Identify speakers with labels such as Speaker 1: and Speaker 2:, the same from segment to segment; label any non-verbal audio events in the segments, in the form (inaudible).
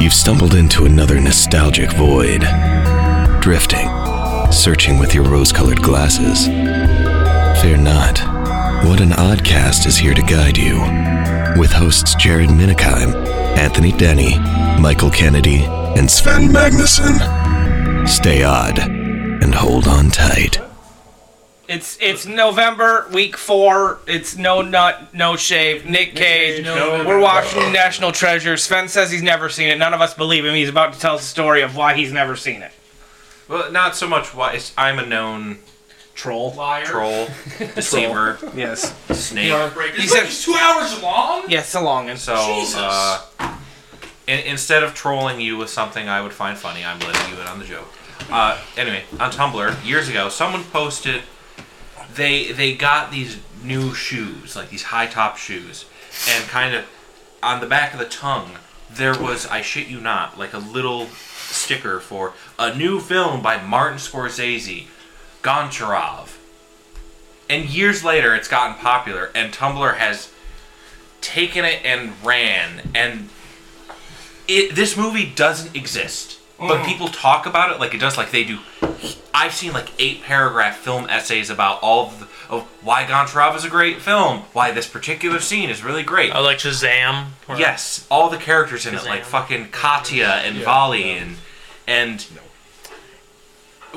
Speaker 1: You've stumbled into another nostalgic void. Drifting, searching with your rose colored glasses. Fear not. What an Oddcast is here to guide you. With hosts Jared Minikheim, Anthony Denny, Michael Kennedy, and Sven Magnuson. Stay odd and hold on tight.
Speaker 2: It's it's November, week four. It's no nut, no shave. Nick Cage. We're watching National Treasure. Sven says he's never seen it. None of us believe him. He's about to tell us the story of why he's never seen it.
Speaker 3: Well, not so much why it's, I'm a known
Speaker 2: Troll.
Speaker 3: troll, deceiver,
Speaker 2: Yes.
Speaker 3: snake.
Speaker 2: He
Speaker 4: He's
Speaker 2: said-
Speaker 4: like, "It's two hours long.
Speaker 2: Yes, so long and
Speaker 3: So,
Speaker 2: so.
Speaker 3: uh, in, instead of trolling you with something I would find funny, I'm letting you in on the joke. Uh, anyway, on Tumblr years ago, someone posted they they got these new shoes, like these high top shoes, and kind of on the back of the tongue there was I shit you not like a little sticker for a new film by Martin Scorsese, Goncharov. And years later, it's gotten popular, and Tumblr has taken it and ran and it this movie doesn't exist but people talk about it like it does like they do i've seen like eight paragraph film essays about all of, the, of why goncharov is a great film why this particular scene is really great
Speaker 5: Oh, like Shazam. Or-
Speaker 3: yes all the characters in it like
Speaker 5: Shazam.
Speaker 3: fucking katya and Volley and and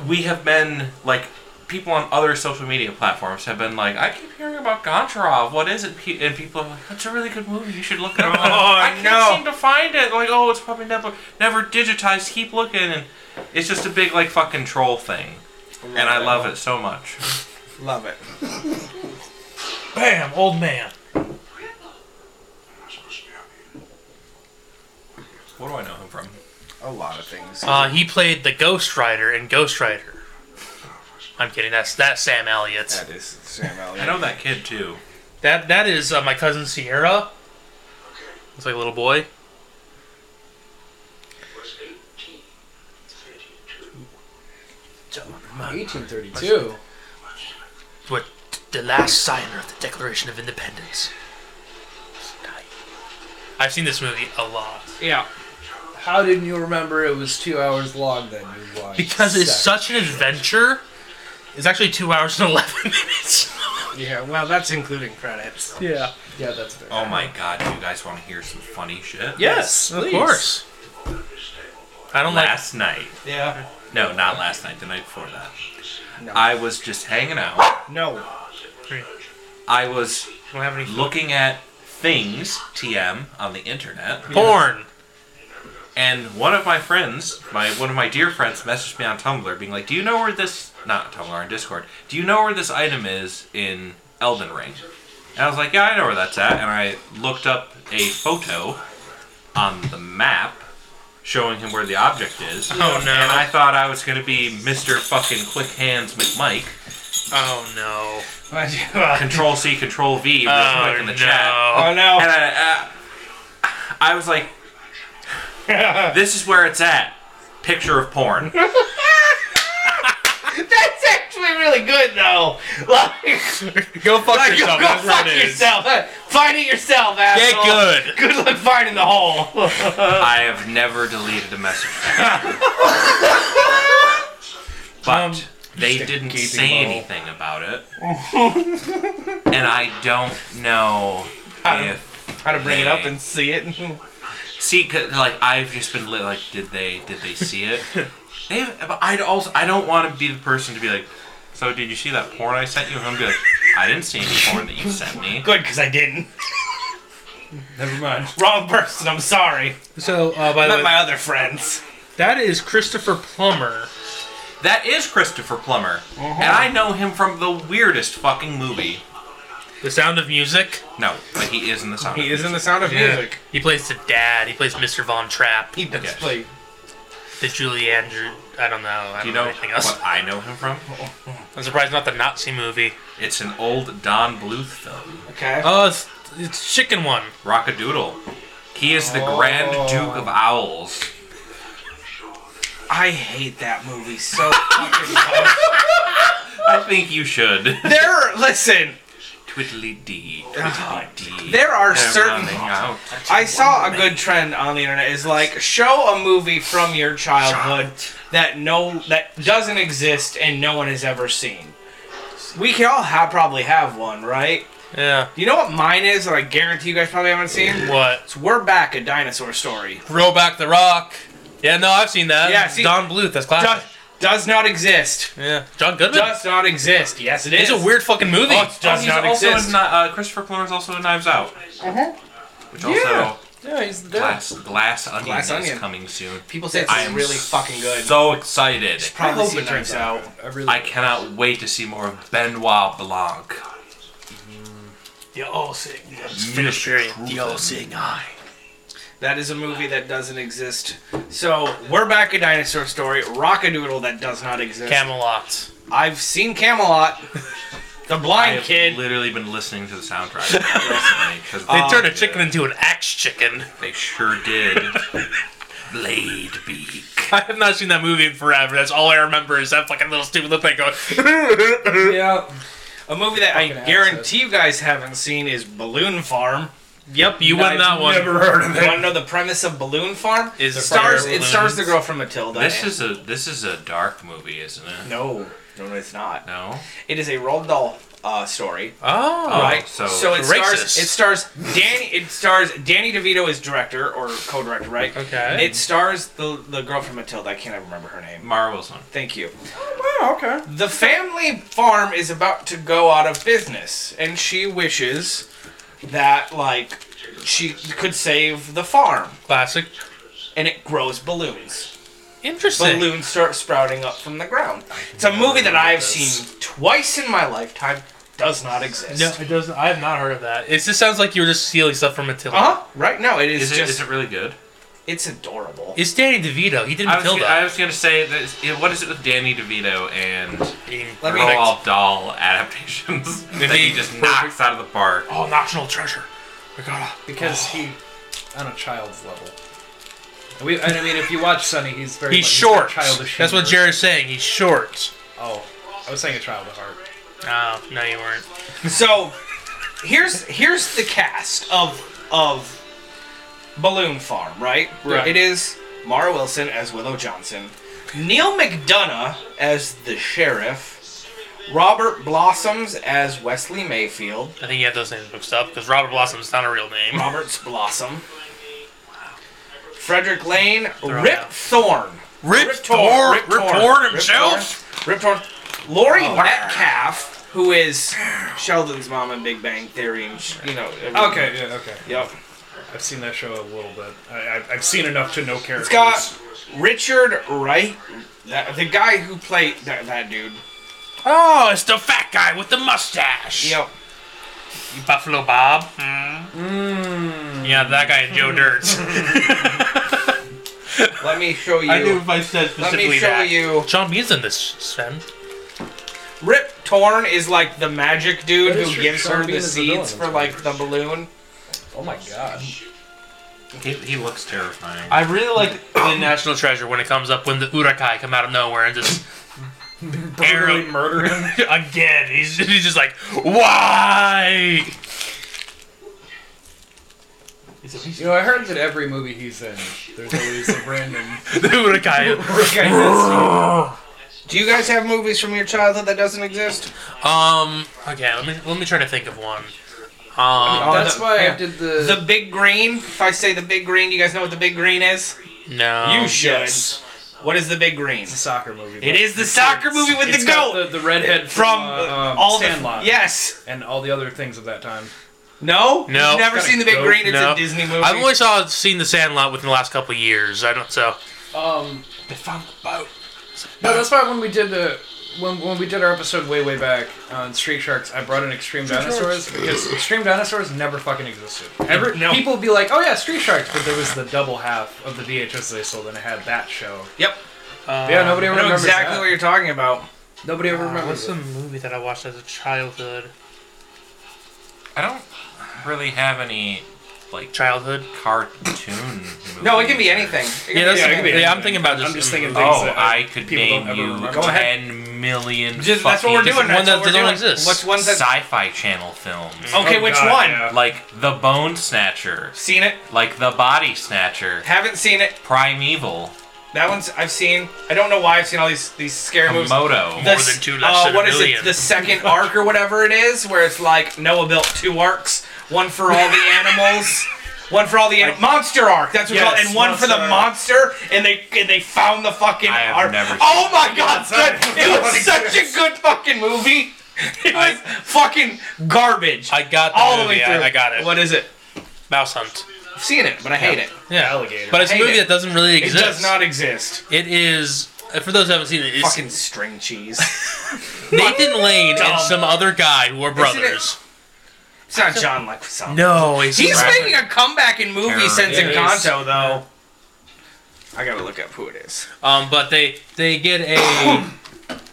Speaker 3: we have been like people on other social media platforms have been like i keep hearing about goncharov what is it Pe- and people are like it's a really good movie you should look it (laughs) up i can't
Speaker 2: no.
Speaker 3: seem to find it like oh it's probably never never digitized keep looking and it's just a big like fucking troll thing and i love it so much
Speaker 2: Love it.
Speaker 5: Bam, old man.
Speaker 3: what do i know him from
Speaker 4: A lot of things.
Speaker 5: Uh, he played the Ghost Rider in Ghost Rider. I'm kidding. That's that's Sam Elliott.
Speaker 4: that is Sam
Speaker 3: i
Speaker 4: Elliott.
Speaker 3: know that kid too
Speaker 5: That that is uh, my cousin Sierra. It's like a little boy. What the last signer of the Declaration of Independence. I've seen this movie a lot
Speaker 2: Yeah.
Speaker 6: How didn't you remember it was two hours long then? You lied.
Speaker 5: because it's
Speaker 6: Suck.
Speaker 5: such an adventure. It's actually two hours and (laughs) eleven minutes.
Speaker 2: Yeah. Well, that's including credits.
Speaker 5: Yeah.
Speaker 6: Yeah, that's fair.
Speaker 3: oh my god you guys want to hear some funny shit
Speaker 5: Yes, of
Speaker 6: please.
Speaker 5: course. I don't like.
Speaker 3: last night
Speaker 2: Yeah.
Speaker 3: No, not last night. The night before that. I was just hanging out.
Speaker 2: No.
Speaker 3: I was
Speaker 5: Don't have any
Speaker 3: looking at things TM on the internet,
Speaker 5: porn.
Speaker 3: and one of my friends, my one of my dear friends, messaged me on Tumblr, being like, "Do you know where this? Not Tumblr, on Discord. Do you know where this item is in Elden Ring?" And I was like, "Yeah, I know where that's at." And I looked up a photo on the map showing him where the object is.
Speaker 5: Oh no.
Speaker 3: And I thought I was gonna be Mr. Fucking Quick Hands McMike.
Speaker 5: (laughs) oh no.
Speaker 3: Control C, Control V, real
Speaker 5: Oh
Speaker 3: quick in the
Speaker 5: no.
Speaker 3: chat.
Speaker 2: Oh no.
Speaker 3: And I, uh, I was
Speaker 5: (laughs)
Speaker 3: like, this is where it's at. Picture of
Speaker 5: (laughs)
Speaker 3: porn.
Speaker 5: That's actually really good though. Like, go fuck yourself. Go, fuck yourself. Find it yourself, asshole. Get good. Good luck finding the hole.
Speaker 3: I have never deleted a
Speaker 5: (laughs)
Speaker 3: message. but
Speaker 5: Um,
Speaker 3: they didn't say anything about it.
Speaker 5: (laughs)
Speaker 3: and I don't know if.
Speaker 2: How to bring it up and see it. (laughs)
Speaker 3: See, 'cause, like I've just been li- like, did they did they
Speaker 2: (laughs)
Speaker 3: see it? they, but I also I don't want to be the person to be like, so did you see that porn I sent you? And I'm gonna be like, I didn't see any porn that you sent me.
Speaker 2: Good, because I didn't. Never mind. Wrong person. I'm sorry.
Speaker 5: So, uh, by
Speaker 2: Not my other friends.
Speaker 5: that is Christopher Plummer.
Speaker 3: That is Christopher Plummer,
Speaker 2: Uh-huh.
Speaker 3: and I know him from the weirdest fucking movie.
Speaker 5: The Sound of Music.
Speaker 3: No, but he is in the sound.
Speaker 2: He
Speaker 3: Effects.
Speaker 2: is in the sound of music.
Speaker 5: He plays the dad. He plays Mr. Von Trapp. He
Speaker 2: does
Speaker 3: Yes.
Speaker 2: play.
Speaker 5: the Julie Andrew. I don't know. I don't
Speaker 3: You
Speaker 5: know,
Speaker 3: know
Speaker 5: anything else.
Speaker 3: what I know him from?
Speaker 5: I'm surprised not the Nazi movie.
Speaker 3: It's an old Don Bluth film,
Speaker 2: Okay.
Speaker 5: Oh, it's, it's chicken one.
Speaker 3: Rockadoodle. He is the Grand
Speaker 2: Oh.
Speaker 3: Duke of Owls.
Speaker 2: I hate that movie (laughs) so fucking much.
Speaker 3: I think you should. (laughs)
Speaker 2: There, listen.
Speaker 3: Twiddly dee. Twiddly dee.
Speaker 2: Ah, There are certain.
Speaker 3: out.
Speaker 2: I saw a good trend on the internet is like show a movie from your childhood that no that doesn't exist and no one has ever seen. We can all have probably have one, right?
Speaker 5: Yeah.
Speaker 2: You know what mine is that I guarantee you guys probably haven't seen?
Speaker 5: What?
Speaker 2: It's We're Back a Dinosaur Story.
Speaker 5: Roll back the rock. Yeah, no, I've seen that.
Speaker 2: Yeah, see-
Speaker 5: Don Bluth. That's classic.
Speaker 2: Does, does not exist.
Speaker 5: yeah. John Goodman.
Speaker 2: Does not exist. Yes, it
Speaker 5: it's
Speaker 2: is.
Speaker 5: a weird fucking movie.
Speaker 2: Oh, it does
Speaker 3: He's
Speaker 2: not
Speaker 3: also
Speaker 2: exist.
Speaker 3: in, uh, uh, Christopher Plummer's also in Knives Out. Which also
Speaker 2: Mm-hmm. Yeah. yeah, he's the devil.
Speaker 3: glass glass onion
Speaker 2: Glass
Speaker 3: is
Speaker 2: Onion.
Speaker 3: coming soon.
Speaker 2: People say it's
Speaker 3: I am
Speaker 2: really fucking good.
Speaker 3: So excited.
Speaker 2: probably
Speaker 7: hope
Speaker 2: see
Speaker 7: it
Speaker 2: Knives
Speaker 7: turns
Speaker 2: out.
Speaker 7: I really.
Speaker 3: I cannot wait to see more of Benoit Blanc. Ministry.
Speaker 2: That is a movie that doesn't exist. So we're back a dinosaur story, Rockadoodle that does not exist.
Speaker 5: Camelot.
Speaker 2: I've seen Camelot, The Blind
Speaker 3: I've
Speaker 2: Kid.
Speaker 3: literally been listening to
Speaker 2: (laughs)
Speaker 3: the soundtrack recently because
Speaker 5: They
Speaker 2: Uh,
Speaker 5: turned a chicken into an axe chicken. (laughs)
Speaker 3: They sure
Speaker 2: (laughs)
Speaker 3: did. Blade beak.
Speaker 5: I have not seen that movie in forever. That's all I remember is that fucking little stupid little
Speaker 2: (laughs)
Speaker 5: thing going.
Speaker 2: Oh.
Speaker 7: yeah.
Speaker 2: A movie that I
Speaker 7: Fucking
Speaker 2: guarantee you guys haven't seen is Balloon Farm.
Speaker 5: yep, you won that one.
Speaker 7: Never heard of
Speaker 2: You want to
Speaker 7: it.
Speaker 2: know the premise of Balloon Farm?
Speaker 5: Is there
Speaker 2: stars
Speaker 5: fire
Speaker 2: it stars
Speaker 5: balloons?
Speaker 2: the girl from Matilda.
Speaker 3: This
Speaker 2: and-
Speaker 3: is a this is a dark movie, isn't it?
Speaker 2: no, no, it's not.
Speaker 3: No.
Speaker 2: It is a Roald Dahl uh, story.
Speaker 5: Oh.
Speaker 2: right?
Speaker 3: so-
Speaker 2: it
Speaker 5: Racist.
Speaker 2: stars it stars Danny it stars Danny DeVito as director or co-director, right?
Speaker 5: Okay.
Speaker 2: It stars the the girl from Matilda. I can't ever remember her name.
Speaker 3: Mara Wilson.
Speaker 2: Thank you.
Speaker 7: Oh, okay.
Speaker 2: The family farm is about to go out of business, and she wishes that like she could save the farm,
Speaker 5: Classic.
Speaker 2: and it grows balloons.
Speaker 5: Interesting.
Speaker 2: Balloons start sprouting up from the ground. It's a movie that I've seen twice in my lifetime. Does not exist.
Speaker 5: No, it doesn't. I have not heard of that. It just sounds like you were just stealing stuff from Matilda.
Speaker 2: Uh huh. Right now, it is,
Speaker 3: Is it,
Speaker 2: just.
Speaker 3: is it really good?
Speaker 2: it's adorable.
Speaker 5: It's Danny DeVito. He did
Speaker 3: I was,
Speaker 5: Matilda.
Speaker 3: gonna, I was gonna say that it- what is it with Danny DeVito and
Speaker 2: Let me-
Speaker 3: Roald Dahl adaptations (laughs) that he just knocks out of the park?
Speaker 5: oh, national treasure.
Speaker 7: Because he, on a child's level. We, and I mean, if you watch Sonny, he's very.
Speaker 5: He's
Speaker 7: much-
Speaker 5: short.
Speaker 7: He's got childish
Speaker 5: That's what
Speaker 7: humor.
Speaker 5: Jared's saying. He's short.
Speaker 7: Oh, I was saying a child at heart.
Speaker 5: Oh, no, you weren't.
Speaker 2: So here's here's the cast of of Balloon Farm, right?
Speaker 5: Right.
Speaker 2: It is Mara Wilson as Willow Johnson, Neil McDonough as the sheriff, Robert Blossoms as Wesley Mayfield,
Speaker 5: I think you had those names mixed up because Robert Blossom's not a real name. (laughs)
Speaker 2: Robert's Blossom, Frederick Lane,
Speaker 5: all
Speaker 2: Rip
Speaker 5: out.
Speaker 2: Thorn,
Speaker 5: Rip
Speaker 2: Thor-
Speaker 5: Torn.
Speaker 2: Rip
Speaker 5: Rip
Speaker 2: Torn.
Speaker 5: Torn
Speaker 2: Rip
Speaker 5: himself.
Speaker 2: Rip Torn, Lori
Speaker 5: Oh,
Speaker 2: Metcalf, who is Sheldon's mom in Big Bang Theory, and sh- you know. everything.
Speaker 7: Okay, yeah, okay.
Speaker 2: Yep.
Speaker 7: I've seen that show a little bit. I, I, I've seen enough to know
Speaker 2: It's
Speaker 7: characters.
Speaker 2: got Richard Wright, that, the guy who played that, that dude.
Speaker 5: Oh, it's the fat guy with the mustache.
Speaker 2: Yep.
Speaker 5: Buffalo Bob. Hmm.
Speaker 2: Hmm.
Speaker 5: Yeah, that guy is Joe (laughs) Dirt.
Speaker 2: Let me show you.
Speaker 5: I said
Speaker 2: let me show you.
Speaker 5: John Bean's in this, Sven.
Speaker 2: Rip Torn is like the magic dude
Speaker 7: That
Speaker 2: who
Speaker 7: is true.
Speaker 2: gives her
Speaker 7: Sean Bean
Speaker 2: the
Speaker 7: is the villain
Speaker 2: seeds
Speaker 7: in
Speaker 2: for
Speaker 7: this
Speaker 2: like the balloon.
Speaker 7: Oh my god.
Speaker 3: He, he looks terrifying.
Speaker 5: I really like (clears throat) the National Treasure when it comes up when the Urakai come out of nowhere and just
Speaker 7: Brutally
Speaker 5: Arrow.
Speaker 7: murder him.
Speaker 5: (laughs) again. He's, he's just like, why?
Speaker 7: You know, I heard that every movie he's in, there's always a (laughs) random.
Speaker 5: (laughs) The Urakai.
Speaker 2: Do you guys have movies from your childhood that doesn't exist?
Speaker 5: Um. Okay. Let me let me try to think of one. Um.
Speaker 7: Oh, That's
Speaker 2: the-
Speaker 7: why
Speaker 2: yeah.
Speaker 7: I did
Speaker 2: The
Speaker 7: the.
Speaker 2: Big Green. If I say The Big Green, you guys know what The Big Green is?
Speaker 5: No.
Speaker 2: you should. What is The Big Green?
Speaker 7: soccer movie.
Speaker 2: It is the soccer movie with
Speaker 7: It's
Speaker 2: the
Speaker 7: got
Speaker 2: goat
Speaker 7: The, the redhead from,
Speaker 2: from
Speaker 7: uh, um,
Speaker 2: all
Speaker 7: Sandlot.
Speaker 2: the yes.
Speaker 7: And all the other things of that time.
Speaker 2: No,
Speaker 5: No.
Speaker 2: You've never
Speaker 7: It's got
Speaker 2: seen
Speaker 7: a
Speaker 2: The Big
Speaker 7: goat.
Speaker 2: Green. It's
Speaker 5: No.
Speaker 2: a Disney movie.
Speaker 5: I've only saw seen The Sandlot within the last couple of years. I don't so.
Speaker 7: Um,
Speaker 5: They found the boat.
Speaker 7: no, that's why when we did the. When, when we did our episode way way back on Street Sharks, I brought in Extreme Dinosaurs because Extreme Dinosaurs never fucking existed. Ever
Speaker 2: No.
Speaker 7: people would be like, "Oh yeah, Street Sharks," but there was the double half of the VHS they sold, and it had that show.
Speaker 2: Yep.
Speaker 7: yeah, nobody
Speaker 2: Uh, I
Speaker 7: ever
Speaker 2: know
Speaker 7: remembers
Speaker 2: exactly
Speaker 7: that.
Speaker 2: what you're Uh, talking about.
Speaker 7: Nobody ever
Speaker 5: What's
Speaker 7: remembers.
Speaker 5: the
Speaker 7: it.
Speaker 5: movie that I watched as a childhood?
Speaker 3: I don't really have any like
Speaker 5: Childhood.
Speaker 3: cartoon. Movie.
Speaker 2: No, it can be anything. It can
Speaker 5: Yeah,
Speaker 2: be
Speaker 5: that's,
Speaker 2: anything.
Speaker 5: yeah, I'm thinking about
Speaker 7: I'm
Speaker 5: just,
Speaker 7: just thinking things
Speaker 3: Oh,
Speaker 7: that
Speaker 3: I could
Speaker 7: people don't
Speaker 3: name
Speaker 7: ever
Speaker 3: you
Speaker 7: remember.
Speaker 2: Go ahead.
Speaker 3: ten million.
Speaker 2: Just- that's what we're
Speaker 3: fucking
Speaker 2: doing.
Speaker 5: one
Speaker 2: That's
Speaker 5: that
Speaker 2: what we're
Speaker 5: doesn't
Speaker 2: doing.
Speaker 5: exist.
Speaker 2: What's one Mm. that?
Speaker 3: Sci-fi Channel films.
Speaker 2: Okay,
Speaker 7: Oh,
Speaker 2: which
Speaker 7: God,
Speaker 2: one?
Speaker 7: yeah.
Speaker 3: Like The Bone Snatcher,
Speaker 2: Seen it?
Speaker 3: like The Body Snatcher,
Speaker 2: Haven't seen it.
Speaker 3: Primeval,
Speaker 2: That one's I've seen. I don't know why I've seen all these these scary movies.
Speaker 3: Komodo.
Speaker 2: The
Speaker 5: More
Speaker 2: s- uh,
Speaker 5: than two, less than a
Speaker 2: what is
Speaker 5: million.
Speaker 2: it? The second arc or whatever it is, where it's like Noah built two arcs, one for all the animals, one for all the anim- monster arc. That's what it's
Speaker 7: Yes,
Speaker 2: called, and one for the monster, and they and they found the fucking
Speaker 3: I have
Speaker 2: arc.
Speaker 3: never
Speaker 2: oh my god, son, it was such a good fucking movie. It was fucking garbage.
Speaker 5: I got the
Speaker 2: all the
Speaker 5: movie.
Speaker 2: way through.
Speaker 5: I, I got it.
Speaker 2: What is it?
Speaker 5: Mouse Hunt.
Speaker 2: I've seen it, but I hate it.
Speaker 5: Yeah,
Speaker 7: alligator.
Speaker 5: But it's a
Speaker 2: Hate
Speaker 5: movie
Speaker 2: it.
Speaker 5: that doesn't really
Speaker 2: It
Speaker 5: exist.
Speaker 2: does not exist.
Speaker 5: It is. uh, For those who haven't seen it, it's
Speaker 2: Fucking string cheese.
Speaker 5: Nathan Lane and some other guy who are
Speaker 2: Isn't it-
Speaker 5: brothers.
Speaker 2: It's
Speaker 5: (laughs)
Speaker 2: not John Leguizamo.
Speaker 5: No, he's,
Speaker 2: He's making a comeback in movies
Speaker 3: Terror.
Speaker 2: since
Speaker 3: It
Speaker 2: Encanto, though. I gotta look up who it is.
Speaker 5: Um, but they they
Speaker 2: (coughs)
Speaker 5: get a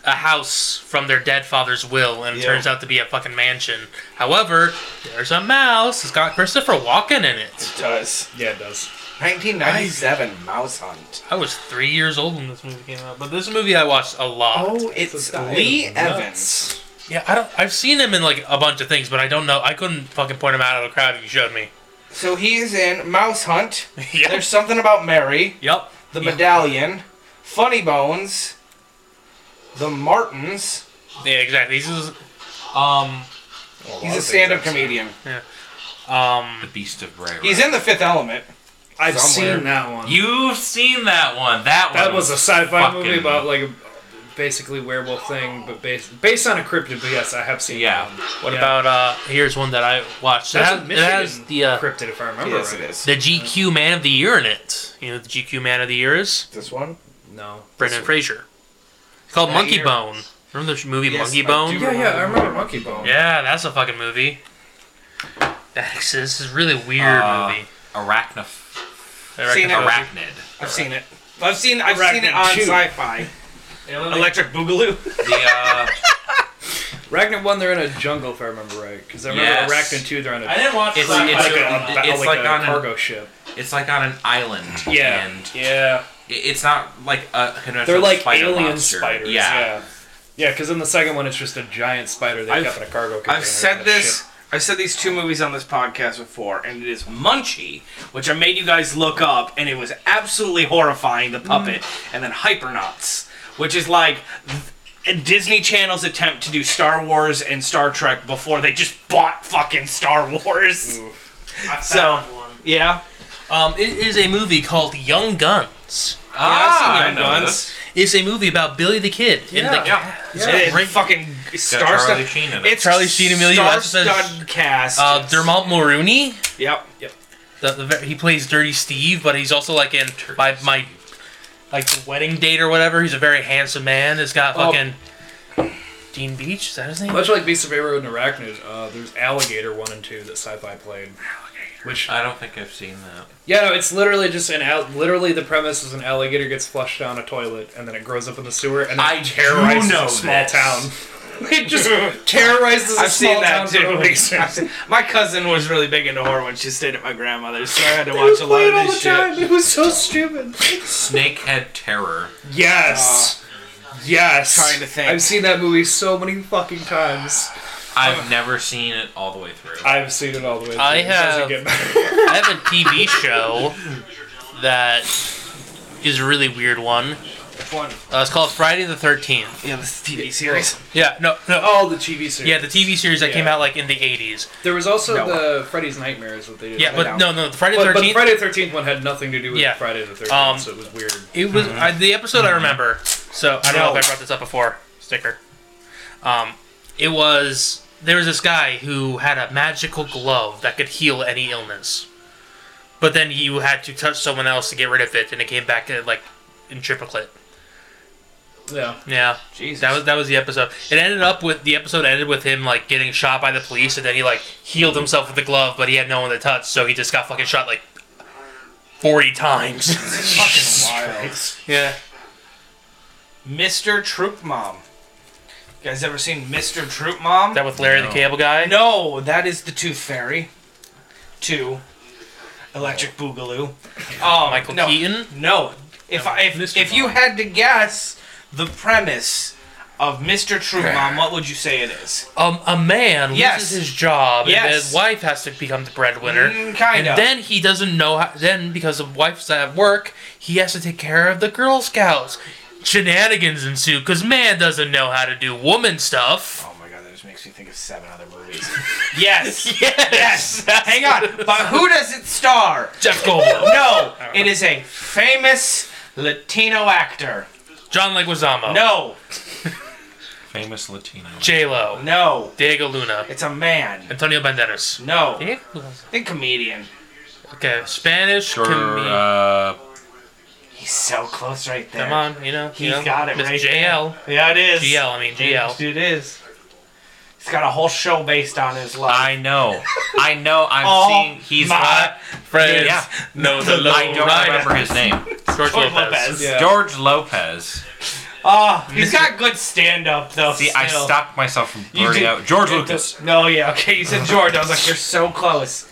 Speaker 5: a house from their dead father's will, and it
Speaker 2: Yeah.
Speaker 5: turns out to be a fucking mansion. However, there's a mouse. It's got Christopher Walken in it.
Speaker 2: Does
Speaker 7: yeah, it does.
Speaker 2: 1997 Mouse Hunt?
Speaker 5: I was three years old when this movie came out, but this is a movie I watched a lot.
Speaker 2: Oh, it's Lee Evans.
Speaker 5: Yeah, I don't. I've seen him in like a bunch of things, but I don't know. I couldn't fucking point him out of the crowd if you showed me.
Speaker 2: So he is in Mouse (laughs) Hunt.
Speaker 5: Yep.
Speaker 2: There's something about Mary,
Speaker 5: Yep.
Speaker 2: The
Speaker 5: Yeah.
Speaker 2: Medallion, Funny Bones, The Martins.
Speaker 5: Yeah, exactly. He's just, um
Speaker 2: He's a stand-up comedian.
Speaker 5: um.
Speaker 3: The Beast of Bray.
Speaker 2: He's in The Fifth Element.
Speaker 7: I've
Speaker 2: Somewhere.
Speaker 7: seen that one.
Speaker 3: You've seen that one. That one.
Speaker 7: that was a sci-fi
Speaker 3: fucking-
Speaker 7: movie about like a basically werewolf thing, but based based on a cryptid. But yes, I have seen.
Speaker 3: Yeah.
Speaker 7: That one.
Speaker 5: What
Speaker 7: Yeah.
Speaker 5: about uh? Here's one that I watched. It
Speaker 7: That's a
Speaker 5: has, it has
Speaker 7: Michigan
Speaker 5: the uh,
Speaker 7: cryptid? If I remember
Speaker 2: Yes,
Speaker 7: right.
Speaker 2: it is.
Speaker 5: the GQ Man of the Year in it. You know, the GQ Man of the Year is
Speaker 2: This one.
Speaker 7: No.
Speaker 5: Brendan Fraser. It's called Monkey
Speaker 2: year.
Speaker 5: Bone. Remember the movie
Speaker 2: Yes,
Speaker 5: Monkey
Speaker 2: I
Speaker 5: Bone?
Speaker 2: do.
Speaker 7: Oh, Yeah, yeah, I remember Monkey Bone.
Speaker 5: Yeah, that's a fucking movie. That is, this is a really weird
Speaker 3: Uh,
Speaker 5: movie.
Speaker 3: Arachnif-
Speaker 5: I reckon
Speaker 2: seen it.
Speaker 5: that was-
Speaker 3: Arachnid.
Speaker 2: I've seen it. I've seen. I've
Speaker 7: Arachnid
Speaker 2: seen it on
Speaker 7: two.
Speaker 2: Sci-Fi. Electric Boogaloo.
Speaker 3: The, uh,
Speaker 7: Arachnid one, they're in a jungle if I remember right, because I remember
Speaker 3: Yes.
Speaker 7: Arachnid two, they're on a
Speaker 2: I didn't watch.
Speaker 3: It's-
Speaker 2: Sci-Fi.
Speaker 7: like a,
Speaker 3: it's
Speaker 7: ba- like
Speaker 3: like
Speaker 7: a
Speaker 3: on an-
Speaker 7: cargo ship.
Speaker 3: it's like on an island. And
Speaker 7: yeah,
Speaker 3: it- it's not like a conventional
Speaker 7: they're like
Speaker 3: spider
Speaker 7: alien
Speaker 3: monster.
Speaker 7: spiders.
Speaker 3: Yeah.
Speaker 7: yeah, yeah. Because in the second one, it's just a giant spider they
Speaker 2: I've-
Speaker 7: kept in a cargo container.
Speaker 8: I've said
Speaker 7: on a ship.
Speaker 8: this. I've said these two movies on this podcast before, and it is Munchie, which I made you guys look up, and it was absolutely horrifying. The puppet,
Speaker 3: Mm.
Speaker 8: and then Hypernauts, which is like th- Disney Channel's attempt to do Star Wars and Star Trek before they just bought fucking Star Wars. (laughs) So, yeah,
Speaker 5: Um, it is a movie called Young Guns.
Speaker 8: Ah,
Speaker 2: Yeah, I've seen
Speaker 8: I
Speaker 2: Young
Speaker 8: know
Speaker 2: Guns.
Speaker 8: this.
Speaker 5: It's a movie about Billy the Kid. And the,
Speaker 3: Yeah.
Speaker 5: It's
Speaker 2: It
Speaker 5: great.
Speaker 2: is fucking
Speaker 3: It's
Speaker 2: star
Speaker 3: got Charlie
Speaker 2: stuff.
Speaker 3: Sheen in it.
Speaker 2: It's
Speaker 5: Charlie Sheen, Emilio Estevez.
Speaker 2: star-studded cast.
Speaker 5: Uh, Dermot Mulroney.
Speaker 2: yep. Yep.
Speaker 5: The, the, ve- he plays Dirty Steve, but he's also like in my my like the wedding date or whatever. He's a very handsome man. It's got
Speaker 7: Oh.
Speaker 5: fucking Dean Beach. Is that his name?
Speaker 7: Much like Beast of Aero and Arachnid, uh, there's Alligator 1 and 2 that sci-fi played. Which,
Speaker 3: I don't think I've seen that.
Speaker 7: yeah, no, it's literally just an, al- literally the premise is an alligator gets flushed down a toilet, and then it grows up in the sewer, and then
Speaker 3: I
Speaker 7: it
Speaker 3: do
Speaker 7: terrorizes
Speaker 3: know
Speaker 7: a small
Speaker 3: this.
Speaker 7: town. (laughs) it
Speaker 8: (laughs)
Speaker 7: just terrorizes a
Speaker 8: I've seen
Speaker 7: small town
Speaker 8: that (laughs)
Speaker 7: for no
Speaker 8: too.
Speaker 7: reason. (laughs)
Speaker 8: I've seen- My cousin was really big into horror when she stayed at my grandmother's, so I had to watch a lot of this shit.
Speaker 7: It was so stupid.
Speaker 3: Snakehead Terror.
Speaker 7: Yes. yes.
Speaker 8: Uh, trying to think.
Speaker 7: I've seen that movie so many fucking times.
Speaker 3: I've never seen it all the way through.
Speaker 7: I've seen it all the way.
Speaker 5: I
Speaker 7: through. It doesn't
Speaker 5: have-
Speaker 7: get better.
Speaker 5: I have a TV show that is a really weird one. Uh, it's called Friday the Thirteenth.
Speaker 8: Yeah, this TV
Speaker 2: Oh,
Speaker 8: series.
Speaker 5: Yeah, no, no.
Speaker 7: (laughs) all the TV series.
Speaker 5: Yeah, the TV series that came
Speaker 7: Yeah.
Speaker 5: out like in the '80s.
Speaker 7: There was also the Freddy's Nightmares that they did.
Speaker 5: Yeah, but no, no. The Friday the
Speaker 7: But, but the
Speaker 5: Thirteenth.
Speaker 7: Friday the Thirteenth one had nothing to do with
Speaker 5: Yeah.
Speaker 7: Friday the Thirteenth,
Speaker 5: Um,
Speaker 7: so it was weird.
Speaker 5: It was I, the episode I remember. So I don't know if I brought this up before. Sticker. Um, it was there was this guy who had a magical glove that could heal any illness, but then you had to touch someone else to get rid of it, and it came back uh, like in triplicate.
Speaker 7: Yeah,
Speaker 5: Yeah,
Speaker 8: Jesus.
Speaker 5: that was that was the episode. It ended up with the episode ended with him like getting shot by the police, and then he like healed himself with the glove, but he had no one to touch, so he just got fucking shot like forty times. (laughs) yeah.
Speaker 8: Mr. Troop Mom. You guys ever seen Mr. Troop Mom?
Speaker 5: That with Larry the Cable Guy?
Speaker 8: no, that is the Tooth Fairy. Two.
Speaker 2: Electric Boogaloo.
Speaker 5: Oh, Michael
Speaker 2: Um, no.
Speaker 5: Keaton.
Speaker 2: No. If I, if,
Speaker 5: Mr.
Speaker 2: if you had to guess the premise of Mr. True Mom, what would you say it is?
Speaker 5: Um, a man
Speaker 2: Yes.
Speaker 5: loses his job, and
Speaker 2: Yes.
Speaker 5: his wife has to become the breadwinner.
Speaker 2: Mm, kind
Speaker 5: and
Speaker 2: of.
Speaker 5: then he doesn't know. How, then because the wife's at work, he has to take care of the Girl Scouts. Shenanigans ensue because man doesn't know how to do woman stuff.
Speaker 2: Oh my god, that just makes me think of seven other
Speaker 8: (laughs)
Speaker 2: movies.
Speaker 5: (laughs)
Speaker 2: yes. (laughs) Yes. Hang on. But who does it star?
Speaker 5: Jeff Goldblum,
Speaker 2: No, it is a famous Latino actor.
Speaker 5: John Leguizamo,
Speaker 2: No,
Speaker 3: Famous Latino.
Speaker 5: J Lo,
Speaker 2: no,
Speaker 5: Diego Luna,
Speaker 2: it's a man.
Speaker 5: Antonio Banderas.
Speaker 2: No,
Speaker 5: Diego Luna.
Speaker 2: think comedian.
Speaker 5: Okay, Spanish
Speaker 3: Sure.
Speaker 5: comedian.
Speaker 3: Uh,
Speaker 2: He's so close right there.
Speaker 5: Come on, you know. He
Speaker 2: He's
Speaker 5: you know,
Speaker 2: got it
Speaker 5: Miss
Speaker 2: right
Speaker 5: JL.
Speaker 2: Yeah, it is.
Speaker 5: GL, I mean, GL.
Speaker 2: It is. He's got a whole show based on his life.
Speaker 3: I know. I know. I'm
Speaker 2: Oh
Speaker 3: seeing. He's
Speaker 2: my
Speaker 3: not.
Speaker 5: Friends.
Speaker 3: Yeah.
Speaker 5: No, (laughs) the low
Speaker 3: I don't
Speaker 5: rider.
Speaker 3: remember his name.
Speaker 5: George,
Speaker 2: George
Speaker 5: Lopez.
Speaker 2: Lopez.
Speaker 7: Yeah.
Speaker 3: George Lopez.
Speaker 2: Oh, he's got good stand up though.
Speaker 3: See, I
Speaker 2: still.
Speaker 3: stopped myself from
Speaker 2: You
Speaker 3: blurting
Speaker 2: did-
Speaker 3: out George
Speaker 2: you
Speaker 3: Lucas.
Speaker 2: did- No, yeah, okay, you said George. I was like, you're so close.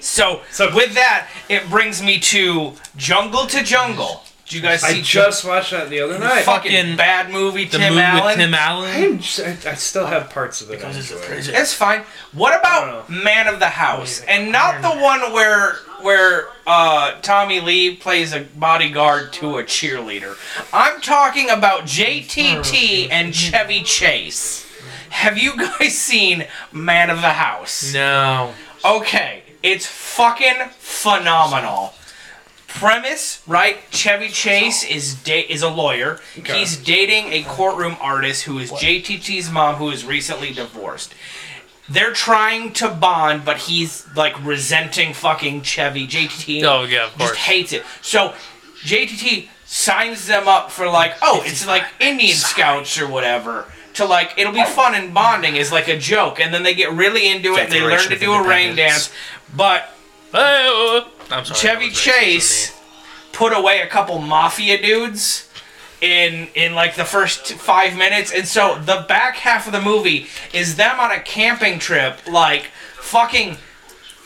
Speaker 2: So, with that, it brings me to Jungle to Jungle. Did you guys see
Speaker 7: I just watched that the other night.
Speaker 2: fucking,
Speaker 5: fucking-
Speaker 2: bad movie
Speaker 5: The
Speaker 2: Tim
Speaker 5: movie
Speaker 2: Allen?
Speaker 5: with Tim Allen.
Speaker 7: I'm just- I, I still have parts of it. I enjoy.
Speaker 2: It's fine. What about Man of the House? And not the one where where uh, Tommy Lee plays a bodyguard to a cheerleader. I'm talking about JTT and Chevy Chase. Have you guys seen Man of the House?
Speaker 5: No.
Speaker 2: Okay, it's fucking phenomenal. Premise, right? Chevy Chase is da- is a lawyer. He's dating a courtroom artist who is JTT's mom, who is recently divorced. They're trying to bond, but he's like resenting fucking Chevy JTT.
Speaker 5: Oh, yeah, of
Speaker 2: just
Speaker 5: course.
Speaker 2: hates it. So JTT signs them up for like, oh, it's like Indian Scouts or whatever. To like, it'll be fun and bonding is like a joke, and then they get really into it. They learn
Speaker 5: Declaration
Speaker 2: to
Speaker 5: of
Speaker 2: do a rain
Speaker 5: Independence.
Speaker 2: dance, but
Speaker 5: Oh, I'm sorry.
Speaker 2: Chevy
Speaker 5: that was racist
Speaker 2: Chase
Speaker 5: of me.
Speaker 2: put away a couple mafia dudes in in like the first five minutes, and so the back half of the movie is them on a camping trip, like fucking.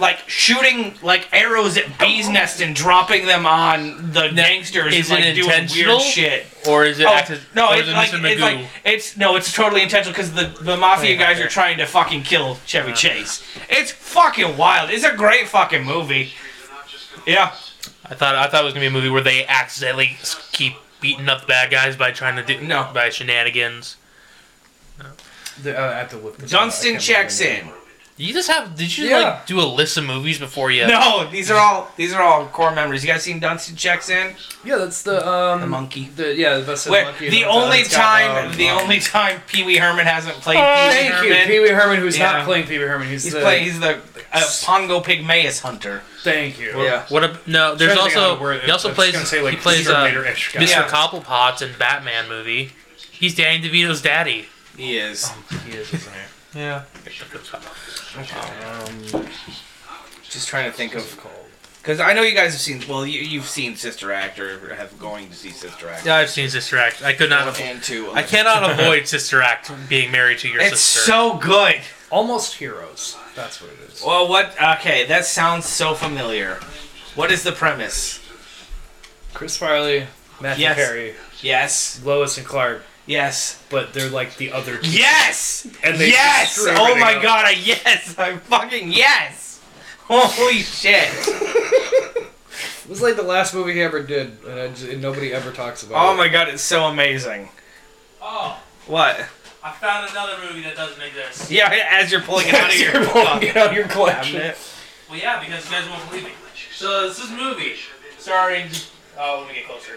Speaker 2: Like shooting like arrows at bees' nests and dropping them on the gangsters
Speaker 5: is
Speaker 2: and
Speaker 5: it
Speaker 2: like doing
Speaker 5: intentional?
Speaker 2: weird shit.
Speaker 5: Or is it
Speaker 2: Oh,
Speaker 5: acted?
Speaker 2: no,
Speaker 5: or
Speaker 2: it's
Speaker 5: is it
Speaker 2: like,
Speaker 5: Mr.
Speaker 2: it's like
Speaker 5: Magoo?
Speaker 2: it's no, it's totally intentional because the the mafia guys are trying to fucking kill Chevy Chase. It's fucking wild. It's a great fucking movie. Yeah,
Speaker 5: I thought I thought it was gonna be a movie where they accidentally s- keep beating up the bad guys by trying to do
Speaker 2: No.
Speaker 5: by shenanigans.
Speaker 7: The- uh, I have to look this up. I
Speaker 2: Dunstan
Speaker 7: can't
Speaker 2: checks
Speaker 7: remember.
Speaker 2: in.
Speaker 5: You just have did you
Speaker 7: Yeah.
Speaker 5: like do a list of movies before you?
Speaker 2: No, these are all these are all core memories. You guys seen Dunstan checks in?
Speaker 7: Yeah, that's the um.
Speaker 2: The monkey.
Speaker 7: The, yeah, the best of
Speaker 2: Where-
Speaker 7: monkey. and
Speaker 2: the
Speaker 7: all that.
Speaker 2: only
Speaker 7: It's got,
Speaker 2: time
Speaker 7: um,
Speaker 2: the
Speaker 7: um, (laughs)
Speaker 2: only time Pee Wee Herman hasn't played Pee Wee
Speaker 7: Oh, Thank you,
Speaker 2: Herman.
Speaker 7: Pee Wee Herman, who's
Speaker 2: Yeah.
Speaker 7: not playing Pee Wee Herman. He's,
Speaker 2: He's
Speaker 7: the.
Speaker 2: playing. He's the uh, Pongo Pygmaeus hunter.
Speaker 7: thank you.
Speaker 2: Yeah.
Speaker 5: What a, no, there's
Speaker 7: Trying to think
Speaker 5: also
Speaker 7: of where-
Speaker 5: he also
Speaker 7: I was
Speaker 5: plays
Speaker 7: gonna say, like,
Speaker 5: he plays uh,
Speaker 7: Terminator-ish guy.
Speaker 5: Mr.
Speaker 2: Yeah.
Speaker 5: Cobblepot in Batman movie. He's Danny DeVito's daddy.
Speaker 2: He is.
Speaker 7: He is, isn't he?
Speaker 2: Yeah. Um, Just trying to think of. Because I know you guys have seen. Well, you, you've seen Sister Act or have going to see Sister Act.
Speaker 5: Yeah, I've seen Sister Act. I could not.
Speaker 2: And two.
Speaker 5: I cannot avoid Sister Act being married to your
Speaker 2: It's
Speaker 5: sister.
Speaker 2: so good.
Speaker 7: Almost heroes. That's what it is.
Speaker 2: Well, what? Okay, that sounds so familiar. What is the premise?
Speaker 7: Chris Farley, Matthew
Speaker 2: Yes.
Speaker 7: Perry,
Speaker 2: Yes.
Speaker 7: Lois and Clark,
Speaker 2: Yes.
Speaker 7: but they're like the other. two.
Speaker 2: Yes.
Speaker 7: And they
Speaker 2: yes.
Speaker 7: screw
Speaker 2: Oh
Speaker 7: everything
Speaker 2: my
Speaker 7: up.
Speaker 2: god! I yes. (laughs) I'm fucking yes. Holy shit.
Speaker 7: It was like the last movie he ever did, and, I just, and nobody ever talks about.
Speaker 2: Oh
Speaker 7: it.
Speaker 2: my god! It's so amazing.
Speaker 5: Oh,
Speaker 2: What?
Speaker 5: I found another movie that doesn't exist.
Speaker 2: Yeah. As you're pulling it out of your fucking
Speaker 7: out your collection.
Speaker 2: cabinet.
Speaker 5: Well, yeah, because you guys won't believe me. So this is a movie starring. Oh, let me get closer.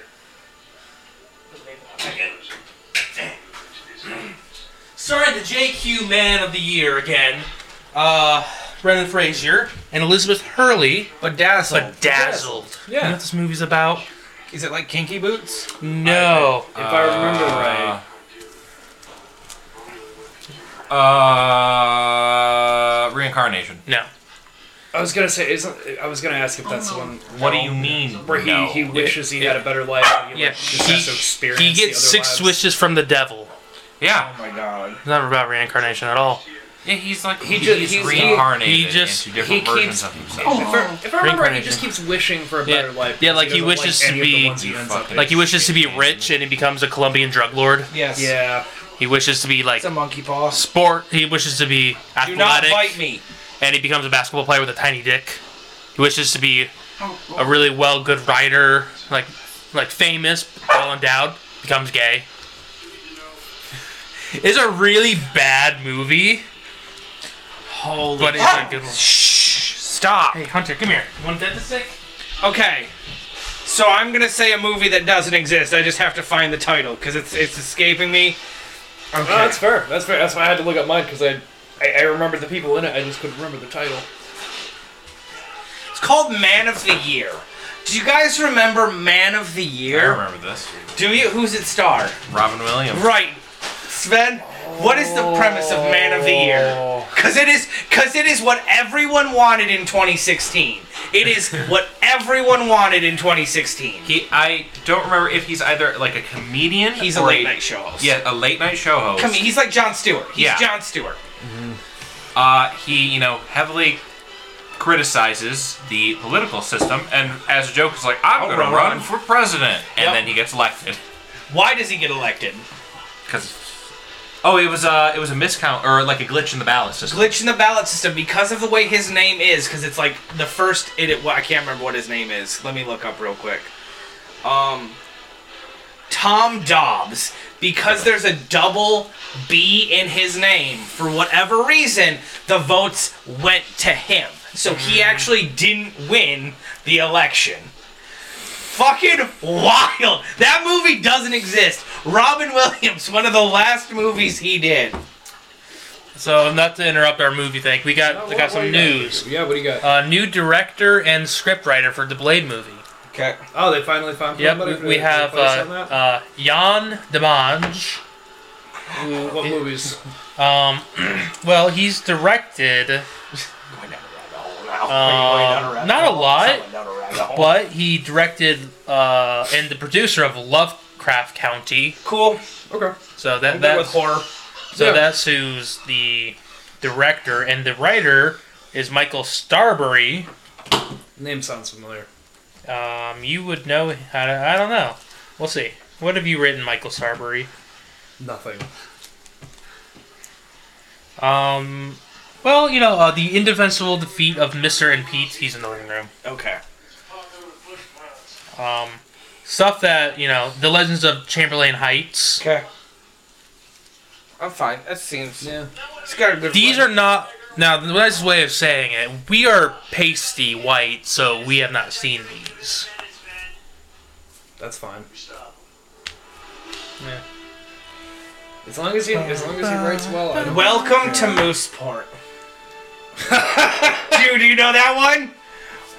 Speaker 5: Starring the JQ Man of the Year again, uh, Brendan Fraser and Elizabeth Hurley,
Speaker 2: But dazzled.
Speaker 5: bedazzled. You know
Speaker 7: Yeah.
Speaker 5: what this movie's about?
Speaker 2: Is it like Kinky Boots?
Speaker 5: No.
Speaker 7: If I remember right,
Speaker 3: Uh, reincarnation.
Speaker 5: No.
Speaker 7: I was gonna say isn't. I was gonna ask if that's the one
Speaker 3: What do you mean?
Speaker 7: where he,
Speaker 3: no?
Speaker 7: he wishes he had a better life. And he,
Speaker 5: Yeah.
Speaker 7: like, just
Speaker 5: He,
Speaker 7: has to experience
Speaker 5: he
Speaker 7: the
Speaker 5: gets
Speaker 7: other
Speaker 5: six
Speaker 7: lives.
Speaker 5: wishes from the devil.
Speaker 3: yeah.
Speaker 2: Oh my god.
Speaker 5: It's not about reincarnation at all.
Speaker 9: Yeah, he's like
Speaker 7: He
Speaker 9: he
Speaker 7: ju-
Speaker 9: he's,
Speaker 7: he's- he-
Speaker 9: reincarnated
Speaker 5: he just-
Speaker 9: into different
Speaker 7: he
Speaker 9: versions
Speaker 7: keeps-
Speaker 9: of himself.
Speaker 7: If I, if I remember, he just
Speaker 9: Reincarnation.
Speaker 7: keeps wishing for a
Speaker 5: Yeah.
Speaker 7: better life.
Speaker 5: Yeah,
Speaker 7: because
Speaker 5: like he
Speaker 7: doesn't
Speaker 5: wishes
Speaker 7: like
Speaker 5: to
Speaker 7: any of the
Speaker 5: be-
Speaker 7: ones he ends up
Speaker 9: fucking-
Speaker 5: Like he wishes to be rich and he becomes a Colombian drug lord.
Speaker 2: Yes.
Speaker 7: Yeah.
Speaker 5: He wishes to be like
Speaker 2: It's a monkey paw.
Speaker 5: sport. He wishes to be
Speaker 2: Do not bite
Speaker 5: athletic,
Speaker 2: me.
Speaker 5: and he becomes a basketball player with a tiny dick. He wishes to be a really well good writer, like like famous, well endowed. Becomes gay. (laughs) It's a really bad movie,
Speaker 2: Holy.
Speaker 5: but it's a good one.
Speaker 2: Shh. Stop.
Speaker 5: Hey Hunter, come here. You want that this sick?
Speaker 2: Okay.
Speaker 8: So I'm gonna say a movie that doesn't exist. I just have to find the title because it's it's escaping me.
Speaker 7: No, Oh, that's fair. That's fair. That's why I had to look up mine because I, I, I remembered the people in it. I just couldn't remember the title.
Speaker 2: It's called Man of the Year. Do you guys remember Man of the
Speaker 3: I
Speaker 2: Year?
Speaker 3: remember this.
Speaker 2: Do you? Who's it star?
Speaker 3: Robin Williams.
Speaker 2: Right. Sven, what is the premise of Man of the
Speaker 3: Oh.
Speaker 2: Year? Cuz it is cuz it is what everyone wanted in 2016. It
Speaker 3: (laughs)
Speaker 2: is what everyone wanted in 2016.
Speaker 3: He, I don't remember if he's either like a comedian.
Speaker 2: He's a
Speaker 3: or
Speaker 2: late night show host.
Speaker 3: Yeah, a late night show host.
Speaker 2: Come, he's like John Stewart. He's
Speaker 3: Yeah.
Speaker 2: John Stewart.
Speaker 3: Uh, he, you know, heavily criticizes the political system, and as a joke, is like, "I'm going to run for president," and
Speaker 2: Yep.
Speaker 3: then he gets elected
Speaker 2: Why does he get elected?
Speaker 3: because. Oh, it was uh, it was a miscount or like a glitch in the ballot system.
Speaker 2: glitch in the ballot system because of the way his name is because it's like the first it, it well, i can't remember what his name is let me look up real quick um tom dobbs because there's a double b in his name for whatever reason the votes went to him so he actually didn't win the election fucking wild that movie doesn't exist robin williams (laughs) one of the last movies he did
Speaker 5: So not to interrupt our movie thing, we got we got
Speaker 7: What
Speaker 5: some
Speaker 7: do you
Speaker 5: news.
Speaker 7: Yeah, what do you got?
Speaker 5: Uh, new director and scriptwriter for the Blade movie.
Speaker 2: okay
Speaker 7: oh, they finally found. somebody
Speaker 5: Yep,
Speaker 7: to
Speaker 5: we, we have uh,
Speaker 7: replace on that?
Speaker 5: uh, Jan Demange.
Speaker 7: what movies?
Speaker 5: Um, (clears throat) well, he's directed uh, not a lot, but he directed uh, and the producer of Lovecraft County.
Speaker 2: Cool.
Speaker 7: Okay.
Speaker 5: So that
Speaker 2: That with
Speaker 5: that's
Speaker 2: horror.
Speaker 5: so
Speaker 7: yeah.
Speaker 5: that's who's the director and the writer is Michael Starbury.
Speaker 7: Name sounds familiar.
Speaker 5: Um, you would know. I, don't- I don't know. We'll see. What have you written, Michael Starbury?
Speaker 7: Nothing.
Speaker 5: Um, well, you know, uh, the indefensible defeat of Mister and Pete. He's in the living room.
Speaker 2: Okay.
Speaker 5: Um, stuff that you know, the Legends of Chamberlain Heights.
Speaker 2: Okay.
Speaker 8: I'm fine. That seems.
Speaker 7: Yeah.
Speaker 8: It's got a good.
Speaker 5: These are not now the nicest way of saying it. We are pasty white, so we have not seen these.
Speaker 7: That's fine.
Speaker 5: Yeah.
Speaker 7: As long as he, as long as he writes well. I don't-
Speaker 2: Welcome
Speaker 8: (laughs)
Speaker 2: to Mooseport. Dude, you know that one?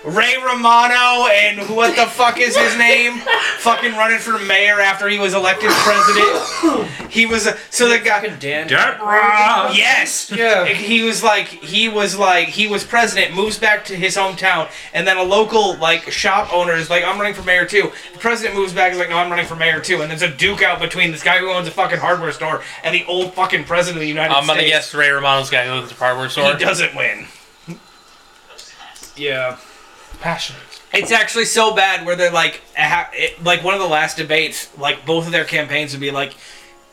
Speaker 2: Ray Romano and who- what the fuck is his name? Fucking running for mayor after he was elected president. He was a, so the guy.
Speaker 7: Dan.
Speaker 2: Oh, Yes.
Speaker 7: Yeah.
Speaker 2: He was like he was like he was president, moves back to his hometown, and then a local like shop owner is like, I'm running for mayor too. The president moves back, is like, No, I'm running for mayor too. And there's a duke out between this guy who owns a fucking hardware store and the old fucking president of the United
Speaker 5: I'm
Speaker 2: States.
Speaker 5: gonna guess Ray Romano's guy who owns the hardware store.
Speaker 2: he doesn't win.
Speaker 7: Yeah.
Speaker 5: Passionate.
Speaker 2: It's actually so bad where they're like, ha- it, like one of the last debates, like both of their campaigns would be like,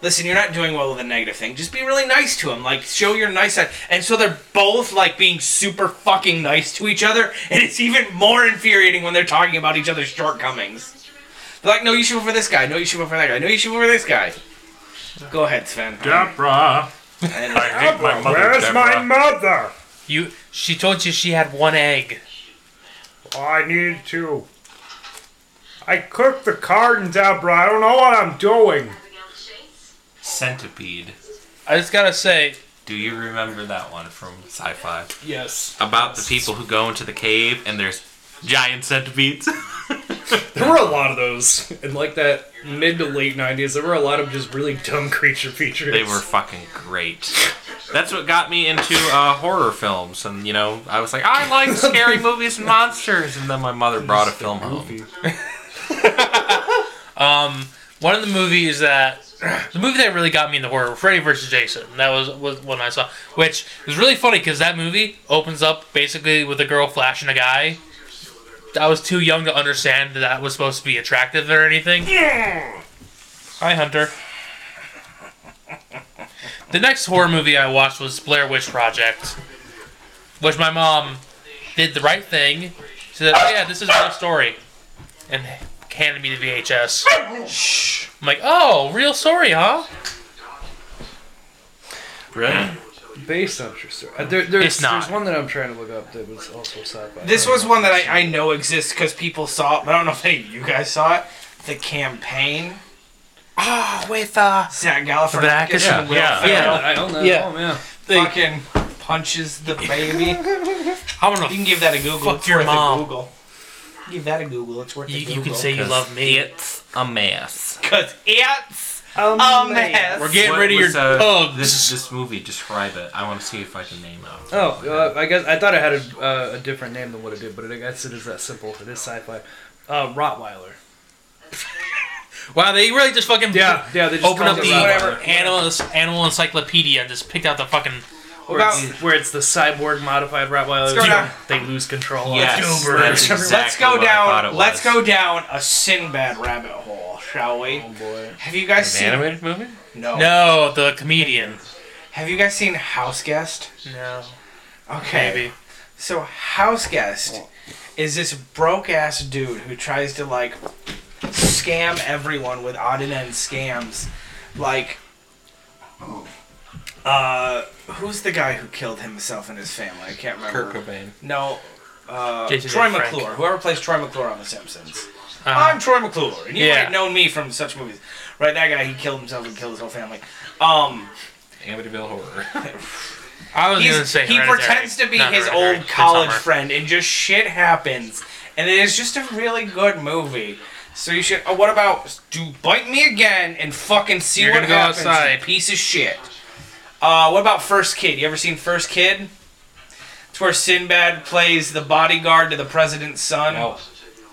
Speaker 2: listen, you're not doing well with a negative thing. Just be really nice to him. Like, show your nice side. And so they're both like being super fucking nice to each other, (laughs) and it's even more infuriating when they're talking about each other's shortcomings. They're like, no, you should vote for this guy. No, you should vote for that guy. No, you should vote for this guy. Go ahead, Sven.
Speaker 9: Deborah.
Speaker 2: And-
Speaker 9: I hate my mother. Where's my mother?
Speaker 5: You. She told you she had one egg.
Speaker 10: I needed to. I cooked the carton, Deborah. I don't know what I'm doing.
Speaker 3: Centipede.
Speaker 5: I just gotta say,
Speaker 3: Do you remember that one from Sci-Fi
Speaker 7: Yes.
Speaker 3: about the people who go into the cave and there's giant centipedes? (laughs)
Speaker 7: There were a lot of those in like that mid to late '90s. There were a lot of just really dumb creature features.
Speaker 3: They were fucking great. That's what got me into uh, horror films, and you know, I was like, I like scary movies and monsters, and then my mother brought a film home.
Speaker 5: one of the movies that (clears throat) The movie that really got me into horror, Freddy vs. Jason. That was, was one I saw, which was really funny because that movie opens up basically with a girl flashing a guy. I was too young to understand that that was supposed to be attractive or anything. Hi, Hunter. The next horror movie I watched was Blair Witch Project, which my mom did the right thing. She said, "Oh yeah, this is a real story," and handed me the VHS. I'm like, "Oh, real story, huh?"
Speaker 3: Really?
Speaker 7: Based on true story. Uh, there- there's,
Speaker 5: It's not.
Speaker 7: There's one that I'm trying to look up that was also sci-fi.
Speaker 2: This was one that I, I know exists because people saw it, but I don't know if any of you guys saw it. The campaign.
Speaker 5: Oh, with uh,
Speaker 2: Zach Galifianakis
Speaker 5: Yeah,
Speaker 2: and Will
Speaker 3: yeah.
Speaker 2: Ferrell
Speaker 7: I own that
Speaker 5: Yeah.
Speaker 7: home, yeah.
Speaker 2: fucking punches the baby. you
Speaker 5: I don't know.
Speaker 2: can give that a Google.
Speaker 5: Fuck
Speaker 2: it's
Speaker 5: your
Speaker 2: worth a
Speaker 5: mom.
Speaker 2: Google. Give that a Google. It's worth a
Speaker 5: You,
Speaker 2: Google.
Speaker 5: you can say you love me.
Speaker 3: It's a mess.
Speaker 2: because it's
Speaker 5: Oh,
Speaker 2: a mess.
Speaker 5: We're getting rid of your
Speaker 3: uh,
Speaker 5: pugs.
Speaker 3: This this movie. Describe it. I want to see if I can name it.
Speaker 7: Oh, uh, I guess I thought it had a, uh, a different name than what it did, but I guess it is that simple. It is sci-fi. Uh, Rottweiler.
Speaker 5: wow, they really just fucking
Speaker 7: Yeah, yeah. They just
Speaker 5: open up
Speaker 7: called
Speaker 5: the
Speaker 7: it Rottweiler.
Speaker 5: animal animal encyclopedia and just picked out the fucking.
Speaker 7: where it's, where it's the cyborg modified Rottweiler.
Speaker 2: go down.
Speaker 7: They lose control.
Speaker 3: Yes,
Speaker 7: Of
Speaker 3: that's exactly
Speaker 2: Let's go
Speaker 3: what I thought it
Speaker 2: down.
Speaker 3: was.
Speaker 2: Let's go down a Sinbad rabbit hole, shall we? Oh boy. Have you guys seen?
Speaker 3: animated movie.
Speaker 2: No.
Speaker 5: Oh. No, the comedian.
Speaker 2: Have you guys seen House Guest?
Speaker 5: No,
Speaker 2: Okay.
Speaker 5: maybe.
Speaker 2: So house guest is this broke ass dude who tries to like scam everyone with odd and end scams. Like uh who's the guy who killed himself and his family? I can't remember.
Speaker 3: Cobain.
Speaker 2: No. Uh,
Speaker 5: Jason
Speaker 2: Troy
Speaker 5: and Frank.
Speaker 2: McClure, whoever plays Troy McClure on The Simpsons.
Speaker 5: Uh,
Speaker 2: I'm Troy McClure, and you
Speaker 5: Yeah.
Speaker 2: might have known me from such movies. Right, that guy, he killed himself and killed his whole family. Um,
Speaker 3: Amityville (laughs) horror.
Speaker 5: I was
Speaker 2: He's-
Speaker 5: gonna say
Speaker 2: he
Speaker 5: Hereditary.
Speaker 2: pretends to be
Speaker 5: Not
Speaker 2: his
Speaker 5: Hereditary,
Speaker 2: old
Speaker 5: it's
Speaker 2: college
Speaker 5: Summer.
Speaker 2: friend, and just shit happens. And it is just a really good movie. So you should. Oh, what about do bite me again and fucking see
Speaker 5: You're
Speaker 2: what
Speaker 5: gonna go
Speaker 2: happens? you
Speaker 5: outside.
Speaker 2: piece of shit. Uh, what about First Kid? You ever seen First Kid? It's where Sinbad plays the bodyguard to the president's son,
Speaker 5: Oh.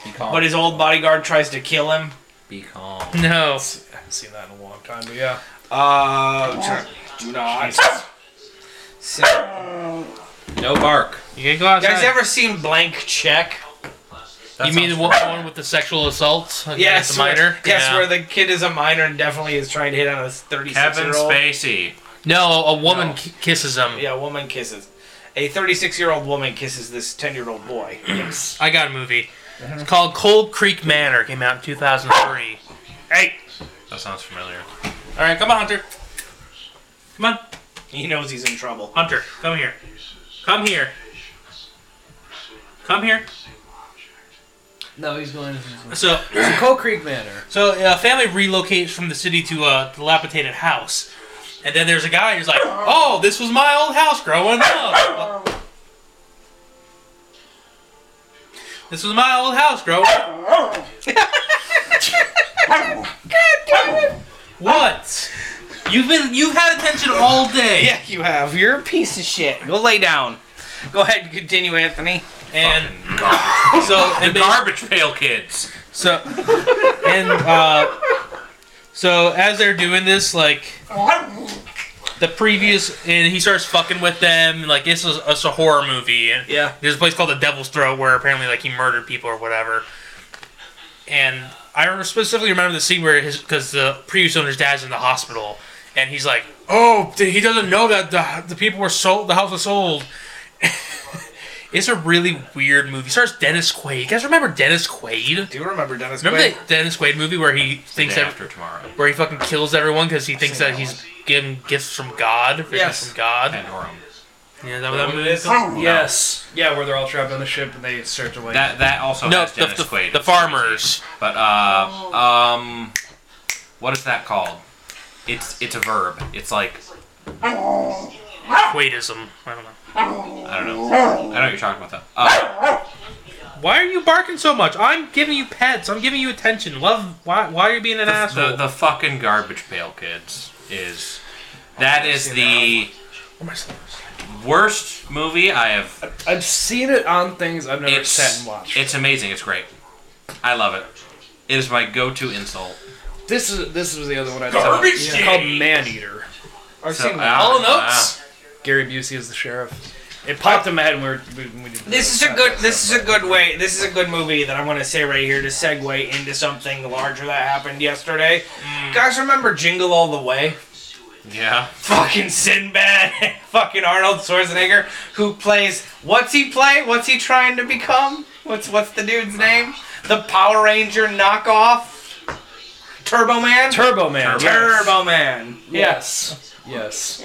Speaker 3: Be calm.
Speaker 2: but his old bodyguard tries to kill him.
Speaker 3: Be calm.
Speaker 5: No,
Speaker 7: I haven't seen that in a long time, but yeah.
Speaker 2: Uh, do not. Sin-
Speaker 3: No bark.
Speaker 5: you can go
Speaker 2: You
Speaker 5: outside.
Speaker 2: guys ever seen Blank Check?
Speaker 5: you mean the one, one with the sexual assault against
Speaker 2: Yes,
Speaker 5: the minor?
Speaker 2: Where, yes,
Speaker 5: Yeah.
Speaker 2: where the kid is a minor and definitely is trying to hit on a 36
Speaker 3: Kevin
Speaker 2: year old.
Speaker 3: Spacey.
Speaker 5: no, a woman ki- kisses him.
Speaker 2: Yeah, a woman kisses. A 36 year old woman kisses this 10 year old boy.
Speaker 5: I got a movie. It's called Cold Creek Manor. Came out in 2003.
Speaker 3: That sounds familiar.
Speaker 5: All right, come on, Hunter. Come on,
Speaker 2: He knows he's in trouble.
Speaker 5: Hunter. Come here. Come here. Come here.
Speaker 7: No, he's going. (coughs)
Speaker 5: So,
Speaker 7: Coal Creek Manor.
Speaker 5: so a family relocates from the city to a dilapidated house, and then there's a guy who's like, "Oh, this was my old house growing up." This was my old house growing up. God (laughs) damn it! What? You've been you've had attention all day.
Speaker 2: Yeah, you have. You're a piece of shit. Go lay down. Go ahead and continue, Anthony.
Speaker 5: and so and ba-
Speaker 3: Garbage Pail Kids.
Speaker 5: so and uh, so as they're doing this, like the previous, and he starts fucking with them. Like this is it's a horror movie, and
Speaker 2: Yeah.
Speaker 5: there's a place called the Devil's Throat where apparently like he murdered people or whatever. And I re- specifically remember the scene where his because the previous owner's dad's in the hospital, and he's like, "Oh, th- he doesn't know that the the people were sold, the house was sold." (laughs) it's a really weird movie. Stars Dennis Quaid. You guys remember Dennis Quaid?
Speaker 2: Do you remember Dennis
Speaker 5: Remember
Speaker 2: Quaid?
Speaker 5: that Dennis Quaid movie where he
Speaker 3: Day
Speaker 5: thinks that
Speaker 3: after tomorrow.
Speaker 5: where he fucking kills everyone because he thinks that he's getting gifts from God, visions
Speaker 2: Yes.
Speaker 5: from God.
Speaker 3: Panorum.
Speaker 5: Yeah, is that what that movie is.
Speaker 7: Yes. Yeah, where they're all trapped on the ship and they start to like.
Speaker 3: That that also
Speaker 5: No,
Speaker 3: has
Speaker 5: the,
Speaker 3: Dennis
Speaker 5: the,
Speaker 3: Quaid.
Speaker 5: the farmers.
Speaker 3: But uh, um, what is that called? It's it's a verb. It's like
Speaker 5: Quaidism. I don't know.
Speaker 3: I don't know. I know what you're talking about though. Uh,
Speaker 5: Why are you barking so much? I'm giving you pets. I'm giving you attention. Love. Why? Why are you being an asshole?
Speaker 3: the, the fucking garbage pail kids is that is the worst movie I have.
Speaker 7: I've seen it on things I've never
Speaker 3: It's
Speaker 7: sat and watched.
Speaker 3: it's amazing. It's great. I love it. It is my go-to insult.
Speaker 7: This is this was the other one I saw.
Speaker 3: Garbage
Speaker 7: It's
Speaker 3: day.
Speaker 7: called Man Eater. I've
Speaker 3: So,
Speaker 7: seen
Speaker 3: ah,
Speaker 2: All in
Speaker 3: ah.
Speaker 2: Oaks.
Speaker 7: Gary Busey is the sheriff. It popped in my head when we were. When we did
Speaker 2: This is a good. This is a good way. This is a good movie that I'm going to say right here to segue into something larger that happened yesterday. Guys, remember Jingle All the Way?
Speaker 3: Yeah.
Speaker 2: Fucking Sinbad, (laughs) fucking Arnold Schwarzenegger, who plays what's he play? What's he trying to become? What's what's the dude's name? The Power Ranger knockoff, Turbo Man.
Speaker 7: Turbo Man.
Speaker 2: Turbo Man.
Speaker 7: Yes. Yes.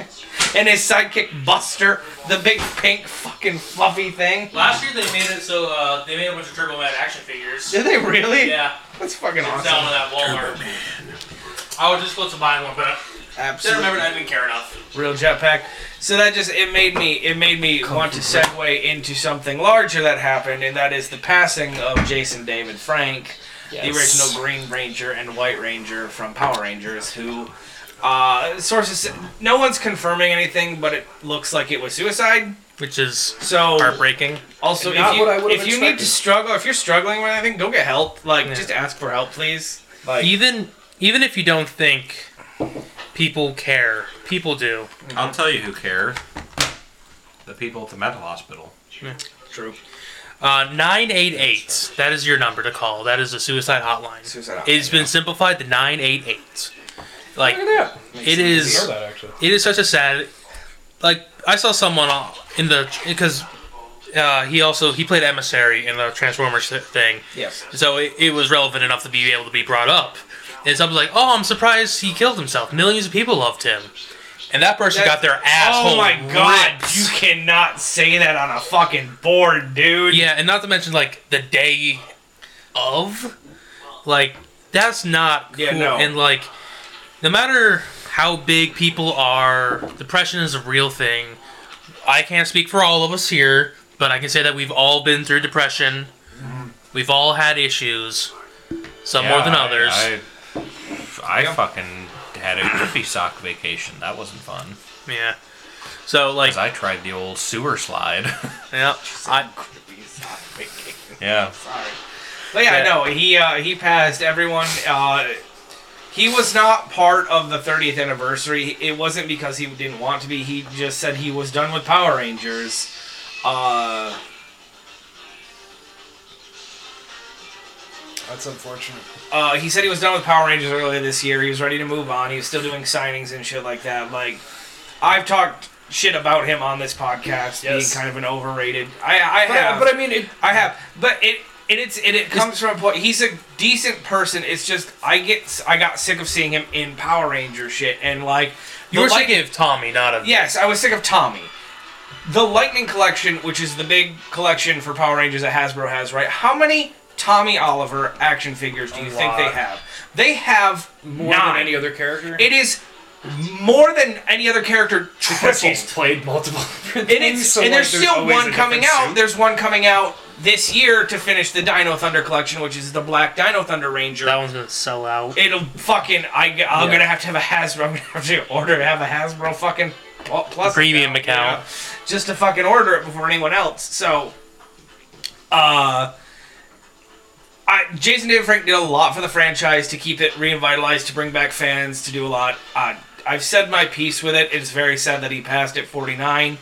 Speaker 2: And his sidekick Buster, the big pink fucking fluffy thing.
Speaker 5: Last year they made it so uh, they made a bunch of Turbo Man action figures.
Speaker 2: Did they really?
Speaker 5: Yeah,
Speaker 2: That's fucking
Speaker 5: it's
Speaker 2: awesome.
Speaker 5: down on that Walmart. I was just close to buying one, but I
Speaker 2: Absolutely.
Speaker 5: remembered I didn't care enough.
Speaker 2: real jetpack. So that just it made me it made me want to segue into something larger that happened, and that is the passing of Jason David Frank, the original Green Ranger and White Ranger from Power Rangers, who. Uh, sources, said- no one's confirming anything, but it looks like it was suicide.
Speaker 5: Which is
Speaker 2: So
Speaker 5: heartbreaking.
Speaker 2: also,
Speaker 7: Not
Speaker 2: if you
Speaker 7: what I would've
Speaker 2: if you need to
Speaker 7: expected.
Speaker 2: struggle, if you're struggling with anything, go get help. Like, just ask for help, please. Like,
Speaker 5: Even even if you don't think people care, people do.
Speaker 3: I'll tell you who cares. The people at the mental hospital.
Speaker 2: true.
Speaker 5: Uh, 988. That is your number to call. That is the suicide hotline.
Speaker 2: Suicide
Speaker 5: It's been simplified to 988. Like it is
Speaker 7: that actually.
Speaker 5: it is such a sad like I saw someone on- in the because uh, he also he played emissary in the Transformers thi- thing.
Speaker 2: Yes.
Speaker 5: So it, it was relevant enough to be able to be brought up. And someone's like, "Oh, I'm surprised he killed himself. Millions of people loved him." And that person got their asshole.
Speaker 2: Oh my god,
Speaker 5: ripped.
Speaker 2: you cannot say that on a fucking board, dude.
Speaker 5: Yeah, and not to mention like the day of, like that's not cool.
Speaker 2: Yeah, no.
Speaker 5: And like, no matter how big people are, depression is a real thing. I can't speak for all of us here, but I can say that we've all been through depression. We've all had issues, some more than
Speaker 3: Yeah, I-
Speaker 5: others.
Speaker 3: I, I fucking had a grippy sock vacation. That wasn't fun.
Speaker 5: yeah. So like,
Speaker 3: Because I tried the old sewer slide. (laughs)
Speaker 5: yeah, I,
Speaker 3: yeah.
Speaker 2: But yeah,
Speaker 5: Yeah.
Speaker 2: no, he uh, he passed everyone. Uh, he was not part of the 30th anniversary. It wasn't because he didn't want to be. He just said he was done with Power Rangers. Uh,
Speaker 7: That's unfortunate.
Speaker 2: uh, he said he was done with Power Rangers earlier this year. He was ready to move on. He was still doing signings and shit like that. Like, I've talked shit about him on this podcast being
Speaker 7: Yes.
Speaker 2: kind of an overrated. I I
Speaker 7: But,
Speaker 2: have.
Speaker 7: but I mean, it,
Speaker 2: I have, but it and it's and it comes from a point. He's a decent person. It's just I get I got sick of seeing him in Power Ranger shit and like
Speaker 5: you
Speaker 2: the
Speaker 5: were
Speaker 2: Light-
Speaker 5: thinking of Tommy, not of
Speaker 2: Yes, I was sick of Tommy. The Lightning Collection, which is the big collection for Power Rangers that Hasbro has, right? How many Tommy Oliver action figures do you think they
Speaker 7: lot.
Speaker 2: have? They have
Speaker 7: more
Speaker 2: nine.
Speaker 7: than any other character.
Speaker 2: It is more than any other character. Triple.
Speaker 7: he's played multiple. (laughs) And
Speaker 2: And, it's, and there's, still one coming out. There's one coming out this year to finish the Dino Thunder collection, which is the Black Dino Thunder Ranger.
Speaker 5: that one's gonna sell out.
Speaker 2: It'll fucking. I, am gonna have to have a Hasbro. (laughs) I'm gonna have to order to have a Hasbro fucking pl- plus
Speaker 5: Premium
Speaker 2: you
Speaker 5: account.
Speaker 2: know, just to fucking order it before anyone else. So, uh, I Jason David Frank did a lot for the franchise to keep it revitalized, to bring back fans, to do a lot. Uh, I've said my piece with it. It's very sad that he passed at 49.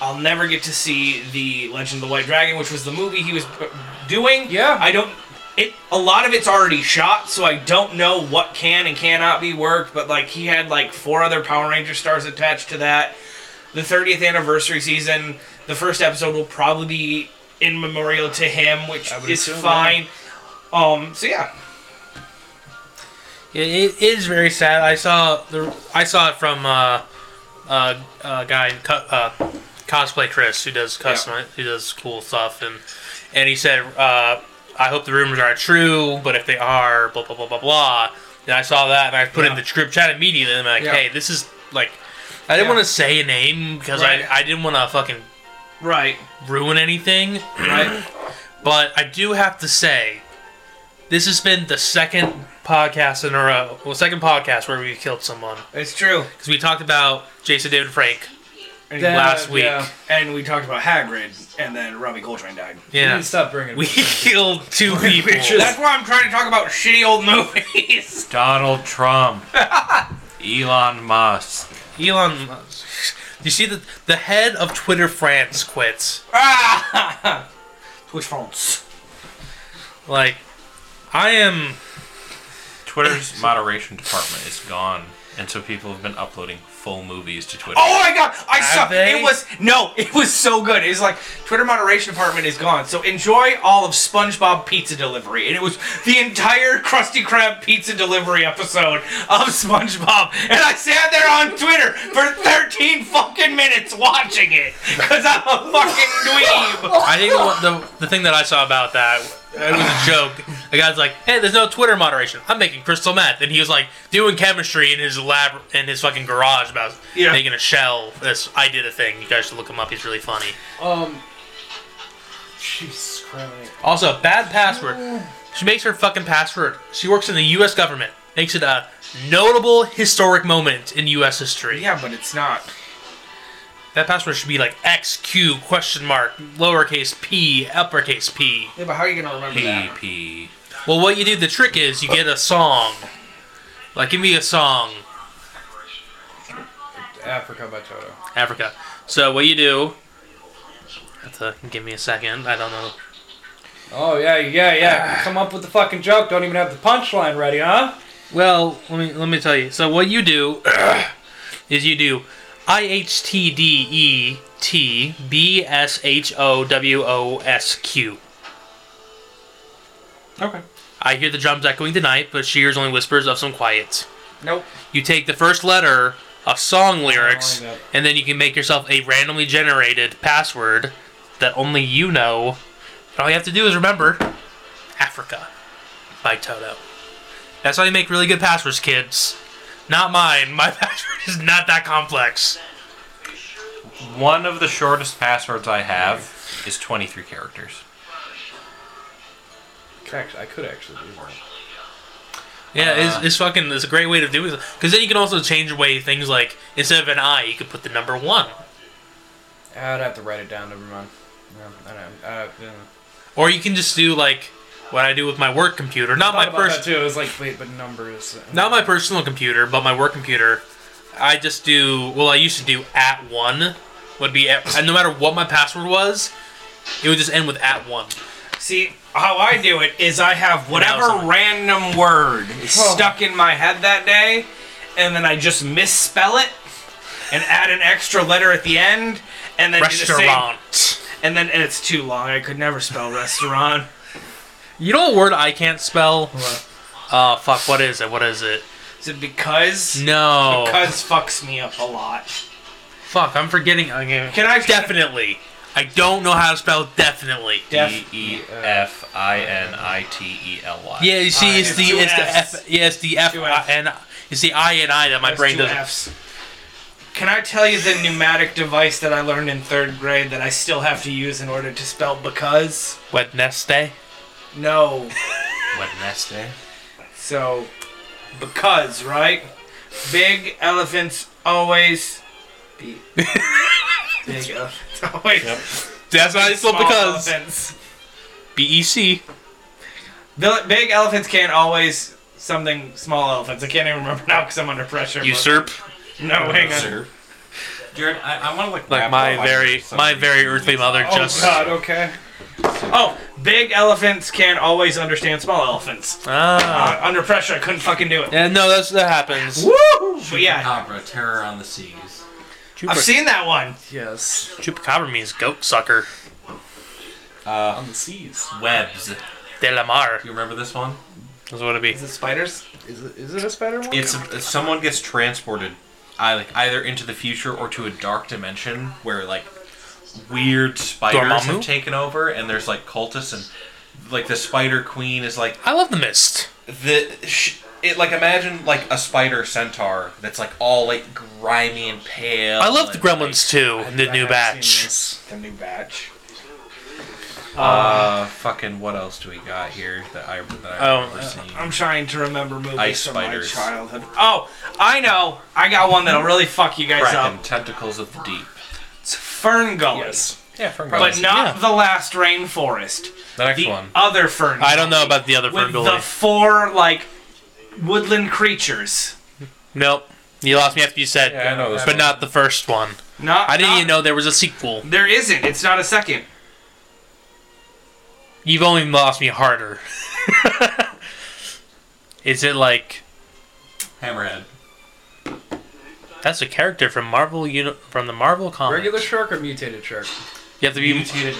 Speaker 2: I'll never get to see the Legend of the White Dragon, which was the movie he was p- doing.
Speaker 7: Yeah.
Speaker 2: I don't. It a lot of it's already shot, so I don't know what can and cannot be worked. But like he had like four other Power Ranger stars attached to that. The 30th anniversary season, the first episode will probably be in memorial to him, which
Speaker 7: would
Speaker 2: is
Speaker 7: assume,
Speaker 2: fine. Um. So yeah.
Speaker 5: It, it is very sad. I saw the I saw it from uh, uh, a guy in co- uh, cosplay Chris who does custom who does cool stuff and and he said uh, I hope the rumors are true, but if they are, blah blah blah blah blah. And I saw that and I put in the group chat immediately. And I'm like,
Speaker 2: Yeah.
Speaker 5: hey, this is like I didn't
Speaker 2: Yeah.
Speaker 5: want to say a name because
Speaker 2: Right.
Speaker 5: I I didn't want to fucking
Speaker 2: Right.
Speaker 5: ruin anything.
Speaker 2: Right.
Speaker 5: But I do have to say, this has been the second podcast in a row. Well, second podcast where we killed someone
Speaker 2: it's true.
Speaker 5: because we talked about Jason David Frank
Speaker 2: And-
Speaker 7: Then,
Speaker 5: last
Speaker 7: uh,
Speaker 5: week.
Speaker 7: Yeah.
Speaker 2: and we talked about Hagrid, and then Robbie Coltrane died.
Speaker 7: You
Speaker 5: Yeah.
Speaker 7: need to stop bringing.
Speaker 5: (laughs) We killed two people.
Speaker 2: That's why I'm trying to talk about shitty old (laughs) movies.
Speaker 3: Donald Trump, (laughs) Elon Musk.
Speaker 5: Elon Musk. You see the the head of Twitter France quits.
Speaker 2: Ah! Twitch phones.
Speaker 5: Like, I am. (laughs)
Speaker 3: Twitter's moderation department is gone, and so people have been uploading full movies to Twitter.
Speaker 2: Oh my god, I
Speaker 5: Have
Speaker 2: saw
Speaker 5: they?
Speaker 2: it was no, it was so good. It's like Twitter moderation department is gone. So enjoy all of SpongeBob pizza delivery, and it was the entire Krusty Krab pizza delivery episode of SpongeBob. And I sat there on Twitter for 13 fucking minutes watching it because I'm a fucking dweeb.
Speaker 5: I think what the the thing that I saw about that it was a joke. The guy's like, "Hey, there's no Twitter moderation. I'm making crystal meth," and he was like doing chemistry in his lab in his fucking garage about
Speaker 2: Yeah.
Speaker 5: making a shell. This I did a thing. You guys should look him up. He's really funny.
Speaker 7: Um. Jesus Christ.
Speaker 5: Also, bad password. She makes her fucking password. She works in the U.S. government. Makes it a notable historic moment in U.S. history.
Speaker 2: Yeah, but it's not.
Speaker 5: That password should be like XQ question mark lowercase p uppercase p.
Speaker 2: Yeah, but how are you gonna remember
Speaker 3: P
Speaker 2: that?
Speaker 3: P.
Speaker 5: Well, what you do, the trick is you get a song. Like, give me a song,
Speaker 7: Africa by Toto.
Speaker 5: Africa. So what you do? Have to give me a second. I don't know.
Speaker 7: Oh yeah, yeah, yeah. Come up with the fucking joke. Don't even have the punchline ready, huh?
Speaker 5: Well, let me let me tell you. So what you do (clears throat) is you do I H T D E T B S H O W O S Q.
Speaker 2: Okay.
Speaker 5: I hear the drums echoing tonight, but she hears only whispers of some quiet.
Speaker 2: Nope.
Speaker 5: You take the first letter of song lyrics,
Speaker 7: like that.
Speaker 5: and then you can make yourself a randomly generated password that only you know. All you have to do is remember Africa by Toto. That's how you make really good passwords, kids. Not mine. My (laughs) password is not that complex.
Speaker 3: One of the shortest passwords I have is 23 characters.
Speaker 7: Actually, I could actually do that.
Speaker 5: Yeah,
Speaker 7: Uh.
Speaker 5: it's, it's fucking. It's a great way to do it. Because then you can also change away things like instead of an I, you could put the number one.
Speaker 7: I'd have to write it down. Never mind. No, I don't. Uh, yeah.
Speaker 5: Or you can just do like what I do with my work computer. Not my
Speaker 7: Thought about
Speaker 5: personal.
Speaker 7: that too. It was like, wait, but numbers.
Speaker 5: not my personal computer, but my work computer. I just do well. I used to do at one would be at, and no matter what my password was, it would just end with at one.
Speaker 2: See, how I do it is I have whatever
Speaker 5: something.
Speaker 2: random word is
Speaker 7: Oh.
Speaker 2: stuck in my head that day, and then I just misspell it and add an extra letter at the end, and then do the same-
Speaker 5: Restaurant.
Speaker 2: and then and it's too long. I could never spell restaurant.
Speaker 5: You know a word I can't spell? Uh, fuck. What is it? What is it?
Speaker 2: Is it because?
Speaker 5: No.
Speaker 2: Because fucks me up a lot.
Speaker 5: Fuck. I'm forgetting. Okay.
Speaker 2: Can I
Speaker 5: Definitely. I don't know how to spell definitely.
Speaker 2: Def-
Speaker 3: E E F I N I T E L Y.
Speaker 5: Yeah, you see,
Speaker 2: Uh,
Speaker 5: it's,
Speaker 2: it's
Speaker 5: the
Speaker 2: two
Speaker 5: it's
Speaker 2: Fs.
Speaker 5: the F. Yeah, it's the F
Speaker 2: Two Fs.
Speaker 5: and it's the I and I that my
Speaker 2: That's
Speaker 5: brain
Speaker 2: two
Speaker 5: doesn't.
Speaker 2: Fs. Can I tell you the pneumatic device that I learned in third grade that I still have to use in order to spell because?
Speaker 5: Wednesday.
Speaker 2: No.
Speaker 3: Wednesday.
Speaker 2: So, because, right? Big elephants always
Speaker 5: (laughs)
Speaker 2: be. Big elephants always.
Speaker 5: That's not
Speaker 2: Small
Speaker 5: spelled because.
Speaker 2: Elephants.
Speaker 5: B E C.
Speaker 2: Vil- Big elephants can't always something small elephants. I can't even remember now because I'm under pressure.
Speaker 5: Usurp.
Speaker 2: but- No, hang on.
Speaker 3: Jared, I, I want to like
Speaker 5: Like
Speaker 3: wrap
Speaker 5: my
Speaker 3: up on
Speaker 5: very
Speaker 3: some
Speaker 5: my
Speaker 3: of
Speaker 5: very
Speaker 3: these
Speaker 5: earthly mother just
Speaker 7: God, okay.
Speaker 2: Oh, big elephants can't always understand small elephants.
Speaker 5: ah
Speaker 2: Uh, under pressure, I couldn't fucking do it.
Speaker 5: yeah no that's that happens.
Speaker 2: Woo! But yeah,
Speaker 3: Opera, Terror on the Seas.
Speaker 2: I've
Speaker 5: Chupa,
Speaker 2: seen that one.
Speaker 7: Yes.
Speaker 5: chupacabra means goat sucker.
Speaker 7: On the seas.
Speaker 3: Webs. Do
Speaker 5: De la mar.
Speaker 3: you remember this one?
Speaker 5: That's what it be.
Speaker 2: Is it spiders?
Speaker 7: Is it, is it a spider one?
Speaker 3: It's if someone gets transported, I like either into the future or to a dark dimension where like weird spiders have
Speaker 5: Dormammu?
Speaker 3: taken over, and there's like cultists and like the spider queen is like
Speaker 5: I love the mist.
Speaker 3: the sh- it like imagine like a spider centaur that's like all like grimy and pale.
Speaker 5: I love the
Speaker 3: and,
Speaker 5: Gremlins too in the new batch.
Speaker 2: The new batch.
Speaker 3: Uh, fucking what else do we got here that I that I've
Speaker 5: Oh,
Speaker 3: never
Speaker 5: uh,
Speaker 3: seen?
Speaker 2: I'm trying to remember movies
Speaker 3: Ice
Speaker 2: from
Speaker 3: spiders.
Speaker 2: my childhood. Oh, I know. I got one that'll really fuck you guys
Speaker 3: Kraken,
Speaker 2: up.
Speaker 3: tentacles of the deep.
Speaker 2: Fern Gully,
Speaker 11: Yeah, Fern
Speaker 2: but
Speaker 11: Gully.
Speaker 2: not the last rainforest.
Speaker 11: the next
Speaker 2: The
Speaker 11: one.
Speaker 2: other Fern.
Speaker 5: I don't know about the other
Speaker 2: With
Speaker 5: Ferngully.
Speaker 2: the four like woodland creatures.
Speaker 5: nope. You lost me after you said,
Speaker 11: Yeah, I know this
Speaker 5: but
Speaker 11: one.
Speaker 5: not the first one.
Speaker 2: Not.
Speaker 5: I didn't
Speaker 2: not-
Speaker 5: even know there was a sequel.
Speaker 2: There isn't. It's not a second.
Speaker 5: You've only lost me harder. (laughs) Is it like
Speaker 3: Hammerhead.
Speaker 5: that's a character from Marvel uni- from the Marvel comics?
Speaker 7: Regular shark or mutated shark?
Speaker 5: You have to be.
Speaker 3: Mutated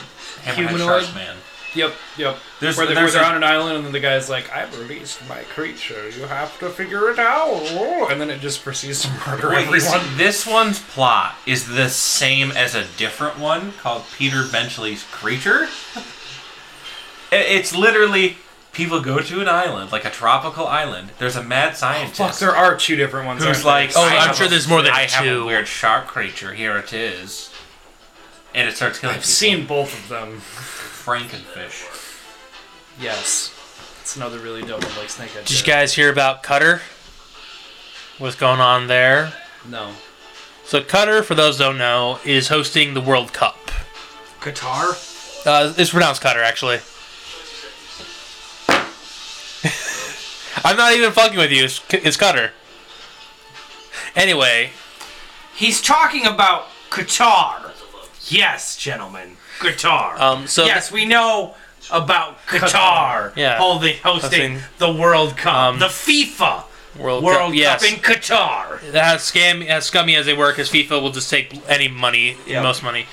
Speaker 3: Hammerhead
Speaker 7: Humanoid?
Speaker 3: Shark Man.
Speaker 7: Yep, yep.
Speaker 3: There's-
Speaker 7: where they-
Speaker 3: there's
Speaker 7: where
Speaker 3: a-
Speaker 7: they're on an island, and then the guy's like, "I've released my creature. You have to figure it out." And then it just proceeds to murder
Speaker 3: Wait, you
Speaker 7: everyone.
Speaker 3: see, this one's plot is the same as a different one called Peter Benchley's Creature. (laughs) I- It's literally people go to an island, like a tropical island. There's a mad scientist
Speaker 7: Fuck, there are two different ones.
Speaker 3: who's
Speaker 7: aren't
Speaker 3: like,
Speaker 5: Oh,
Speaker 3: "I
Speaker 5: I'm
Speaker 3: have
Speaker 5: sure
Speaker 3: a-
Speaker 5: there's more than
Speaker 3: I have a
Speaker 5: two."
Speaker 3: weird shark creature. Here it is, and it starts
Speaker 7: there?
Speaker 3: killing.
Speaker 7: I've seen both of them.
Speaker 3: Frankenfish.
Speaker 7: Yes, it's another really dope one, like Snakehead.
Speaker 5: Did you
Speaker 7: Jared.
Speaker 5: guys hear about Cutter? What's going on there?
Speaker 7: no.
Speaker 5: So Cutter, for those who don't know, is hosting the World Cup.
Speaker 2: Qatar.
Speaker 5: Uh, it's pronounced Cutter, actually. (laughs) I'm not even fucking with you. It's, it's Cutter. Anyway,
Speaker 2: He's talking about Qatar. Yes, gentlemen. Qatar.
Speaker 5: um, so
Speaker 2: yes, we know about Qatar.
Speaker 5: Yeah.
Speaker 2: Holding, hosting
Speaker 5: Hosting.
Speaker 2: the World Cup,
Speaker 5: Um,
Speaker 2: the FIFA
Speaker 5: World,
Speaker 2: World Cup
Speaker 5: Cup, yes,
Speaker 2: in Qatar.
Speaker 5: that as scam as scummy as they work, as FIFA will just take any money,
Speaker 2: Yep.
Speaker 5: most money.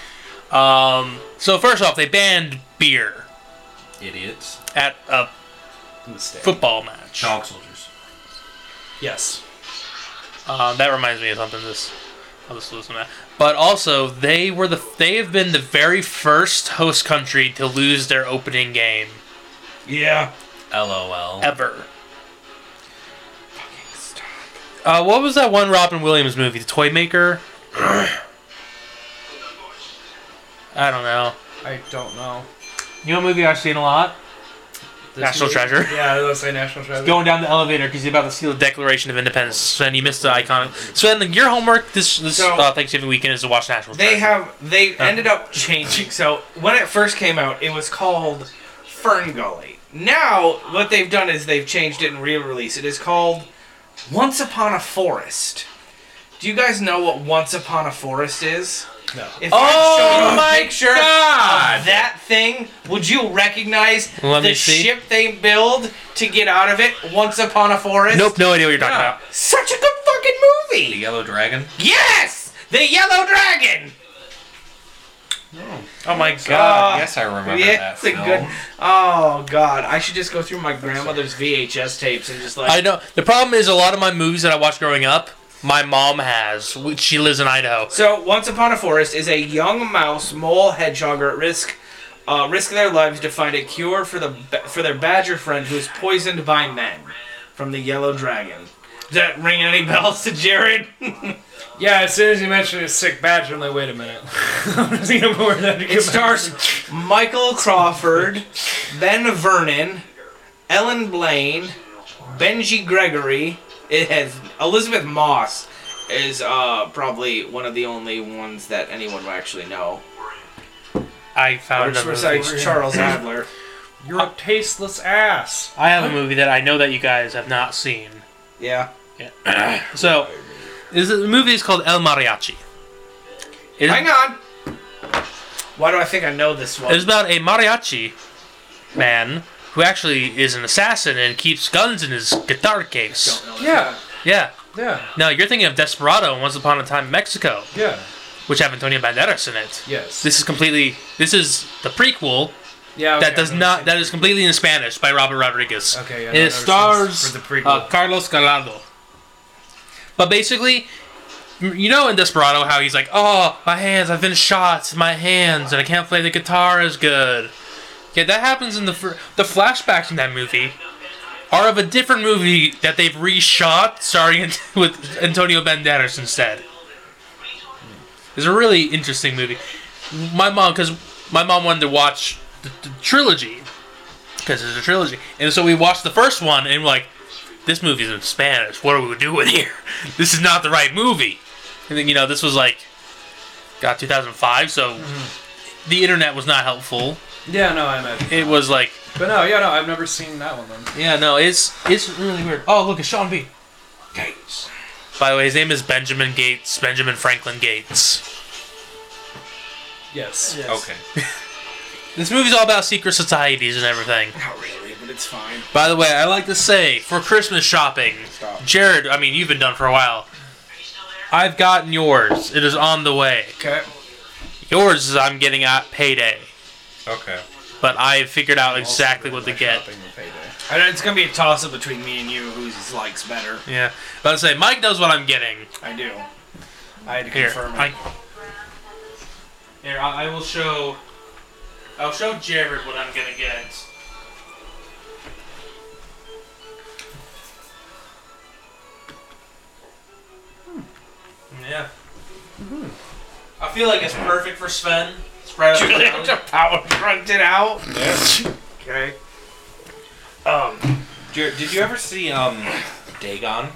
Speaker 5: Um, so first off, they banned beer
Speaker 3: Idiots.
Speaker 5: at a
Speaker 7: Mistake.
Speaker 5: football match.
Speaker 3: Dog soldiers.
Speaker 7: Yes.
Speaker 5: Uh, that reminds me of something. This I'll just lose that. But also, they were the they have been the very first host country to lose their opening game
Speaker 2: Yeah.
Speaker 3: LOL.
Speaker 5: ever. Uh, what was that one Robin Williams movie, The Toy Maker? I don't know.
Speaker 7: I don't know.
Speaker 5: You know, a movie I've seen a lot.
Speaker 7: This
Speaker 5: National
Speaker 7: movie-
Speaker 5: Treasure.
Speaker 7: Yeah, I was say National Treasure.
Speaker 5: Going down the elevator because he's about to steal the Declaration of Independence. Sven, you missed the iconic. Sven, your homework this this
Speaker 2: So-
Speaker 5: uh, Thanksgiving weekend is to watch National
Speaker 2: They
Speaker 5: Treasure.
Speaker 2: have they ended up changing. So when it first came out, it was called Fern Gully. Now what they've done is they've changed it and re-release. It is called Once Upon a Forest. Do you guys know what Once Upon a Forest is? No. If I showed you
Speaker 5: Oh my
Speaker 2: a picture
Speaker 5: God!
Speaker 2: of that thing, would you recognize
Speaker 5: Let me
Speaker 2: the
Speaker 5: see.
Speaker 2: ship they build to get out of it? Once Upon a Forest.
Speaker 5: Nope, no idea what you're talking
Speaker 2: Yeah.
Speaker 5: about.
Speaker 2: Such a good fucking movie.
Speaker 3: The yellow dragon.
Speaker 2: Yes, the Yellow Dragon.
Speaker 5: Oh my
Speaker 2: God.
Speaker 3: yes, I remember
Speaker 2: Yeah,
Speaker 3: that
Speaker 2: it's a
Speaker 3: film.
Speaker 2: good. Oh God, I should just go through my grandmother's VHS tapes and just like.
Speaker 5: I know. The problem is a lot of my movies that I watched growing up, my mom has. which She lives in Idaho.
Speaker 2: So, Once Upon a Forest is a young mouse, mole, hedgehog are at risk, uh, risk their lives to find a cure for the ba- for their badger friend who is poisoned by men from the Yellow Dragon. Does that ring any (laughs) bells to Jared?
Speaker 7: Yeah, as soon as you mentioned a sick badger, I'm like, wait a minute. (laughs) I'm just gonna pour that to
Speaker 2: It
Speaker 7: get back.
Speaker 2: stars Michael Crawford, Ben Vernon, Ellen Blaine, Benji Gregory. It has Elizabeth Moss is uh, probably one of the only ones that anyone will actually know.
Speaker 5: I found a movie.
Speaker 2: Besides Charles Adler.
Speaker 7: You're a tasteless ass.
Speaker 5: I have a movie that I know that you guys have not seen.
Speaker 2: Yeah.
Speaker 5: So, this is, the movie is called El Mariachi. It
Speaker 2: Hang
Speaker 5: is,
Speaker 2: on. Why do I think I know this
Speaker 5: it is
Speaker 2: one?
Speaker 5: about a mariachi man who actually is an assassin and keeps guns in his guitar case.
Speaker 7: Yeah,
Speaker 5: Yeah.
Speaker 7: yeah,
Speaker 5: No, you're thinking of Desperado and Once Upon a Time in Mexico,
Speaker 7: yeah.
Speaker 5: which have Antonio Banderas in it.
Speaker 7: Yes.
Speaker 5: This is completely. This is the prequel
Speaker 7: yeah. okay,
Speaker 5: that does
Speaker 7: I've never
Speaker 5: not
Speaker 7: seen
Speaker 5: that is completely in Spanish by Robert Rodriguez.
Speaker 7: Okay, yeah,
Speaker 5: And
Speaker 7: no,
Speaker 5: it
Speaker 7: I've never seen
Speaker 5: stars
Speaker 7: this for the prequel.
Speaker 5: uh, Carlos Gallardo. But basically, m- you know in Desperado how he's like, "Oh, my hands! I've been shot. My hands, and I can't play the guitar as good." Yeah, that happens in the fir- the flashbacks in that movie are of a different movie that they've reshot, starring Ant- (laughs) with Antonio Banderas instead. It's a really interesting movie. My mom, because my mom wanted to watch the, the trilogy, because it's a trilogy, and so we watched the first one, and we're like, "This movie's in (laughs) Spanish. What are we doing here? This is not the right movie." And then you know, this was like got 2005, so the internet was not helpful.
Speaker 7: Yeah, no, I imagine.
Speaker 5: It was like,
Speaker 7: But no, yeah, no, I've never seen that one then.
Speaker 5: yeah, no, it's it's really weird. Oh, look, it's Sean B. Gates. By the way, his name is Benjamin Gates, Benjamin Franklin Gates.
Speaker 7: Yes.
Speaker 3: Okay.
Speaker 5: This movie's all about secret societies and everything.
Speaker 2: Not really, but it's fine.
Speaker 5: By the way, I like to say for Christmas shopping, Jared, I mean, you've been done for a while. I've gotten yours. It is on the way.
Speaker 7: Okay.
Speaker 5: Yours is I'm getting at payday,
Speaker 3: Okay.
Speaker 5: but I figured out exactly what to get.
Speaker 2: I don't- it's gonna be a toss up between me and you who likes better.
Speaker 5: Yeah. But I say Mike knows what I'm getting.
Speaker 2: I do. I had to
Speaker 5: Here,
Speaker 2: confirm
Speaker 5: Mike.
Speaker 2: it.
Speaker 5: Here, I, I will show. I'll show Jared what I'm gonna get. Hmm. Yeah. I feel like it's perfect for Sven. It's right up his alley.
Speaker 2: power grunt it out. okay. Um,
Speaker 3: Jared, did you ever see um Dagon?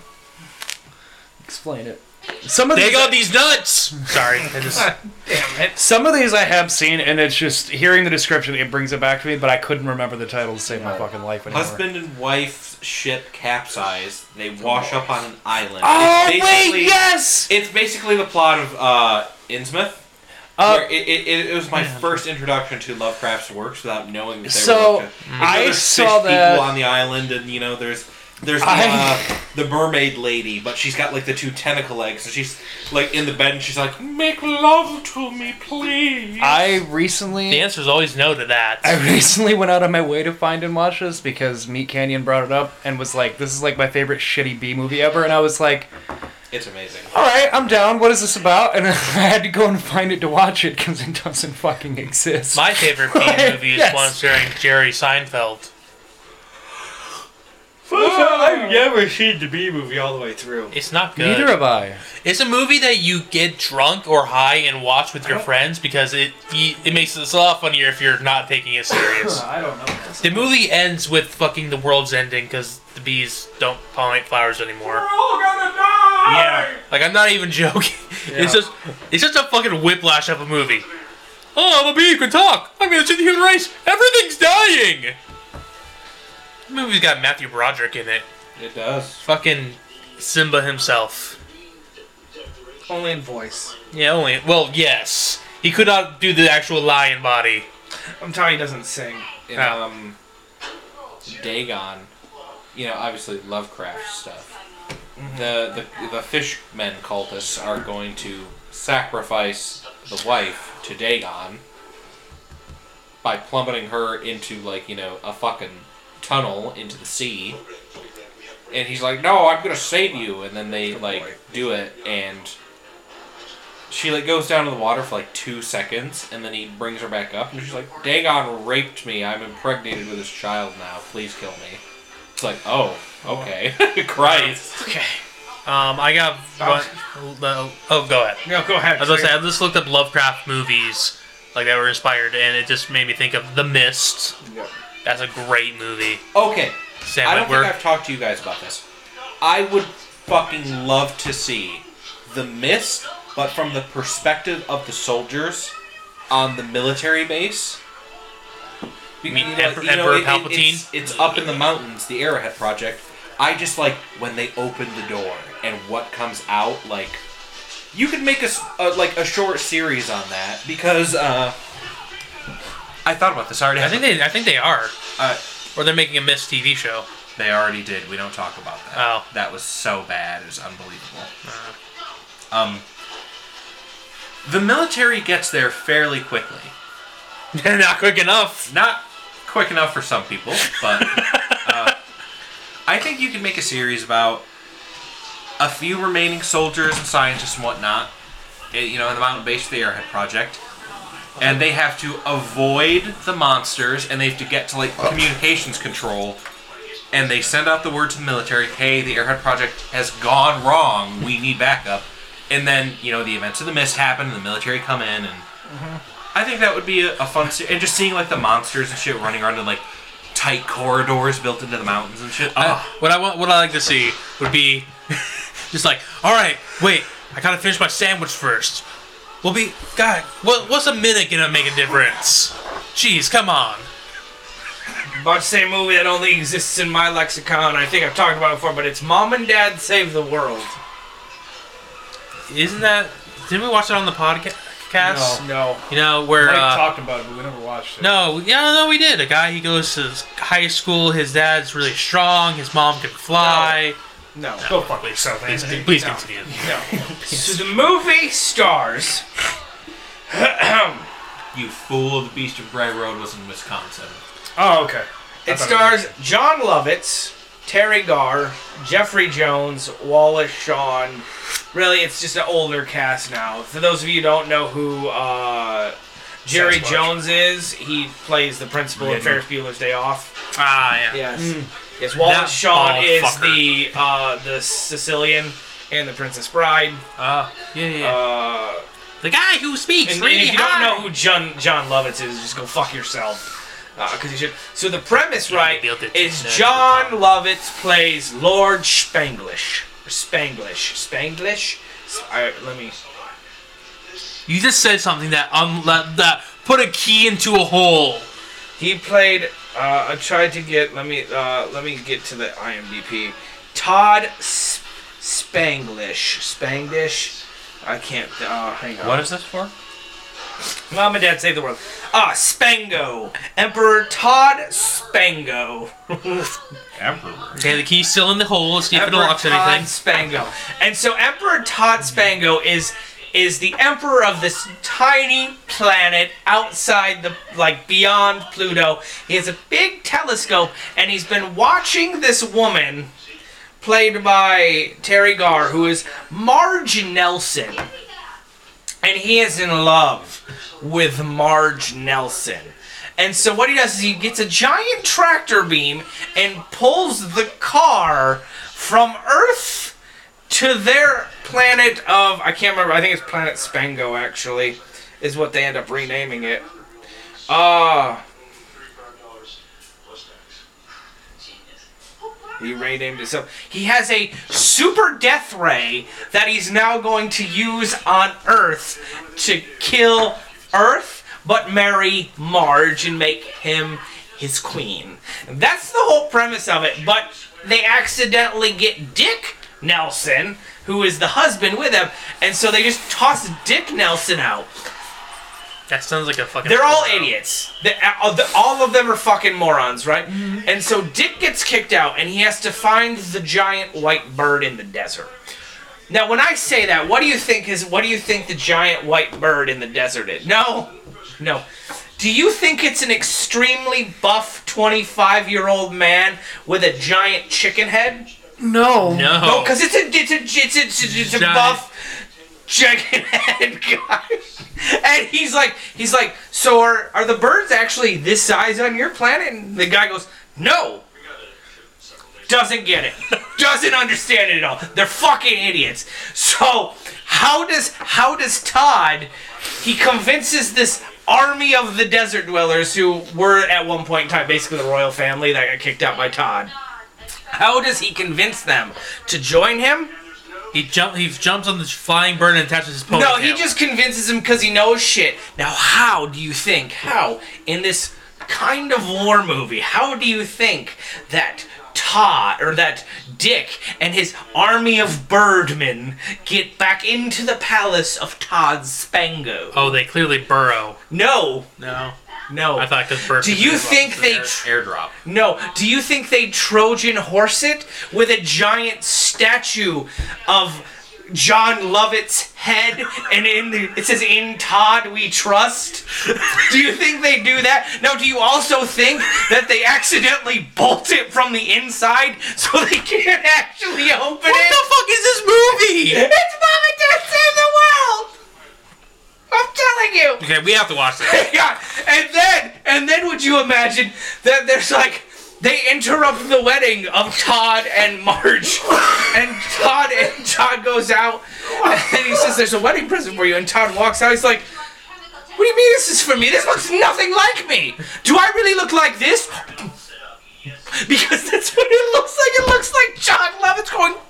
Speaker 7: Explain it. Some of
Speaker 5: They
Speaker 7: these,
Speaker 5: got these nuts. Sorry, I just
Speaker 2: damn it.
Speaker 7: some of these I have seen, and it's just hearing the description, it brings it back to me. But I couldn't remember the title to save my fucking life anymore.
Speaker 3: Husband and wife ship capsize. They wash up on an island.
Speaker 7: Oh
Speaker 3: It's
Speaker 7: wait,
Speaker 3: basically-
Speaker 7: yes.
Speaker 3: It's basically the plot of uh, Innsmouth.
Speaker 7: Uh,
Speaker 3: where it, it, it was my first introduction to Lovecraft's works without knowing that they
Speaker 7: So,
Speaker 3: were Lovecraft. You know,
Speaker 7: I
Speaker 3: there's
Speaker 7: saw
Speaker 3: fish
Speaker 7: that-
Speaker 3: people on the island, and you know there's there's the,
Speaker 7: I-
Speaker 3: uh, the mermaid lady, but she's got like the two tentacle legs, and she's like in the bed, and she's like, "Make love to me, please."
Speaker 7: I recently
Speaker 5: the answer's always no to that.
Speaker 7: I recently went out of my way to find and watch this because Meat Canyon brought it up and was like, "This is like my favorite shitty B movie ever," and I was like,
Speaker 3: It's amazing.
Speaker 7: "All right, I'm down. What is this about?" And (laughs) I had to go and find it to watch it because it doesn't fucking exist.
Speaker 5: My favorite (laughs) B movie is
Speaker 7: Yes.
Speaker 5: one starring Jerry Seinfeld.
Speaker 2: I've never seen the B movie all the way through.
Speaker 5: It's not good.
Speaker 7: Neither have I.
Speaker 5: It's a movie that you get drunk or high and watch with your friends because it you, it makes it a lot funnier if you're not taking it (laughs) serious.
Speaker 7: I don't know.
Speaker 5: the movie ends with fucking the world's ending because the bees don't pollinate flowers anymore.
Speaker 2: Yeah.
Speaker 5: Like I'm not even (laughs) joking. It's just it's just a fucking whiplash of a movie. Oh, I'm a bee who can talk. I'm gonna save the human race. Everything's dying. The movie's got Matthew Broderick in it.
Speaker 3: It does.
Speaker 5: Fucking Simba himself.
Speaker 2: Only in voice.
Speaker 5: Yeah, only well, yes. He could not do the actual lion body.
Speaker 2: I'm telling you, he doesn't sing.
Speaker 3: In,
Speaker 5: Oh.
Speaker 3: um, Dagon, you know, obviously Lovecraft stuff. The the the fishmen cultists are going to sacrifice the wife to Dagon by plummeting her into like you know a fucking tunnel into the sea. And he's like, "No, I'm gonna save you," and then they like do it and. She like goes down to the water for like two seconds, and then he brings her back up, and she's like, "Dagon raped me. I'm impregnated with his child now. Please kill me." It's like, oh, okay, (laughs) Christ.
Speaker 2: Okay.
Speaker 5: Um, I got one. Oh, go ahead.
Speaker 2: No, go ahead.
Speaker 5: I was gonna say I just looked up Lovecraft movies like that were inspired, and it just made me think of The Mist. That's a great movie.
Speaker 3: Okay,
Speaker 5: Sam
Speaker 3: I don't think
Speaker 5: Witwer.
Speaker 3: I've talked to you guys about this. I would fucking love to see the mist, but from the perspective of the soldiers on the military base. Because,
Speaker 5: mean
Speaker 3: like,
Speaker 5: Emperor- Emperor
Speaker 3: it's- it's up in the mountains, the Arrowhead Project. I just like when they open the door and what comes out. Like, you could make a, s- a- like a short series on that because uh, I thought about this already.
Speaker 5: I think they. I think they are.
Speaker 3: Uh,
Speaker 5: or they're making a Mist TV show. (laughs)
Speaker 3: They already did. We don't talk about that.
Speaker 5: Oh.
Speaker 3: That was so bad. It was unbelievable. Um, the military gets there fairly quickly.
Speaker 5: Not quick enough.
Speaker 3: Not quick enough for some people, but uh, I think you can make a series about a few remaining soldiers and scientists and whatnot, eh, you know, in the mountain base of the Airhead Project. And they have to avoid the monsters and they have to get to like communications control and they send out the word to the military, hey, the Airhead Project has gone wrong, we need backup. And then, you know, the events of the mist happen and the military come in and I think that would be a, a fun se- and just seeing like the monsters and shit running around in like tight corridors built into the mountains and shit. Ah.
Speaker 5: What I want, what I like to see (laughs) would be just like, all right, wait, I gotta finish my sandwich first. We'll be God. What, what's a minute gonna make a difference? Jeez, come on.
Speaker 2: About to say a movie that only exists in my lexicon. I think I've talked about it before, but it's Mom and Dad Save the World.
Speaker 5: Isn't that? Didn't we watch it on the podcast?
Speaker 7: No.
Speaker 5: You know where?
Speaker 7: Mike
Speaker 5: uh,
Speaker 7: talked about it, but we never watched it.
Speaker 5: No, yeah, no, we did. A guy he goes to high school. His dad's really strong. His mom can fly.
Speaker 2: No.
Speaker 9: Go fuck yourself, Anthony.
Speaker 5: Please continue.
Speaker 2: So the movie stars
Speaker 3: You fool! The Beast of Bray Road was in Wisconsin.
Speaker 7: Oh, okay.
Speaker 2: It stars John Lovitz, Terry Garr, Jeffrey Jones, Wallace Shawn. Really, it's just an older cast now. For those of you who don't know who uh, Jerry
Speaker 9: Sasquatch.
Speaker 2: Jones is, he plays the principal in Ferris Bueller's Day Off.
Speaker 5: Ah, yeah.
Speaker 2: Yes. Yes, Wallace
Speaker 5: That
Speaker 2: Shawn
Speaker 5: bald
Speaker 2: is
Speaker 5: fucker.
Speaker 2: the uh, the Sicilian and the Princess Bride.
Speaker 5: Uh, yeah, yeah.
Speaker 2: Uh,
Speaker 5: the guy who speaks
Speaker 2: and, and
Speaker 5: really
Speaker 2: if you don't
Speaker 5: high.
Speaker 2: know who John John Lovitz is, just go fuck yourself. Because you should. So the premise, right,
Speaker 5: built it
Speaker 2: is
Speaker 5: to-
Speaker 2: John Lovitz plays Lord Spanglish. Or Spanglish. Spanglish. Alright, let me.
Speaker 5: You just said something that um that, that put a key into a hole.
Speaker 2: He played. Uh, I tried to get. Let me. Uh, let me get to the IMDb. Todd Sp- Spanglish. Spanglish. I can't. Uh, hang on.
Speaker 3: What is this for?
Speaker 2: Mom and Dad save the world. Ah, Spango. Emperor Todd Spango.
Speaker 3: Emperor.
Speaker 5: Okay, the key's still in the hole. See if it
Speaker 2: Emperor
Speaker 5: unlocks
Speaker 2: Todd
Speaker 5: anything.
Speaker 2: Spango. And so Emperor Todd Spango is is the emperor of this tiny planet outside the like beyond Pluto. He has a big telescope and he's been watching this woman played by Terry Garr who is Marge Nelson. And he is in love with Marge Nelson. And so what he does is he gets a giant tractor beam and pulls the car from Earth to their planet of I can't remember. I think it's Planet Spango actually is what they end up renaming it. Uh He renamed himself. He has a super death ray that he's now going to use on Earth to kill Earth, but marry Marge and make him his queen. That's the whole premise of it, but they accidentally get Dick Nelson, who is the husband with him, and so they just toss Dick Nelson out.
Speaker 5: That sounds like a fucking.
Speaker 2: They're all idiots. They- all- the- all of them are fucking morons, right? And so Dick gets kicked out, and he has to find the giant white bird in the desert. Now, when I say that, what do you think is? What do you think the giant white bird in the desert is? No, no. Do you think it's an extremely buff 25 year old man with a giant chicken head?
Speaker 5: No.
Speaker 2: No, because it's a it's a it's a, it's a, it's a
Speaker 5: Giant.
Speaker 2: buff chicken head (laughs) guy, and he's like he's like, so are are the birds actually this size on your planet? And the guy goes, no. Doesn't get it. Doesn't understand it at all. They're fucking idiots. So how does how does Todd? He convinces this army of the desert dwellers who were at one point in time basically the royal family that got kicked out by Todd. How does he convince them to join him?
Speaker 5: He jump. He jumps on the flying bird and attaches his ponytail.
Speaker 2: No, he just convinces him because he knows shit. Now, how do you think, how, in this kind of war movie, how do you think that Todd or that Dick and his army of birdmen get back into the palace of Todd Spango?
Speaker 5: Oh, they clearly burrow.
Speaker 2: No,
Speaker 5: No,
Speaker 2: no.
Speaker 5: I thought because birds.
Speaker 2: do
Speaker 5: could
Speaker 2: you
Speaker 5: move up.
Speaker 2: think they tr-
Speaker 3: Airdrop.
Speaker 2: No. Do you think they Trojan horse it with a giant statue of John Lovett's head and in the it says in Todd we trust? Do you think they do that? Now do you also think that they accidentally bolt it from the inside so they can't actually open
Speaker 5: What
Speaker 2: it?
Speaker 5: the fuck is this movie?
Speaker 2: it's Mama Dad Save the World! I'm telling you!
Speaker 5: Okay, we have to watch
Speaker 2: (laughs)
Speaker 5: this.
Speaker 2: yeah, and then and then would you imagine that there's like they interrupt the wedding of Todd and Marge, and Todd and Todd goes out, and he says, "There's a wedding present for you." And Todd walks out. He's like, "What do you mean this is for me? This looks nothing like me. Do I really look like this?" Because that's what it looks like. It looks like John Lovitz going. (laughs)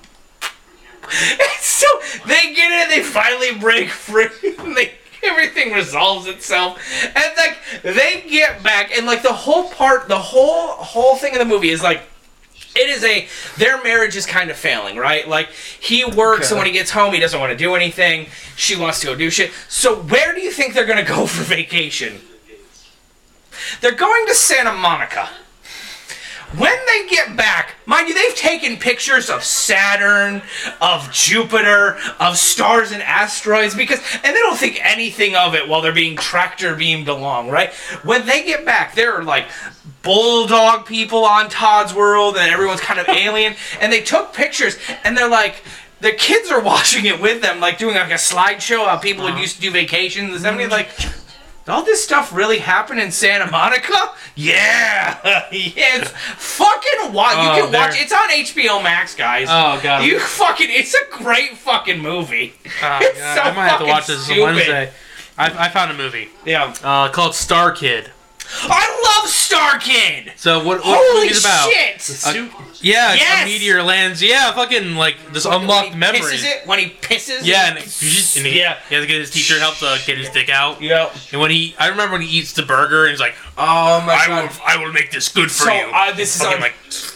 Speaker 2: And so they get in, they finally break free, (laughs) and they everything resolves itself. And like they get back, and like the whole part, the whole whole thing of the movie is like it is a their marriage is kind of failing, right? Like he works, and when he gets home, he doesn't want to do anything. She wants to go do shit. So where do you think they're gonna go for vacation? They're going to Santa Monica. When they get back, mind you, they've taken pictures of Saturn, of Jupiter, of stars and asteroids because, and they don't think anything of it while they're being tractor beamed along, right? When they get back, there are like bulldog people on Todd's world and everyone's kind of alien, (laughs) and they took pictures and they're like, the kids are (laughs) watching it with them, like doing like a slideshow how people would used to do vacations in the 70s, like, all this stuff really happened in Santa Monica? Yeah, yeah, (laughs) it's fucking wild. you
Speaker 5: Oh,
Speaker 2: can watch
Speaker 5: there-
Speaker 2: it's on HBO Max, guys.
Speaker 5: Oh, God.
Speaker 2: you fucking it's a great fucking movie. (laughs)
Speaker 5: Ah,
Speaker 2: It's
Speaker 5: God,
Speaker 2: so
Speaker 5: I might have to
Speaker 2: fucking
Speaker 5: watch this on
Speaker 2: stupid.
Speaker 5: Wednesday. I, I found a movie
Speaker 2: Yeah,
Speaker 5: uh, called Star Kid.
Speaker 2: I love Star Kid.
Speaker 5: So what? what
Speaker 2: Holy
Speaker 5: is about?
Speaker 2: shit!
Speaker 5: A- yeah,
Speaker 2: Yes!
Speaker 5: a meteor lands. Yeah, fucking like this
Speaker 2: when
Speaker 5: unlocked
Speaker 2: he
Speaker 5: memory.
Speaker 2: Pisses it when he pisses.
Speaker 5: Yeah, and,
Speaker 2: it-
Speaker 5: and he,
Speaker 2: yeah.
Speaker 5: he has to get his teacher help to get his dick out.
Speaker 2: Yep.
Speaker 5: And when he, I remember when he eats the burger and he's like,
Speaker 2: Oh my
Speaker 5: I
Speaker 2: god.
Speaker 5: will, I will make this good for
Speaker 2: So,
Speaker 5: you.
Speaker 2: uh, this is
Speaker 5: Fucking
Speaker 2: on-
Speaker 5: like,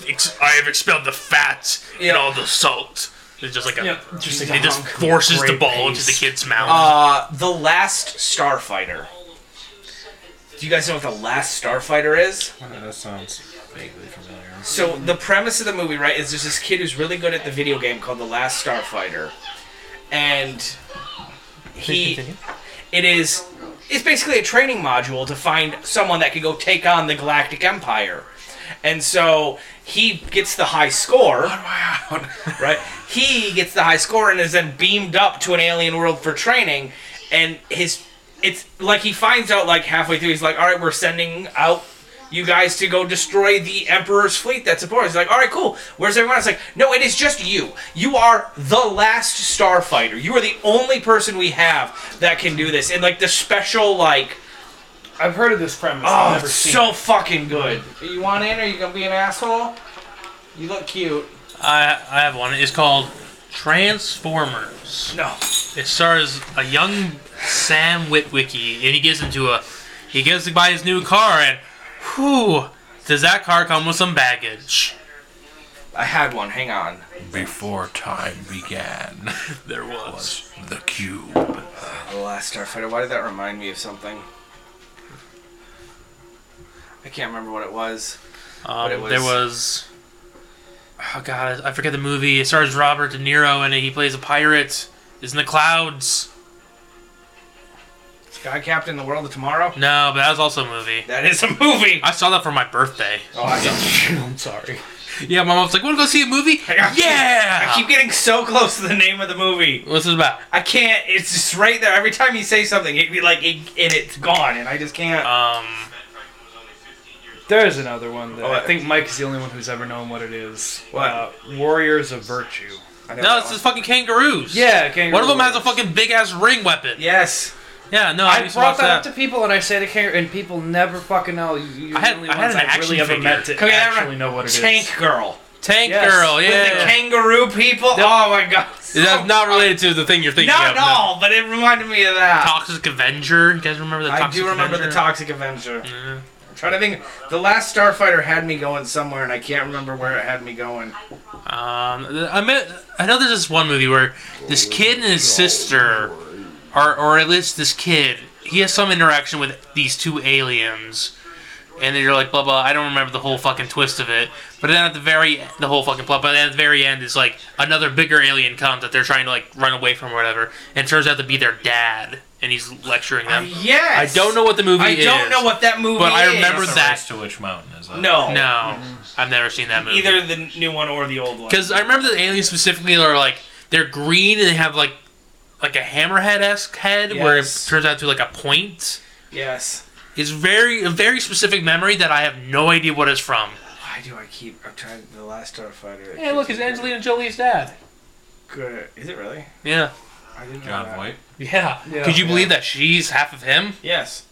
Speaker 5: ex- I have expelled the fat
Speaker 2: Yeah.
Speaker 5: and all the salt. It's just like a,
Speaker 2: just
Speaker 5: it
Speaker 2: like a
Speaker 5: just
Speaker 2: hunk.
Speaker 5: forces the
Speaker 2: Great
Speaker 5: ball into
Speaker 2: piece.
Speaker 5: the kid's mouth.
Speaker 2: Uh, the last Starfighter. Do you guys know what the last Starfighter is?
Speaker 9: That sounds vaguely familiar.
Speaker 2: So the premise of the movie, right, is there's this kid who's really good at the video game called The Last Starfighter, and he, it is, it's basically a training module to find someone that can go take on the Galactic Empire, and so he gets the high score. right? He gets the high score and is then beamed up to an alien world for training, and his it's like he finds out like halfway through. He's like, "All right, we're sending out you guys to go destroy the Emperor's fleet that's aboard." He's like, "All right, cool. Where's everyone?" It's like, "No, it is just you. You are the last starfighter. You are the only person we have that can do this." And like the special like.
Speaker 7: I've heard of this premise. I've
Speaker 2: Oh,
Speaker 7: never
Speaker 2: it's
Speaker 7: seen
Speaker 2: so
Speaker 7: it.
Speaker 2: fucking good. You want in, or you gonna be an asshole? You look cute.
Speaker 5: I, I have one. It's called Transformers.
Speaker 2: No.
Speaker 5: It stars a young Sam Witwicky, and he gets into a he gets to buy his new car, and whew, does that car come with some baggage?
Speaker 2: I had one. Hang on.
Speaker 3: Before time began,
Speaker 5: There was.
Speaker 3: the cube.
Speaker 2: The Last Starfighter. Why did that remind me of something? I can't remember what it was.
Speaker 5: Um,
Speaker 2: it was-
Speaker 5: There was. Oh god, I forget the movie. It stars Robert De Niro, and he plays a pirate. Is in the clouds.
Speaker 2: Sky Captain, The World of Tomorrow.
Speaker 5: No, but that was also a movie.
Speaker 2: That is a movie.
Speaker 5: I saw that for my birthday.
Speaker 2: Oh, I,
Speaker 7: (laughs) I'm sorry.
Speaker 5: Yeah, my mom's like, "Want to go see a movie?" Yeah.
Speaker 2: I keep getting so close to the name of the movie.
Speaker 5: What's it about?
Speaker 2: I can't. It's just right there. Every time you say something, it'd be like, it, and it's gone, and I just can't.
Speaker 5: Um,
Speaker 7: There's another one that I
Speaker 2: Oh,
Speaker 7: think Mike's the only one who's ever known what it is.
Speaker 2: What?
Speaker 7: Uh, Warriors of Virtue.
Speaker 2: I know
Speaker 5: no,
Speaker 2: that
Speaker 5: it's
Speaker 2: one.
Speaker 5: just fucking kangaroos.
Speaker 7: Yeah, kangaroo.
Speaker 5: One of them has a
Speaker 7: warriors.
Speaker 5: fucking big ass ring weapon.
Speaker 2: yes.
Speaker 5: Yeah, no, I,
Speaker 7: I
Speaker 5: used to watch
Speaker 7: brought that,
Speaker 5: that.
Speaker 7: up to people and I say the kangaroo, and people never fucking know. You, you're
Speaker 5: I had-
Speaker 7: the only
Speaker 5: I had
Speaker 7: ones
Speaker 5: an
Speaker 7: I've
Speaker 5: action
Speaker 7: really ever
Speaker 5: figure.
Speaker 7: met to
Speaker 2: Come here,
Speaker 7: actually know what it is.
Speaker 2: Tank Girl.
Speaker 5: Tank
Speaker 7: Yes.
Speaker 5: Girl.
Speaker 2: With the
Speaker 5: Yeah.
Speaker 2: kangaroo people. Oh my god.
Speaker 5: That's not related to the thing you're thinking
Speaker 2: Not
Speaker 5: of.
Speaker 2: at all, but it reminded me of that.
Speaker 5: Toxic Avenger. You guys remember the
Speaker 2: I
Speaker 5: Toxic
Speaker 2: do remember
Speaker 5: Avenger?
Speaker 2: the Toxic Avenger. I'm trying to think. The last Starfighter had me going somewhere, and I can't remember where it had me going.
Speaker 5: Um, th- I mean, I know there's this one movie where this kid and his sister, or or at least this kid, he has some interaction with these two aliens, and they're like blah blah. I don't remember the whole fucking twist of it, but then at the very the whole fucking plot. But then at the very end is like another bigger alien comes that they're trying to like run away from or whatever, and it turns out to be their dad, and he's lecturing them. I
Speaker 2: Yes.
Speaker 5: don't know what the movie
Speaker 2: I
Speaker 5: is.
Speaker 2: don't know what that movie
Speaker 5: but I
Speaker 2: is.
Speaker 5: remember
Speaker 3: That's
Speaker 5: that-
Speaker 3: a race to which mountain is that?
Speaker 2: No.
Speaker 5: No, I've never seen that movie.
Speaker 2: Either the new one or the old one.
Speaker 5: Because I remember the aliens specifically are like they're green and they have like like a hammerhead esque head where it
Speaker 2: Yes.
Speaker 5: turns out to like a point.
Speaker 2: Yes.
Speaker 5: It's very a very specific memory that I have no idea what it's from.
Speaker 2: Why do I keep? I'm trying the last Starfighter.
Speaker 5: Hey, look, it's Angelina Jolie's dad.
Speaker 2: Good. Is it really?
Speaker 5: Yeah,
Speaker 2: I didn't know
Speaker 3: John
Speaker 2: that.
Speaker 3: Voight.
Speaker 5: yeah.
Speaker 7: Yeah.
Speaker 5: Could you believe that she's half of him?
Speaker 2: Yes.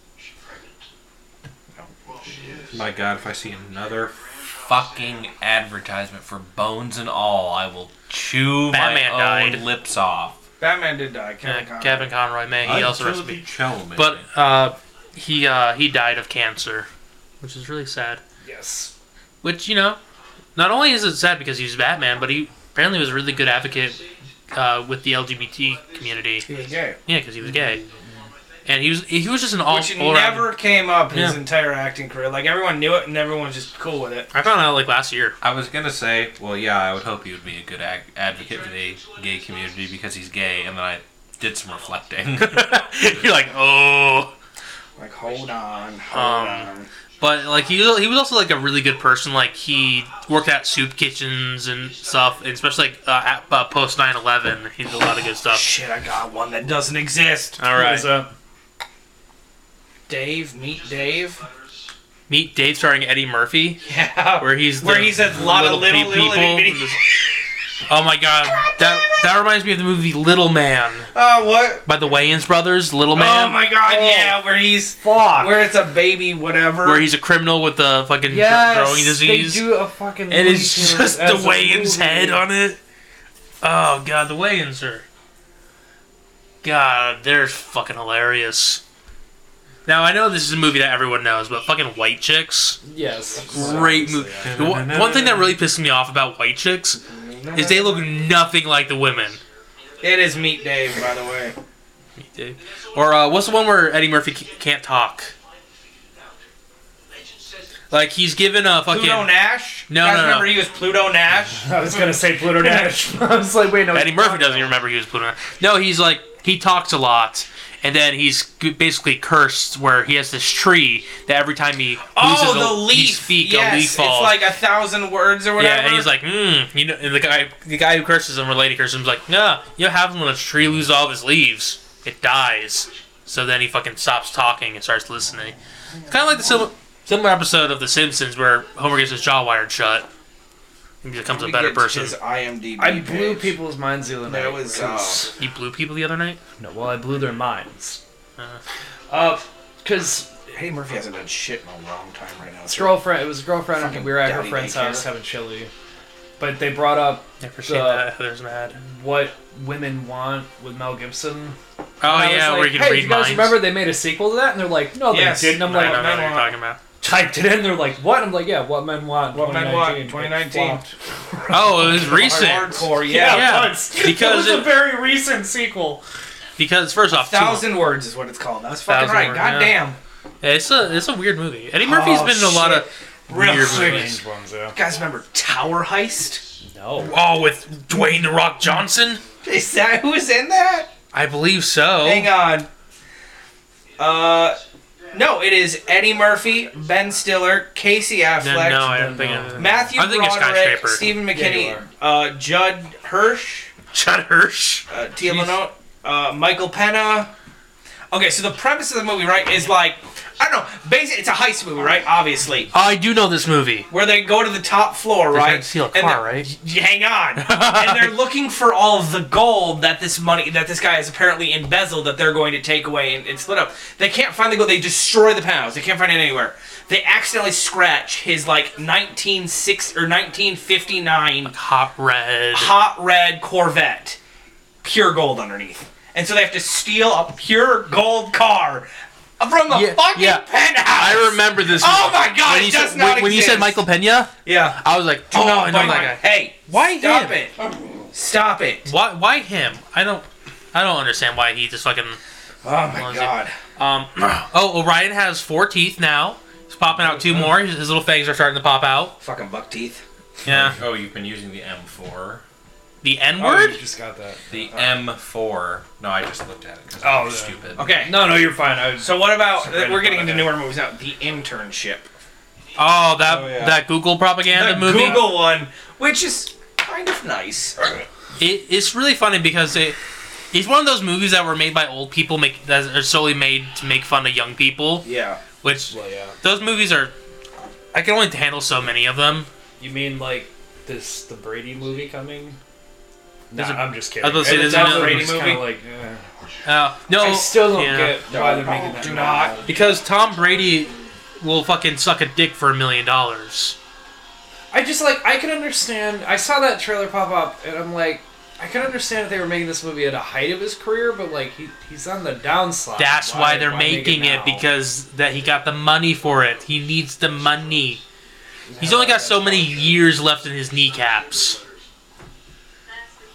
Speaker 3: My God, if I see another fucking advertisement for Bones and All, I will chew
Speaker 5: Batman
Speaker 3: my
Speaker 5: died.
Speaker 3: own lips off.
Speaker 2: Batman did die. Kevin
Speaker 5: Yeah,
Speaker 2: Conroy.
Speaker 5: Uh, Kevin Conroy, man, he also rest in peace.
Speaker 3: Chalamet.
Speaker 5: But uh, he uh, he died of cancer, which is really sad.
Speaker 7: Yes.
Speaker 5: Which you know, not only is it sad because he was Batman, but he apparently was a really good advocate uh, with the LGBT community.
Speaker 7: He was gay.
Speaker 5: Yeah, because he was gay, and he was he was just an all.
Speaker 2: Which
Speaker 5: all
Speaker 2: never came up his
Speaker 5: Oh, Yeah.
Speaker 2: entire acting career. Like everyone knew it, and everyone was just cool with it.
Speaker 5: I found out like last year. (laughs)
Speaker 3: I was gonna say, well, yeah, I would hope you would be a good ag- advocate for the gay community because he's gay, and then I did some reflecting.
Speaker 5: You're like, oh.
Speaker 2: Like hold on.
Speaker 5: Um, but like he he was also like a really good person. Like he worked at soup kitchens and stuff, and especially like uh, at uh, post 9-11. He did a lot of good stuff.
Speaker 2: Oh, Shit, I got one that doesn't exist.
Speaker 5: All right,
Speaker 2: Dave, meet Dave. (laughs)
Speaker 5: meet Dave starring Eddie Murphy,
Speaker 2: Yeah.
Speaker 5: where he's
Speaker 2: Where
Speaker 5: the
Speaker 2: he's a lot of
Speaker 5: pe-
Speaker 2: little, little, itty bitty-
Speaker 5: Oh my god, that that reminds me of the movie Little Man
Speaker 2: Oh, what?
Speaker 5: by the Wayans brothers. Little Man,
Speaker 2: Oh my god, yeah, where he's
Speaker 7: Fuck.
Speaker 2: where it's a baby whatever.
Speaker 5: where he's a criminal with the fucking dr-
Speaker 7: Yes.
Speaker 5: throwing disease.
Speaker 7: They do a fucking.
Speaker 5: And it's
Speaker 7: Looney Tunes
Speaker 5: just the
Speaker 7: as a
Speaker 5: Wayans
Speaker 7: movie.
Speaker 5: head on it. Oh god, the Wayans are. God, they're fucking hilarious. Now I know this is a movie that everyone knows, but fucking White Chicks,
Speaker 7: Yes.
Speaker 5: great movie. The one one thing that really pisses me off about White Chicks is they look nothing like the women.
Speaker 2: it is meet Dave, by the way.
Speaker 5: Or uh, what's the one where Eddie Murphy c- can't talk? Like he's given a fucking
Speaker 2: Pluto Nash.
Speaker 5: No,
Speaker 2: you guys
Speaker 5: no, no.
Speaker 2: Remember he was Pluto
Speaker 5: (laughs)
Speaker 2: Nash.
Speaker 7: I was gonna say Pluto Nash. (laughs) I was like, wait, no.
Speaker 5: Eddie Murphy doesn't even remember he was Pluto. No, he's like he talks a lot, and then he's basically cursed where he has this tree that every time he
Speaker 2: Oh,
Speaker 5: loses a,
Speaker 2: the
Speaker 5: he
Speaker 2: leaf.
Speaker 5: speak
Speaker 2: yes,
Speaker 5: a leaf falls.
Speaker 2: It's like a thousand words or whatever.
Speaker 5: yeah, and he's like, mm, you know, and the guy, the guy who curses him or lady curses him is like, nah, you know, what happens when a tree loses all of his leaves, it dies. So then he fucking stops talking and starts listening. It's kind of like the sim- similar episode of The Simpsons where Homer gets his jaw wired shut. He becomes a
Speaker 2: We
Speaker 5: better
Speaker 2: get
Speaker 5: person.
Speaker 2: His IMDb.
Speaker 7: I blew
Speaker 2: page.
Speaker 7: people's minds the other night.
Speaker 2: That was, uh,
Speaker 7: 'cause-
Speaker 5: He blew people the other night.
Speaker 7: no, well, I blew their minds. Uh, because
Speaker 2: Hey, Murphy hasn't done shit in a long time right now.
Speaker 7: his girlfriend, it was a girlfriend, and we were at her
Speaker 2: daddy
Speaker 7: friend's
Speaker 2: daycare.
Speaker 7: house having chili. But they brought up
Speaker 5: Never
Speaker 7: seen that
Speaker 5: Heather's mad.
Speaker 7: what women want with Mel Gibson.
Speaker 5: Oh
Speaker 7: And I was
Speaker 5: yeah,
Speaker 7: like,
Speaker 5: where you can
Speaker 7: hey,
Speaker 5: read
Speaker 7: you guys
Speaker 5: minds.
Speaker 7: remember they made a sequel to that? And they're like, no, they
Speaker 2: Yes.
Speaker 7: didn't. I'm
Speaker 5: I don't
Speaker 7: like,
Speaker 5: know what you're
Speaker 2: want-
Speaker 5: talking about.
Speaker 7: typed it in. They're like, what? I'm like, yeah, what men want.
Speaker 2: What men want, 2019.
Speaker 7: It flopped.
Speaker 5: Oh, it was recent.
Speaker 2: Hardcore,
Speaker 7: Yeah,
Speaker 2: yeah.
Speaker 5: Yeah,
Speaker 7: it was. (laughs)
Speaker 5: because
Speaker 7: it
Speaker 5: it-
Speaker 7: was a very recent sequel.
Speaker 5: Because first off, too,
Speaker 2: Thousand words is what it's called. That's fucking
Speaker 5: Thousand
Speaker 2: right.
Speaker 5: Word,
Speaker 2: God
Speaker 5: yeah.
Speaker 2: damn.
Speaker 5: it's a it's a weird movie. Eddie Murphy's
Speaker 2: Oh,
Speaker 5: been in a lot of
Speaker 2: Real
Speaker 5: weird
Speaker 2: sick.
Speaker 5: movies.
Speaker 2: You guys remember Tower Heist? (laughs)
Speaker 7: No.
Speaker 5: Oh, with Dwayne the Rock Johnson.
Speaker 2: Is that who's in that?
Speaker 5: I believe so.
Speaker 2: Hang on. Uh, no, it is Eddie Murphy, Ben Stiller, Casey
Speaker 5: No,
Speaker 2: Affleck,
Speaker 5: no, I don't think. it-
Speaker 2: Matthew
Speaker 5: I think it's
Speaker 2: Broderick,
Speaker 5: skyscraper.
Speaker 2: Stephen
Speaker 7: you
Speaker 2: McKinney,
Speaker 7: are.
Speaker 2: uh, Judd Hirsch,
Speaker 5: Judd Hirsch.
Speaker 2: uh, Tia Leno, uh, Michael Pena. Okay, so the premise of the movie, right, is like I don't know. Basically, it's a heist movie, right? Obviously,
Speaker 5: I do know this movie.
Speaker 2: where they go to the top floor,
Speaker 5: They're
Speaker 2: right?
Speaker 5: trying to steal a
Speaker 2: and
Speaker 5: car,
Speaker 2: the- (laughs)
Speaker 5: right?
Speaker 2: Y- Hang on, and they're looking for all of the gold that this money that this guy has apparently embezzled that they're going to take away and, and split up. They can't find the gold. They destroy the pounds. They can't find it anywhere. They accidentally scratch his like 1960 or 1959
Speaker 5: Hot Red.
Speaker 2: hot red Corvette, pure gold underneath, and so they have to steal a pure gold car from the
Speaker 5: Yeah,
Speaker 2: fucking
Speaker 5: yeah.
Speaker 2: penthouse.
Speaker 5: I remember this.
Speaker 2: Oh
Speaker 5: movie.
Speaker 2: my God,
Speaker 5: When
Speaker 2: it
Speaker 5: you
Speaker 2: does
Speaker 5: said,
Speaker 2: not
Speaker 5: when, when you said
Speaker 2: exist.
Speaker 5: Michael Pena,
Speaker 2: Yeah.
Speaker 5: I was like, oh, I know that guy.
Speaker 2: Hey,
Speaker 5: Why
Speaker 2: stop
Speaker 5: him?
Speaker 2: it? Stop it!
Speaker 5: Why? Why him? I don't. I don't understand why he just fucking.
Speaker 2: Oh my
Speaker 5: What was it?
Speaker 2: god.
Speaker 5: (clears throat) Um, oh, Orion has four teeth now. He's popping out
Speaker 2: Mm-hmm.
Speaker 5: two more. His, his little fangs are starting to pop out.
Speaker 2: Fucking buck teeth.
Speaker 5: Yeah.
Speaker 3: (laughs) oh, you've been using the M4.
Speaker 5: The N
Speaker 7: Oh,
Speaker 5: word?
Speaker 7: you just got that.
Speaker 3: The M4. No, I just looked at it because I'm
Speaker 7: Oh, yeah.
Speaker 3: stupid.
Speaker 2: Okay.
Speaker 7: No, no, you're fine. I was,
Speaker 2: So what about
Speaker 3: ready
Speaker 2: we're
Speaker 3: for
Speaker 2: getting
Speaker 3: that.
Speaker 2: into newer movies now? The internship.
Speaker 5: Oh, that
Speaker 7: Oh, yeah.
Speaker 5: that Google propaganda
Speaker 2: the
Speaker 5: movie.
Speaker 2: Google one, which is kind of nice.
Speaker 5: It, it's really funny because it it's one of those movies that were made by old people make that are solely made to make fun of young people.
Speaker 2: Yeah.
Speaker 5: Which
Speaker 7: well, yeah.
Speaker 5: those movies are. I can only handle so many of them.
Speaker 7: You mean like this the Brady movie coming? No,
Speaker 5: There's a-
Speaker 7: I'm just kidding.
Speaker 5: I was about to say, there's
Speaker 7: That
Speaker 5: another Brady
Speaker 7: was kinda Like, eh.
Speaker 5: Uh, no,
Speaker 7: I still don't
Speaker 5: yeah.
Speaker 7: get why they're making that.
Speaker 2: Do
Speaker 7: movie.
Speaker 2: not.
Speaker 5: because Tom Brady will fucking suck a dick for a million dollars.
Speaker 7: I just like I can understand. I saw that trailer pop up, and I'm like, I could understand if they were making this movie at a height of his career, but like he, he's on the downslide.
Speaker 5: That's why, they're
Speaker 7: make
Speaker 5: making it,
Speaker 7: now?
Speaker 5: because that he got the money for it. He needs the money. He's only got so many years left in his kneecaps.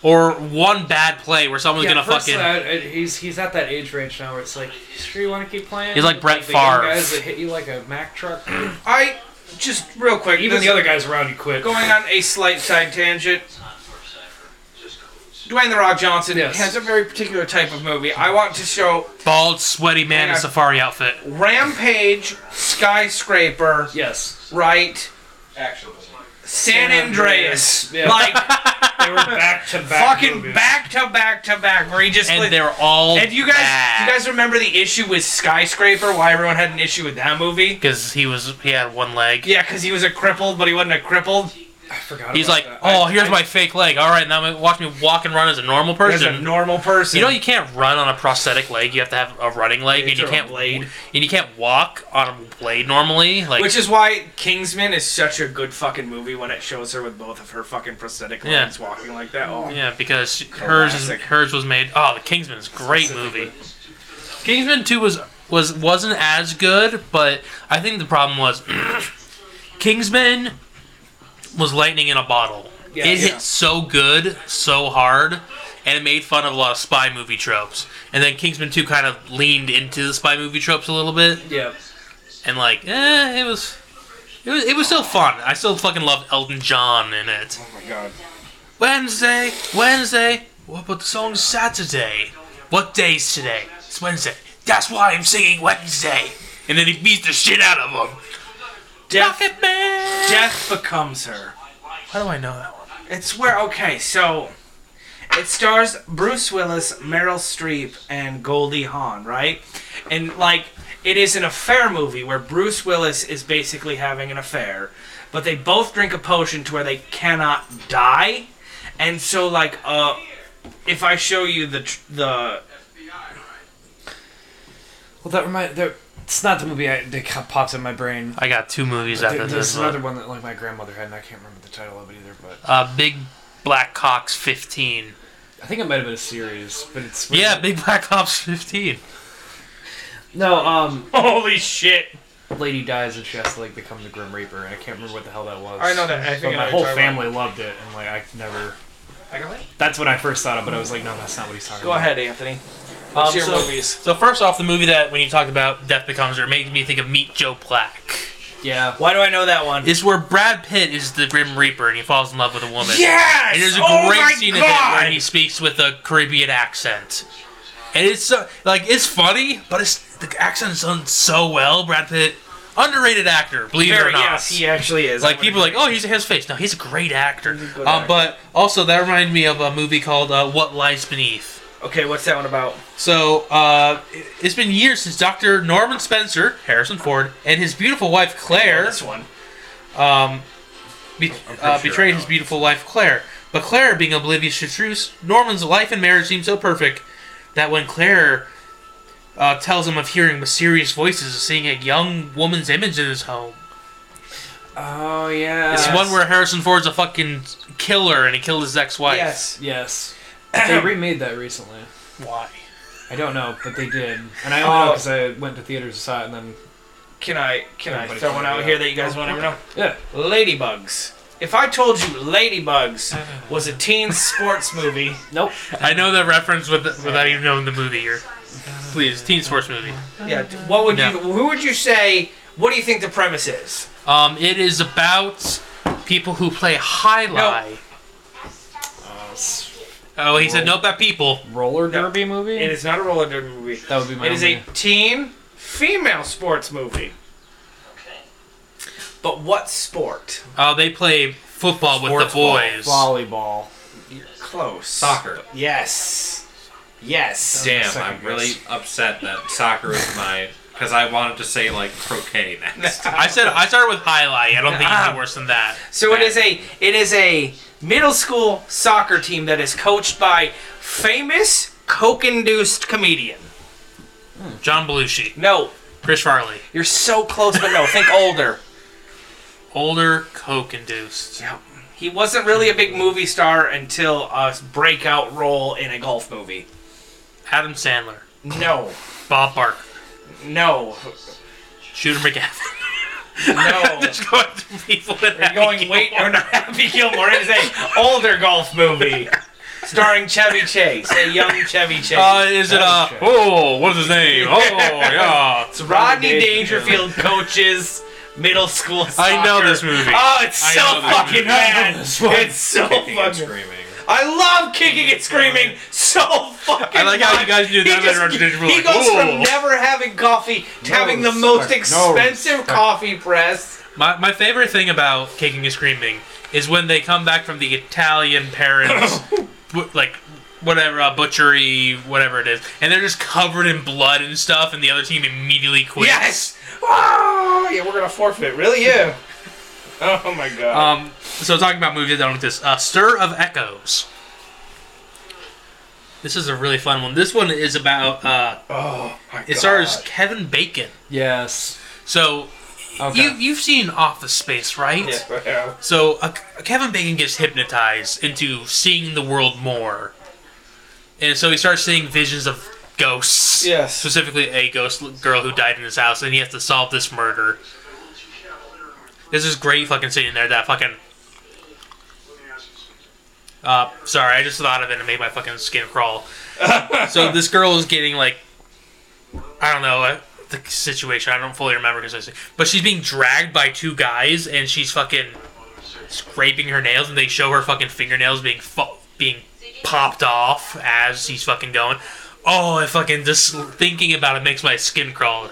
Speaker 5: Or one bad play where someone's
Speaker 7: Yeah,
Speaker 5: gonna
Speaker 7: personally,
Speaker 5: fucking.
Speaker 7: I, I, he's he's at that age range now where it's like, you sure you want to keep playing?
Speaker 5: He's like
Speaker 7: With,
Speaker 5: Brett
Speaker 7: the
Speaker 5: Favre.
Speaker 7: young guys that hit you like a Mack truck.
Speaker 2: I just real quick.
Speaker 7: Even
Speaker 2: this-
Speaker 7: the other guys around you quit.
Speaker 2: going on a slight side tangent. Dwayne the Rock Johnson
Speaker 7: Yes.
Speaker 2: has a very particular type of movie. I want to show
Speaker 5: Bald, sweaty
Speaker 2: Hang
Speaker 5: man in a
Speaker 2: on.
Speaker 5: safari outfit.
Speaker 2: Rampage, Skyscraper,
Speaker 7: Yes,
Speaker 2: right? San Andreas.
Speaker 7: Yeah.
Speaker 2: Like,
Speaker 10: (laughs) They were back to back.
Speaker 2: fucking back to back to back, where he just. like-
Speaker 5: And they're all.
Speaker 2: and you guys, you guys remember the issue with Skyscraper? Why everyone had an issue with that movie?
Speaker 5: Because he was, he had one leg.
Speaker 2: Yeah, because he was a crippled, but he wasn't a crippled.
Speaker 7: I forgot.
Speaker 5: He's
Speaker 7: about
Speaker 5: like,
Speaker 7: that.
Speaker 5: oh, here's my fake leg. All right, now watch me walk and run as a normal
Speaker 2: As a
Speaker 5: person.
Speaker 2: normal person.
Speaker 5: You know you can't run on a prosthetic leg. You have to have a running leg, and you
Speaker 2: or a
Speaker 5: can't
Speaker 2: blade.
Speaker 5: and you can't walk on a blade normally. Like
Speaker 2: Which is why Kingsman is such a good fucking movie when it shows her with both of her fucking prosthetic
Speaker 5: Yeah.
Speaker 2: legs walking like that. Oh.
Speaker 5: yeah, because hers is,
Speaker 2: Classic.
Speaker 5: hers was made. Oh, the Kingsman is a great movie. Kingsman two was was wasn't as good, but I think the problem was (clears throat) Kingsman was lightning in a bottle. it
Speaker 2: Yeah.
Speaker 5: hit so good, so hard, and it made fun of a lot of spy movie tropes. And then Kingsman two kind of leaned into the spy movie tropes a little bit.
Speaker 7: yeah,
Speaker 5: and like eh, it was it was it was still fun. I still fucking love Elton John in it. Oh my god. Wednesday, Wednesday. What about the song Saturday? What day's today? It's Wednesday. That's why I'm singing Wednesday. And then he beats the shit out of him.
Speaker 2: Death,
Speaker 5: Rocket Man.
Speaker 2: death becomes her.
Speaker 5: How do I know that one?
Speaker 2: It's where okay, so it stars Bruce Willis, Meryl Streep, and Goldie Hawn, right? And like it is an affair movie where Bruce Willis is basically having an affair, but they both drink a potion to where they cannot die, and so like uh, if I show you the tr- the
Speaker 7: well, that remind that. It's not the movie I, that ca- pops in my brain.
Speaker 5: I got two movies
Speaker 7: There-
Speaker 5: after
Speaker 7: there's
Speaker 5: this.
Speaker 7: another
Speaker 5: one.
Speaker 7: one that like my grandmother had, and I can't remember the title of it either. But
Speaker 5: Uh, Big Black Cox 15.
Speaker 7: I think it might have been a series. But it's
Speaker 5: Yeah, Big Black Ops 15.
Speaker 7: No, um,
Speaker 2: holy shit,
Speaker 7: lady dies and she has to like become the Grim Reaper, and I can't remember what the hell that was.
Speaker 2: I know that- I think I
Speaker 7: but
Speaker 2: know
Speaker 7: my
Speaker 2: what
Speaker 7: whole
Speaker 2: you're talking
Speaker 7: family loved it, and like I never. That's what I first thought of, but I was like, no, that's not what he's talking
Speaker 2: go
Speaker 7: about.
Speaker 2: ahead, Anthony. What's
Speaker 5: Um,
Speaker 2: your
Speaker 5: so-
Speaker 2: movies?
Speaker 5: So first off, the movie that when you talked about Death Becomes Her made me think of Meet Joe Black.
Speaker 7: Yeah.
Speaker 2: Why do I know that one?
Speaker 5: is where Brad Pitt is the Grim Reaper and he falls in love with a woman.
Speaker 2: Yes!
Speaker 5: And there's a
Speaker 2: oh
Speaker 5: great
Speaker 2: my
Speaker 5: scene in it
Speaker 2: God!
Speaker 5: where he speaks with a Caribbean accent. And it's so, like it's funny, but it's the accent's done so well. Brad Pitt, underrated actor, believe it or
Speaker 2: Very-
Speaker 5: not.
Speaker 2: yes, he actually is.
Speaker 5: Like
Speaker 2: I
Speaker 5: people are like, oh, he's his face. No, he's a great actor. Uh, but also that reminded me of a movie called uh, What Lies Beneath.
Speaker 2: Okay, what's that one about?
Speaker 5: So uh, it- it's been years since Dr. Norman Spencer, Harrison Ford, and his beautiful wife Claire.
Speaker 2: This one.
Speaker 5: um, be- uh, betrayed his beautiful wife Claire. But Claire, being oblivious to truth, Norman's life and marriage seem so perfect that when Claire uh, tells him of hearing mysterious voices and seeing a young woman's image in his home,
Speaker 7: Oh yeah.
Speaker 5: it's one where Harrison Ford's a fucking killer and he killed his ex-wife.
Speaker 2: Yes.
Speaker 5: (clears throat)
Speaker 7: Yes. they remade that recently.
Speaker 5: Why?
Speaker 7: I don't know, but they did, and I only
Speaker 2: Oh.
Speaker 7: know because I went to theaters and saw it, and then
Speaker 2: Can I can I
Speaker 7: Everybody
Speaker 2: throw
Speaker 7: can
Speaker 2: one
Speaker 7: do
Speaker 2: out
Speaker 7: that.
Speaker 2: here that you guys want to know?
Speaker 7: yeah.
Speaker 2: Ladybugs. If I told you Ladybugs was a (laughs) teen sports movie,
Speaker 7: Nope.
Speaker 5: I know the reference with without even knowing the movie here. Please, teen sports movie.
Speaker 2: yeah, what would
Speaker 5: Yeah.
Speaker 2: you? Who would you say? What do you think the premise is?
Speaker 5: Um, it is about people who play high lie. Oh, he said nope, that people.
Speaker 7: Roller derby movie.
Speaker 2: It is not a roller derby movie.
Speaker 7: That would be my.
Speaker 2: It is
Speaker 7: only-
Speaker 2: a teen female sports movie. But what sport?
Speaker 5: Oh, they play football with the boys.
Speaker 7: volleyball.
Speaker 2: Close.
Speaker 9: Soccer.
Speaker 2: Yes. Yes.
Speaker 9: Damn,
Speaker 7: second
Speaker 9: I'm really upset that soccer is my. Because I wanted to say, like,
Speaker 3: (laughs)
Speaker 9: croquet next.
Speaker 5: I said I started with highlight. I don't think it's worse than that.
Speaker 2: So it is a it is a middle school soccer team that is coached by famous coke-induced comedian.
Speaker 5: John Belushi,
Speaker 2: No,
Speaker 5: Chris Farley,
Speaker 2: you're so close, but no. Think older.
Speaker 5: older coke induced.
Speaker 2: Yeah, He wasn't really a big movie star until a breakout role in a golf movie.
Speaker 5: Adam Sandler,
Speaker 2: No,
Speaker 5: Bob Barker,
Speaker 2: no,
Speaker 5: Shooter McGavin. (laughs)
Speaker 2: no.
Speaker 5: Just going through people that
Speaker 2: You're going wait or not (laughs) Happy Gilmore. It is a older golf movie starring Chevy Chase, a young Chevy Chase.
Speaker 5: Uh, is it uh? Oh, what's his name? Oh, yeah.
Speaker 2: It's Rodney Dangerfield coaches middle school soccer.
Speaker 5: (laughs) I know this movie.
Speaker 2: Oh, it's so
Speaker 5: I know this
Speaker 2: fucking bad. It's so fucking.
Speaker 9: Screaming.
Speaker 2: I love kicking and screaming so fucking.
Speaker 5: I like how
Speaker 2: much.
Speaker 5: you guys do
Speaker 2: He
Speaker 5: that and
Speaker 2: just-
Speaker 5: everyone did really
Speaker 2: He
Speaker 5: like,
Speaker 2: goes from
Speaker 5: "Ooh."
Speaker 2: never having coffee to having the most expensive coffee press.
Speaker 5: My, my favorite thing about Kicking and Screaming is when they come back from the Italian (coughs) parents, bu- like whatever uh, butchery, whatever it is, and they're just covered in blood and stuff, and the other team immediately quits.
Speaker 2: Yes. Oh, yeah, we're gonna forfeit. Really? Yeah. (laughs) Oh my god.
Speaker 5: Um. So talking about movies that don't exist, uh, Stir of Echoes. This is a really fun one. This one is about. Uh, oh my It stars Kevin Bacon.
Speaker 7: Yes.
Speaker 5: So. You, you've seen Office Space, right? So uh, Kevin Bacon gets hypnotized into seeing the world more, and so he starts seeing visions of ghosts.
Speaker 2: Yes.
Speaker 5: Specifically, a ghost l- girl who died in his house, and he has to solve this murder. There's this great fucking scene in there that fucking. Uh, sorry, I just thought of it and it made my fucking skin crawl. so this girl is getting like, I don't know. uh, The situation I don't fully remember because I see, but she's being dragged by two guys and she's fucking scraping her nails, and they show her fucking fingernails being fu- being popped off as he's fucking going. Oh, I fucking just thinking about it makes my skin crawl.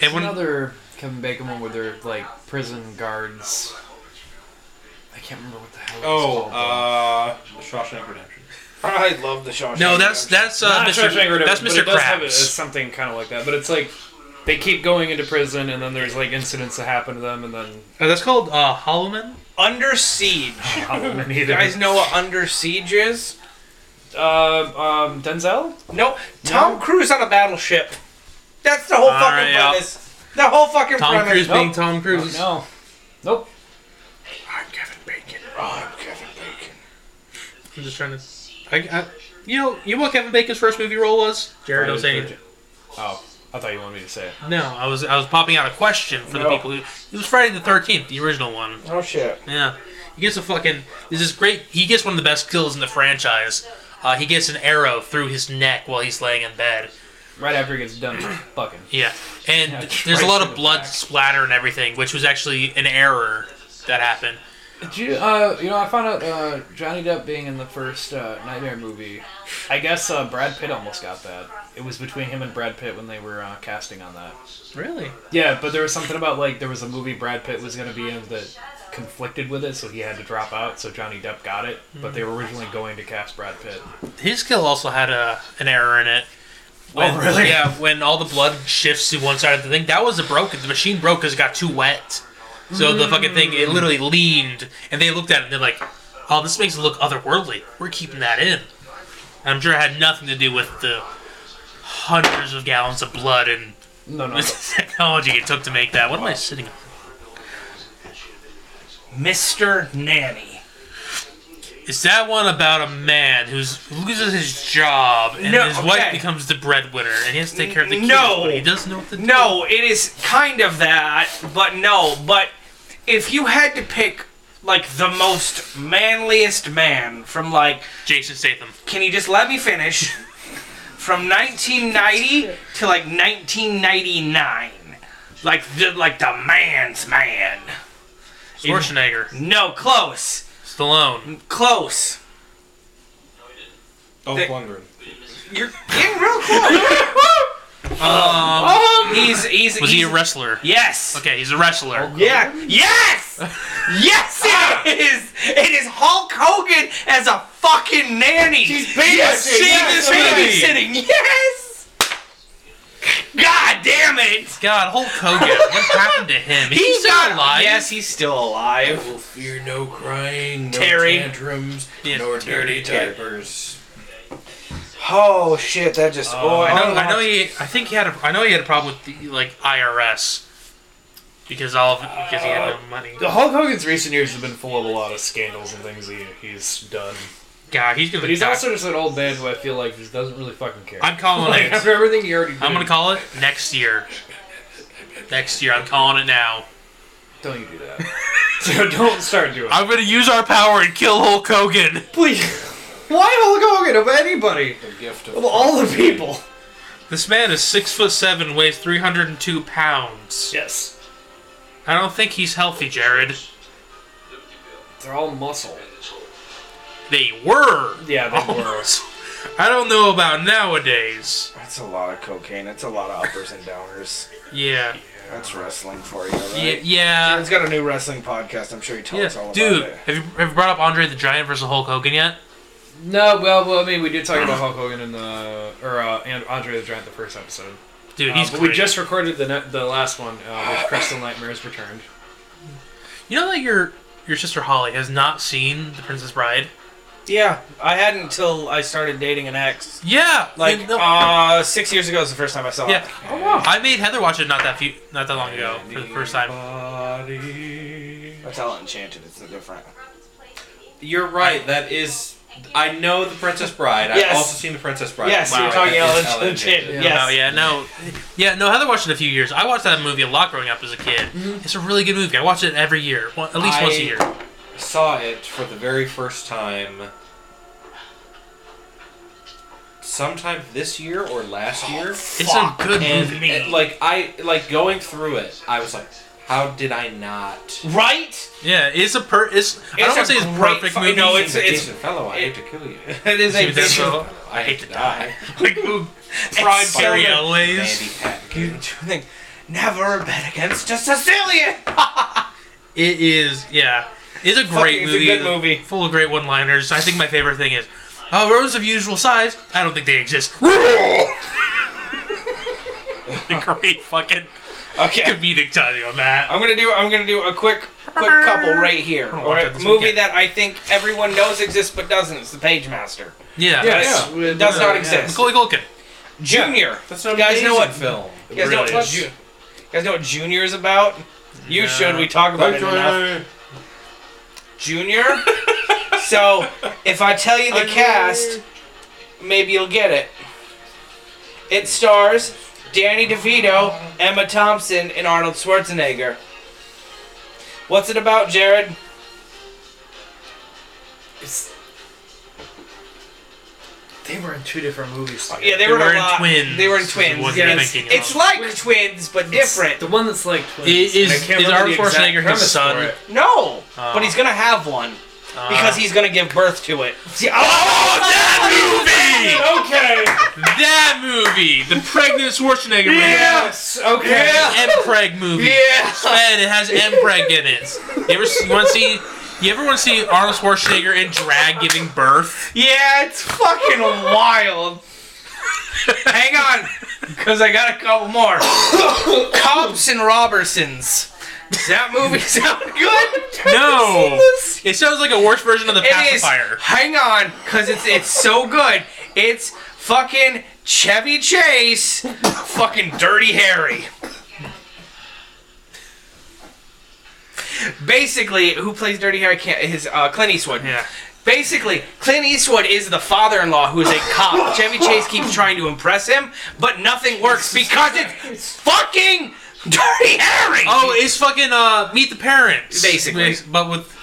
Speaker 5: And when
Speaker 7: Another Kevin Bacon one where they're like prison guards. I can't remember what the hell. It's
Speaker 9: Oh,
Speaker 7: called.
Speaker 9: uh, Shawshank Redemption.
Speaker 2: I love the Shawshank.
Speaker 5: no, that's that's uh,
Speaker 7: Not
Speaker 5: Mr.
Speaker 7: Shawshank Redemption,
Speaker 5: that's
Speaker 7: but
Speaker 5: Mr.
Speaker 7: it does have a- it's
Speaker 5: Krabs.
Speaker 7: something kind of like that, but it's like they keep going into prison, and then there's like incidents that happen to them, and then
Speaker 5: Oh, that's called uh, Hollow Man?
Speaker 2: Under Siege.
Speaker 7: you
Speaker 2: You guys know what Under Siege is?
Speaker 7: um, Denzel.
Speaker 2: Nope. Tom Cruise on a battleship. That's the whole fucking
Speaker 5: right, yeah.
Speaker 2: premise. The whole fucking
Speaker 5: Tom
Speaker 2: premise.
Speaker 5: Cruise
Speaker 2: Nope.
Speaker 5: being Tom Cruise.
Speaker 7: No. Nope.
Speaker 5: I'm just trying to. I, I, you know, you know what Kevin Bacon's first movie role was? Jared, don't say anything.
Speaker 7: Oh, I thought you wanted me to say it.
Speaker 5: No, I was I was popping out a question for the people who. It was Friday the Thirteenth, the original one.
Speaker 2: Oh shit.
Speaker 5: Yeah, he gets a fucking. This is great. He gets one of the best kills in the franchise. Uh, he gets an arrow through his neck while he's laying in bed.
Speaker 7: Right after he gets done (clears throat) fucking.
Speaker 5: Yeah, and
Speaker 7: Yeah,
Speaker 5: there's a lot of
Speaker 7: right through the
Speaker 5: blood
Speaker 7: back.
Speaker 5: splatter and everything, which was actually an error that happened.
Speaker 7: Did you, uh, you know, I found out uh, Johnny Depp being in the first uh, Nightmare movie. I guess uh, Brad Pitt almost got that. It was between him and Brad Pitt when they were uh, casting on that.
Speaker 5: Really?
Speaker 7: Yeah, but there was something about like there was a movie Brad Pitt was gonna be in that conflicted with it, so he had to drop out. So Johnny Depp got it, but they were originally going to cast Brad Pitt.
Speaker 5: His kill also had a an error in it. When, oh really? Yeah, when all the blood shifts to one side of the thing, that was a broken. The machine broke because it got too wet. So
Speaker 2: Hmm.
Speaker 5: the fucking thing it literally leaned, and they looked at it and they're like, "Oh, this makes it look otherworldly. We're keeping that in." I'm sure it had nothing to do with the hundreds of gallons of blood and (laughs)
Speaker 7: No, no,
Speaker 9: (laughs)
Speaker 2: Oh.
Speaker 5: the technology it took to make that. What am I sitting on?
Speaker 2: Mr. Nanny.
Speaker 5: Is that one about a man who's loses his job and
Speaker 2: No,
Speaker 5: his wife
Speaker 2: okay.
Speaker 5: becomes the breadwinner and he has to take care of the kids,
Speaker 2: No.
Speaker 5: but he doesn't know what to do?
Speaker 2: No, it is kind of that, but no. But if you had to pick like the most manliest man from like
Speaker 5: Jason Statham.
Speaker 2: can you just let me finish?
Speaker 5: (laughs)
Speaker 2: From 1990 to like 1999, like the like the man's man.
Speaker 5: Schwarzenegger.
Speaker 2: No, close,
Speaker 5: Stallone.
Speaker 2: close.
Speaker 9: Oh,
Speaker 2: They-
Speaker 9: Lundgren.
Speaker 2: You're getting real close. um, he's he's
Speaker 5: Was he
Speaker 2: he's- Oh,
Speaker 5: a wrestler?
Speaker 2: Yes.
Speaker 5: Okay, he's a wrestler.
Speaker 2: Yeah. Yes. yes, it is. It is Hulk Hogan as a fucking nanny. She's babysitting. Yes, she
Speaker 5: Yes,
Speaker 2: is babysitting. Yes. God damn it.
Speaker 5: God, Hulk Hogan. what happened to him? Is he,
Speaker 2: He's
Speaker 5: still alive?
Speaker 2: Yes, he's still alive.
Speaker 9: Will fear no crying, no
Speaker 2: Terry.
Speaker 9: tantrums,
Speaker 5: Yeah,
Speaker 9: nor
Speaker 5: Terry
Speaker 9: dirty
Speaker 5: did.
Speaker 9: diapers.
Speaker 2: Oh shit, that just. oh,
Speaker 5: I know.
Speaker 2: don't
Speaker 5: I know he. I think he had. A, I know he had a problem with the, like IRS. because all of, because he had no money.
Speaker 7: The Hulk Hogan's recent years have been full of a lot of scandals and things he, he's done.
Speaker 5: God, he's gonna.
Speaker 7: But he's
Speaker 5: die.
Speaker 7: also just an old man who I feel like just doesn't really fucking care.
Speaker 5: I'm calling
Speaker 7: (laughs) like,
Speaker 5: it.
Speaker 7: after everything he already did.
Speaker 5: I'm gonna call it next year. Next year, I'm calling it now.
Speaker 7: Don't you do that. so don't start doing it.
Speaker 5: I'm gonna use our power and kill Hulk Hogan.
Speaker 7: Please. Why Hulk Hogan of anybody? Of all the people.
Speaker 5: This man is six foot seven, weighs 302 pounds.
Speaker 7: Yes.
Speaker 5: I don't think he's healthy, Jared.
Speaker 7: They're all muscle.
Speaker 5: They were.
Speaker 7: Yeah, they were.
Speaker 5: I don't know about nowadays.
Speaker 12: That's a lot of cocaine. That's a lot of uppers and downers.
Speaker 5: Yeah.
Speaker 12: That's wrestling for you, right?
Speaker 5: Yeah. Yeah.
Speaker 12: He's got a new wrestling podcast. I'm sure he tells us all
Speaker 5: yeah.
Speaker 12: about
Speaker 5: Dude,
Speaker 12: it.
Speaker 5: have you, have you brought up Andre the Giant versus Hulk Hogan yet?
Speaker 7: No, well, well, I mean, we did talk about Hulk Hogan in the or uh, and Andre the Giant the first episode.
Speaker 5: Dude,
Speaker 7: Uh,
Speaker 5: he's
Speaker 7: but
Speaker 5: great.
Speaker 7: we just recorded the ne- the last one uh, with Crystal Nightmares Returned.
Speaker 5: You know that your your sister Holly has not seen The Princess Bride.
Speaker 2: Yeah, I hadn't until I started dating an ex.
Speaker 5: Yeah.
Speaker 2: Like
Speaker 5: and the-
Speaker 2: uh, six years ago is the first time I saw
Speaker 5: yeah.
Speaker 2: it.
Speaker 5: Oh, wow. I made Heather watch it not that few not that long ago for the first time.
Speaker 12: That's all enchanted. It's different.
Speaker 3: You're right. That is. I know the Princess Bride.
Speaker 2: Yes.
Speaker 3: I've also seen the Princess Bride.
Speaker 2: Yes, you were talking
Speaker 3: that is
Speaker 2: about
Speaker 3: Ellen
Speaker 2: enchanted.
Speaker 3: Enchanted.
Speaker 2: Yes.
Speaker 5: Oh yeah, no, yeah, no. Heather watched it a few years. I watched that movie a lot growing up as a kid.
Speaker 2: Mm-hmm.
Speaker 5: It's a really good movie. I watch it every year, one, at least once
Speaker 3: I-
Speaker 5: a year.
Speaker 3: Saw it for the very first time. Sometime this year or last year.
Speaker 5: It's a good
Speaker 3: and,
Speaker 5: movie.
Speaker 3: and, like I like going through it, I was like, how did I not?
Speaker 2: Right?
Speaker 5: yeah, it's a per. It's, I don't
Speaker 2: It's
Speaker 5: want to
Speaker 2: a
Speaker 5: say it's a
Speaker 2: great
Speaker 5: perfect
Speaker 2: fu-
Speaker 5: movie.
Speaker 2: no, it's-
Speaker 3: a decent fellow. I hate to kill you.
Speaker 2: It is a
Speaker 5: Dude, that's
Speaker 2: visual.
Speaker 5: so-
Speaker 3: (laughs) I hate to die.
Speaker 5: like ooh, fried
Speaker 3: so
Speaker 5: Barry
Speaker 3: good.
Speaker 5: Elways.
Speaker 3: Mandy Patinkin.
Speaker 2: thing. Never bet against a Sicilian.
Speaker 5: It is, yeah, it's a
Speaker 2: Fucking-
Speaker 5: great
Speaker 2: it's a
Speaker 5: movie.
Speaker 2: good movie.
Speaker 5: full of great one-liners. I think my favorite thing is, oh, roads of usual size. I don't think they exist. (laughs) The great fucking
Speaker 2: Okay.
Speaker 5: comedic timing on that.
Speaker 2: I'm gonna do. I'm gonna do a quick, quick couple right here.
Speaker 5: gonna
Speaker 2: Or
Speaker 5: watch
Speaker 2: a
Speaker 5: it this
Speaker 2: movie
Speaker 5: weekend.
Speaker 2: that I think everyone knows exists but doesn't. It's The Page Master.
Speaker 5: Yeah,
Speaker 7: Yes,
Speaker 2: It does not exist.
Speaker 5: Macaulay Culkin.
Speaker 2: Junior.
Speaker 3: That's an
Speaker 2: You guys know
Speaker 3: amazing
Speaker 2: what-
Speaker 3: film.
Speaker 2: You guys, know what,
Speaker 5: Brilliant.
Speaker 2: you guys know what Junior is about? You should. We talk about it enough.
Speaker 3: (laughs)
Speaker 2: Junior. so if I tell you the cast, maybe you'll get it. It stars Danny DeVito, Emma Thompson, and Arnold Schwarzenegger. What's it about, Jared?
Speaker 7: They were in two different movies. together.
Speaker 2: Yeah, they,
Speaker 5: They
Speaker 2: were, in
Speaker 5: were
Speaker 2: a
Speaker 5: in
Speaker 2: lot.
Speaker 5: twins,
Speaker 2: They were in
Speaker 5: is the
Speaker 2: twins.
Speaker 5: one
Speaker 2: yes.
Speaker 5: you're thinking of.
Speaker 2: It's like twins, but different.
Speaker 7: The one that's like twins.
Speaker 5: Is-
Speaker 7: and I
Speaker 5: is-
Speaker 7: can't
Speaker 5: is
Speaker 7: remember
Speaker 5: Arnold
Speaker 7: the exact
Speaker 5: Schwarzenegger his
Speaker 7: premise
Speaker 5: son?
Speaker 7: for it.
Speaker 2: no,
Speaker 5: Oh.
Speaker 2: but he's gonna have one
Speaker 5: Uh.
Speaker 2: because he's gonna give birth to it. See,
Speaker 5: Oh,
Speaker 2: (laughs)
Speaker 5: that
Speaker 13: Okay.
Speaker 5: movie! That movie, the pregnant Schwarzenegger movie,
Speaker 7: Yes. Okay.
Speaker 5: (laughs) M preg movie.
Speaker 2: Yeah.
Speaker 5: and it has M preg in it. You ever see- you want to see? You ever want to see Arnold Schwarzenegger in drag giving birth?
Speaker 2: Yeah, it's fucking wild. (laughs) Hang on, because I got a couple (coughs) more. Cops and Robertsons. Does that (laughs) movie sound good? (laughs)
Speaker 5: No, it sounds like a worse version of the
Speaker 2: It is.
Speaker 5: pacifier.
Speaker 2: Hang on, because it's it's so good. It's fucking Chevy Chase, fucking Dirty Harry. Basically, who plays Dirty Harry? Can't, his uh, Clint Eastwood.
Speaker 5: Yeah.
Speaker 2: Basically, Clint Eastwood is the father-in-law who is a cop. Chevy Chase keeps trying to impress him, but nothing works because it's fucking Dirty Harry.
Speaker 5: Oh, it's fucking uh, Meet the Parents,
Speaker 2: Basically.
Speaker 5: With- but with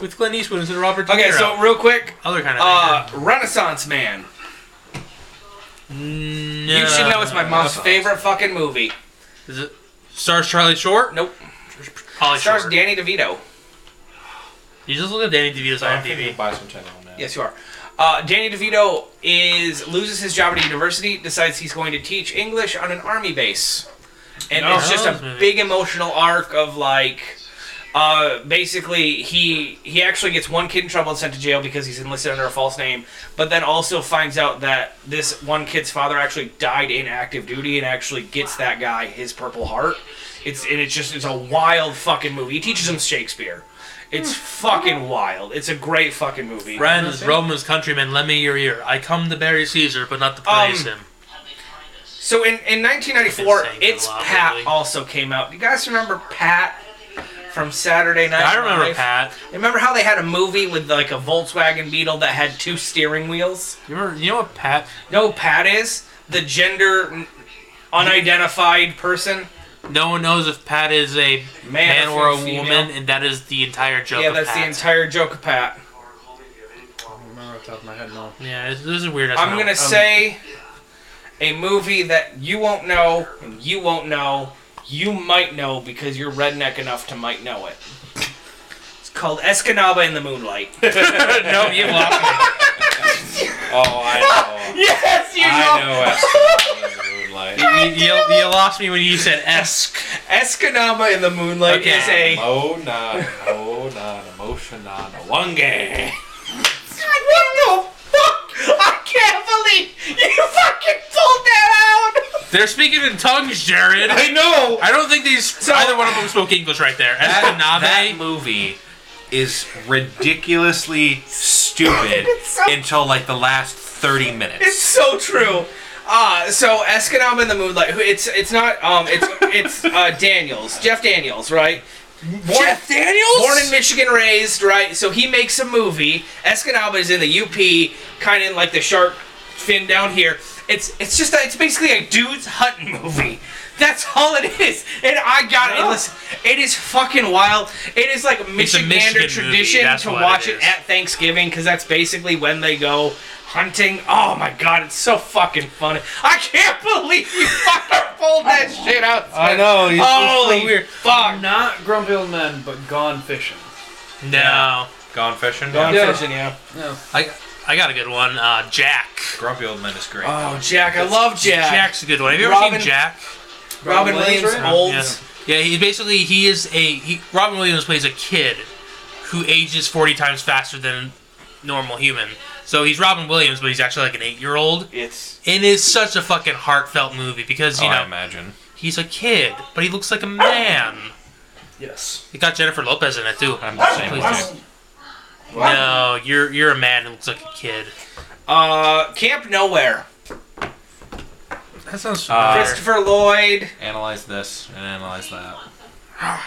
Speaker 5: with Clint Eastwood instead of Robert De Niro.
Speaker 2: okay. So real quick,
Speaker 5: other kind of
Speaker 2: uh, Renaissance Man.
Speaker 5: thing.
Speaker 2: You should know it's
Speaker 5: it's
Speaker 2: my mom's favorite fucking movie.
Speaker 5: Is it stars Charlie Short?
Speaker 2: Nope.
Speaker 5: Holly
Speaker 2: Stars
Speaker 5: Short.
Speaker 2: Danny DeVito.
Speaker 5: you just look at Danny
Speaker 2: Oh,
Speaker 5: DeVito's
Speaker 3: I'm thinking
Speaker 5: IMDb.
Speaker 3: of buy some China now.
Speaker 2: Yes, you are. Uh, Danny DeVito is loses his job at a university, decides he's going to teach English on an army base, and
Speaker 5: No.
Speaker 2: it's just a
Speaker 5: Oh, maybe.
Speaker 2: big emotional arc of like. Uh, basically, he he actually gets one kid in trouble and sent to jail because he's enlisted under a false name, but then also finds out that this one kid's father actually died in active duty and actually gets that guy his Purple Heart. It's and it's just it's a wild fucking movie. He teaches him Shakespeare. It's fucking wild. It's a great fucking movie. Um,
Speaker 5: Friends, Roma's countrymen, lend me your ear. I come to bury Caesar, but not to praise him.
Speaker 2: So in, in 1994,
Speaker 5: Been saying that
Speaker 2: It's
Speaker 5: a lot
Speaker 2: Pat
Speaker 5: lately.
Speaker 2: also came out. Do you guys remember Pat from Saturday Night?
Speaker 5: I remember
Speaker 2: Live?
Speaker 5: Pat.
Speaker 2: Remember how they had a movie with like a Volkswagen Beetle that had two steering wheels?
Speaker 5: You remember? You know what Pat?
Speaker 2: No, Pat is the gender n- unidentified person.
Speaker 5: No one knows if Pat is a man, or a
Speaker 2: female.
Speaker 5: woman, and that is the entire joke.
Speaker 2: Yeah,
Speaker 5: of
Speaker 2: that's the
Speaker 5: Pat.
Speaker 2: entire joke of Pat.
Speaker 7: remember off the top of my head, no.
Speaker 5: Yeah, it's- this is weird. as
Speaker 2: I'm
Speaker 5: hell.
Speaker 2: gonna say a movie that you won't know, and you won't know, you might know because you're redneck enough to might know it. It's called Escanaba in the Moonlight.
Speaker 5: no,
Speaker 2: (laughs)
Speaker 5: you lost me.
Speaker 9: Oh, I know.
Speaker 2: yes, you
Speaker 9: I know. Astronaut in the moonlight.
Speaker 5: You, you, you lost me when you said esque.
Speaker 2: Escanaba in the Moonlight
Speaker 5: Okay.
Speaker 2: is a
Speaker 9: Oh, not, oh, not, emotion, not, one game.
Speaker 2: What the fuck? I can't believe you fucking told that out.
Speaker 5: They're speaking in tongues, Jared.
Speaker 2: I know.
Speaker 5: I don't
Speaker 2: (laughs)
Speaker 5: think these either one of them spoke English right there.
Speaker 3: That, that
Speaker 5: Escanave.
Speaker 3: movie is ridiculously stupid
Speaker 2: so-
Speaker 3: until like the last 30 minutes.
Speaker 2: It's so true. Uh, so Escanaba in the Moonlight. who- It's it's not um it's it's uh, Daniels Jeff Daniels right. Born, Jeff Daniels, born in Michigan, raised right. So he makes a movie. Escanaba is in the UP, kind of like the shark fin down here. It's it's just it's basically a dude's hunting movie. That's all it is. And I got it. Listen, it is fucking wild. It is like
Speaker 5: a
Speaker 2: Michigander
Speaker 5: Michigan movie,
Speaker 2: tradition
Speaker 5: that's
Speaker 2: to
Speaker 5: what
Speaker 2: watch
Speaker 5: it
Speaker 2: it
Speaker 5: is.
Speaker 2: at Thanksgiving because that's basically when they go hunting. Oh my god, it's so fucking funny. I can't believe you fucking pulled that shit out.
Speaker 8: I know. He's,
Speaker 2: Holy fuck.
Speaker 7: Not grumpy old men, but gone fishing.
Speaker 5: No,
Speaker 3: Gone fishing?
Speaker 7: Yeah.
Speaker 2: Fishing, yeah.
Speaker 5: I I got a good one. Uh, Jack.
Speaker 3: Grumpy Old Men is great.
Speaker 7: Uh,
Speaker 2: Oh, Jack, I love Jack.
Speaker 5: Jack's a good one. Have you ever
Speaker 2: Robin-
Speaker 5: seen Jack?
Speaker 2: Robin
Speaker 7: Williams,
Speaker 2: Williams,
Speaker 7: right?
Speaker 2: old.
Speaker 5: Yes. Yeah, he's basically he is a he, Robin Williams plays a kid who ages forty times faster than a normal human. So he's Robin Williams, but he's actually like an eight-year-old.
Speaker 2: It's
Speaker 5: And it's such a fucking heartfelt movie because you
Speaker 3: Oh, I
Speaker 5: know
Speaker 3: imagine.
Speaker 5: he's a kid, but he looks like a man.
Speaker 7: Yes.
Speaker 5: It got Jennifer Lopez in it too.
Speaker 3: I'm the same
Speaker 5: Please
Speaker 3: way.
Speaker 5: No, you're you're a man who looks like a kid.
Speaker 2: uh Camp Nowhere.
Speaker 5: That sounds
Speaker 3: Uh,
Speaker 2: Christopher Lloyd.
Speaker 3: analyze this and analyze that.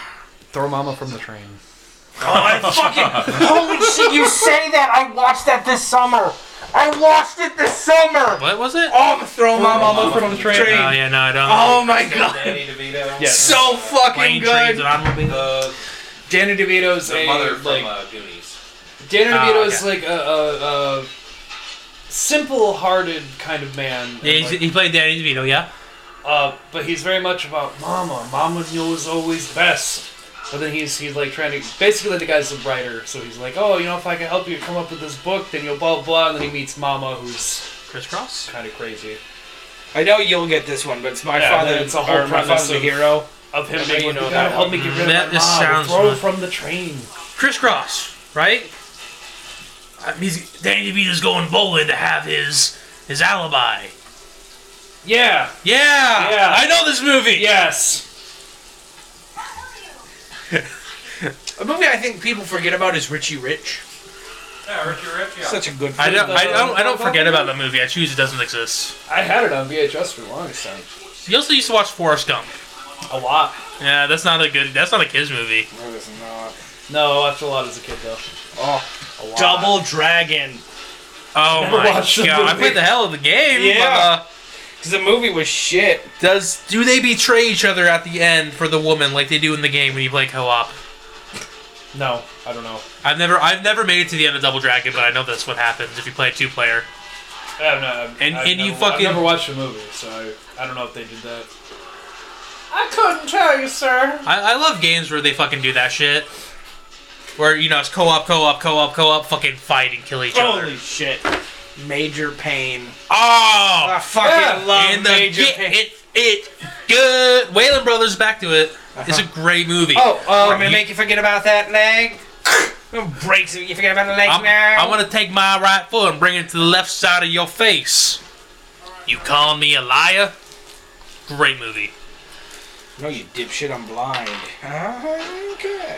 Speaker 7: Throw mama from the train.
Speaker 2: Holy shit, you say that. I watched that this summer. I watched it this summer.
Speaker 5: what was it?
Speaker 2: Oh, I'm throwing my mama from the train.
Speaker 5: Oh yeah, no, I don't.
Speaker 2: Oh my god.
Speaker 7: Yes.
Speaker 2: So fucking
Speaker 5: Plane, trains,
Speaker 2: good.
Speaker 5: and automobiles.
Speaker 9: The,
Speaker 7: Danny DeVito's
Speaker 9: the
Speaker 7: a,
Speaker 9: mother
Speaker 7: like,
Speaker 9: from uh, Goonies.
Speaker 7: Danny
Speaker 5: Ah,
Speaker 7: DeVito's like a, a, a simple-hearted kind of man. and,
Speaker 5: Yeah, he's,
Speaker 7: like,
Speaker 5: he played Danny DeVito, yeah.
Speaker 7: uh, but he's very much about mama. Mama knows always best. But then he's he's like trying to basically the guy's a writer, so he's like, oh, you know, if I can help you come up with this book, then you'll blah blah. And then he meets Mama, who's
Speaker 5: Chris Cross.
Speaker 7: kind of crazy
Speaker 2: I know you'll get this one, but it's my
Speaker 7: Yeah,
Speaker 2: father.
Speaker 7: then
Speaker 2: It's a whole my
Speaker 7: premise
Speaker 2: father's a
Speaker 7: of-
Speaker 2: hero.
Speaker 7: of him
Speaker 2: Yeah,
Speaker 7: being
Speaker 2: you
Speaker 7: like,
Speaker 2: know
Speaker 7: you
Speaker 2: that
Speaker 7: gotta help me get rid
Speaker 5: That
Speaker 7: of my
Speaker 5: just
Speaker 7: mom.
Speaker 5: sounds
Speaker 7: throw
Speaker 5: fun.
Speaker 7: from the train.
Speaker 5: Chris Cross, right? Uh, he's, Danny DeVito's going bowling to have his his alibi.
Speaker 7: Yeah.
Speaker 5: Yeah,
Speaker 7: Yeah.
Speaker 5: I know this movie.
Speaker 7: Yes.
Speaker 2: A movie I think people forget about is Richie Rich.
Speaker 9: Yeah, Richie Rich, yeah.
Speaker 2: Such a good.
Speaker 5: I don't, I don't, I don't forget about the movie. I choose it doesn't exist.
Speaker 7: I had it on VHS for the longest time.
Speaker 5: You also used to watch Forrest Gump.
Speaker 7: A lot.
Speaker 5: Yeah, that's not a good. That's not a kids movie.
Speaker 7: No, I watched a lot as a kid though.
Speaker 2: Oh, Double Dragon.
Speaker 5: Oh
Speaker 7: Never
Speaker 5: my god!
Speaker 7: watched the
Speaker 5: I
Speaker 7: movie.
Speaker 5: played the hell of the game. uh,
Speaker 2: Yeah.
Speaker 5: but, uh,
Speaker 2: Cause the movie was shit.
Speaker 5: Does do they betray each other at the end for the woman like they do in the game when you play co-op?
Speaker 7: No, I don't know.
Speaker 5: I've never I've never made it to the end of Double Dragon, but I know that's what happens if you play two player.
Speaker 7: I've not, I've,
Speaker 5: And-
Speaker 7: I've
Speaker 5: and you
Speaker 7: never,
Speaker 5: fucking-
Speaker 7: I've never watched the movie, so I, I don't know if they did that. I couldn't tell you, sir.
Speaker 5: I, I love games where they fucking do that shit. Where you know it's co-op, co-op, co-op, co-op, fucking fight and kill each
Speaker 2: Holy
Speaker 5: other.
Speaker 2: shit. Major Pain.
Speaker 5: Oh,
Speaker 2: I fucking
Speaker 7: Yeah.
Speaker 2: love
Speaker 5: and the
Speaker 2: Major
Speaker 5: get
Speaker 2: Pain.
Speaker 5: it it good. Wayland Brothers back to it. It's a great movie.
Speaker 2: oh, uh, I'm
Speaker 5: you-
Speaker 2: gonna make you forget about that (laughs) leg. Breaks it. You forget about the leg
Speaker 5: I'm,
Speaker 2: now.
Speaker 5: I want to take my right foot and bring it to the left side of your face. You calling me a liar? Great movie.
Speaker 2: No, you dipshit, I'm blind. Okay.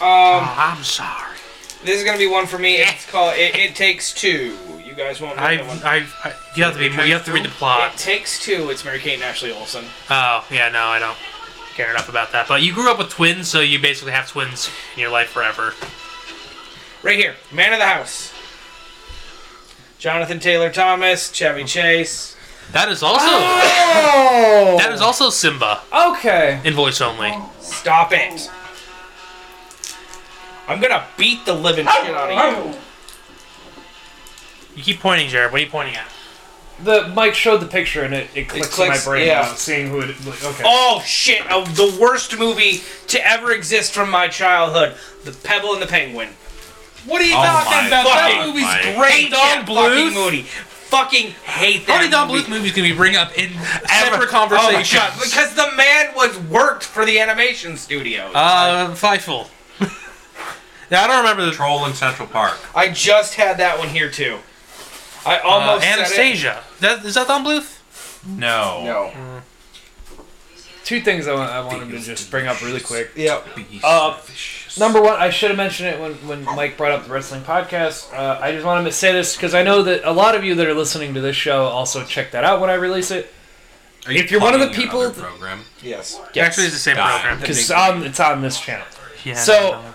Speaker 5: I'm sorry.
Speaker 2: Um, This is gonna be one for me. It's called It, it Takes Two.
Speaker 14: You guys won't know
Speaker 5: I,
Speaker 14: that one.
Speaker 5: I, I, you have to be, you have to read the
Speaker 14: It
Speaker 5: plot.
Speaker 14: takes two. It's Mary Kate and Ashley Olsen.
Speaker 5: Oh, yeah, no, I don't care enough about that. But you grew up with twins, so you basically have twins in your life forever.
Speaker 2: Right here, man of the house. Jonathan Taylor Thomas, Chevy Chase.
Speaker 5: That is also, Oh!
Speaker 2: Oh!
Speaker 5: that is also Simba
Speaker 7: Okay.
Speaker 5: in voice only.
Speaker 2: Stop it. I'm gonna beat the living shit out of you.
Speaker 5: You keep pointing, Jared. What are you pointing at?
Speaker 7: The Mike showed the picture and it, it clicks,
Speaker 2: clicks,
Speaker 7: in my brain
Speaker 2: yeah.
Speaker 7: now, seeing who it. Like, okay.
Speaker 2: Oh shit! Of the worst movie to ever exist from my childhood, The Pebble and the Penguin.
Speaker 15: What are you
Speaker 16: Oh
Speaker 15: talking
Speaker 16: my
Speaker 15: about? That
Speaker 16: fucking
Speaker 15: movie's
Speaker 16: Mike.
Speaker 15: great.
Speaker 2: Hate that
Speaker 15: Bluth?
Speaker 2: fucking movie. Fucking hate that.
Speaker 5: How many Don
Speaker 2: movie.
Speaker 5: Bluth movies can we (laughs) bring up in
Speaker 2: Ever-
Speaker 5: separate
Speaker 2: Oh my
Speaker 5: conversations?
Speaker 2: God, because the man was worked for the animation studios.
Speaker 5: Uh, Fightful. (laughs) yeah, I don't remember the.
Speaker 3: Troll in Central Park.
Speaker 2: I just had that one here too. I
Speaker 5: Uh,
Speaker 2: almost said it.
Speaker 5: Anastasia. That, is that Don Bluth?
Speaker 3: No.
Speaker 14: No.
Speaker 7: Two things I want, I want him to just bring up really quick.
Speaker 14: Yep.
Speaker 7: Uh, number one, I should have mentioned it when, when Mike brought up the wrestling podcast. Uh, I just want to say this because I know that a lot of you that are listening to this show also check that out when I release it.
Speaker 3: Are you
Speaker 7: if you're one of the
Speaker 3: plugging your
Speaker 7: people
Speaker 3: other
Speaker 7: that-
Speaker 3: program.
Speaker 14: Yes.
Speaker 5: Actually, it's the same
Speaker 3: God.
Speaker 5: program.
Speaker 7: because it's on, it's on this channel.
Speaker 5: Yeah,
Speaker 7: So-
Speaker 5: no.
Speaker 7: I-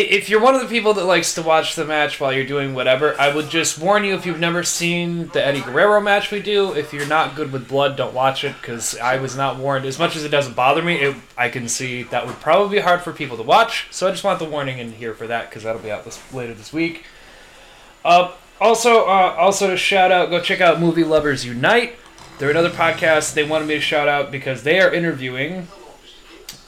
Speaker 7: If you're one of the people that likes to watch the match while you're doing whatever, I would just warn you if you've never seen the Eddie Guerrero match we do, if you're not good with blood, don't watch it because I was not warned. As much as it doesn't bother me, it, I can see that would probably be hard for people to watch. So I just want the warning in here for that because that'll be out this, later this week. Uh, also, uh, also shout out, go check out Movie Lovers Unite. They're another podcast. They wanted me to shout out because they are interviewing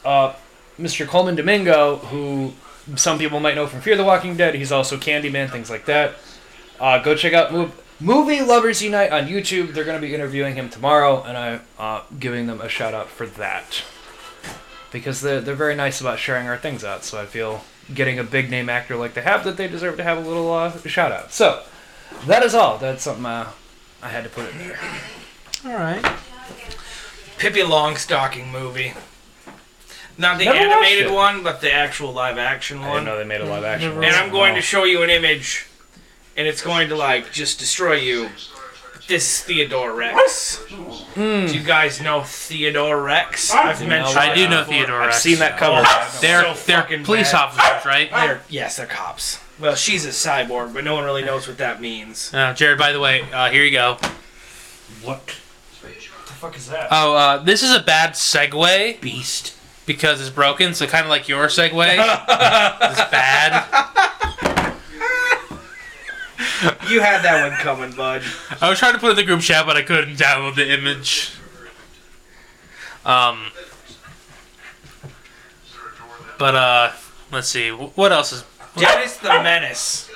Speaker 7: uh, Mr. Coleman Domingo, who some people might know from Fear the Walking Dead. He's also Candyman, things like that. Uh, go check out Mov- Movie Lovers Unite on YouTube. They're going to be interviewing him tomorrow, and I'm uh, giving them a shout out for that. Because they're, they're very nice about sharing our things out, so I feel getting a big name actor like they have that they deserve to have a little uh, shout out. So, that is all. That's something uh, I had to put in there.
Speaker 5: All right.
Speaker 2: Pippi Longstocking movie. Not the
Speaker 7: Never watched
Speaker 2: animated
Speaker 7: it.
Speaker 2: one, but the actual live action
Speaker 7: I didn't
Speaker 2: one.
Speaker 7: know they made a live action.
Speaker 2: And I'm going to show you an image, and it's going to like just destroy you. This is Theodore Rex. Do you guys know Theodore Rex? I've mentioned.
Speaker 5: I do
Speaker 2: it
Speaker 5: know
Speaker 2: before. Oh,
Speaker 5: Theodore.
Speaker 7: I've
Speaker 5: Rex.
Speaker 7: seen that cover.
Speaker 5: They're
Speaker 2: so
Speaker 5: they're
Speaker 2: fucking
Speaker 5: police
Speaker 2: bad.
Speaker 5: officers, right?
Speaker 2: They're, yes, they're cops. Well, she's a cyborg, but no one really knows what that means.
Speaker 5: Uh, Jared, by the way, uh, here you go.
Speaker 16: What?
Speaker 5: Oh, uh, this is a bad segue
Speaker 3: Beast.
Speaker 5: because it's broken. So kind of like your
Speaker 3: (laughs)
Speaker 5: segue. it's bad.
Speaker 2: You had that one coming, bud.
Speaker 5: I was trying to put it in the group chat, but I couldn't download the image. Um. But uh, let's see. wh- What else is?
Speaker 2: Dennis the Menace.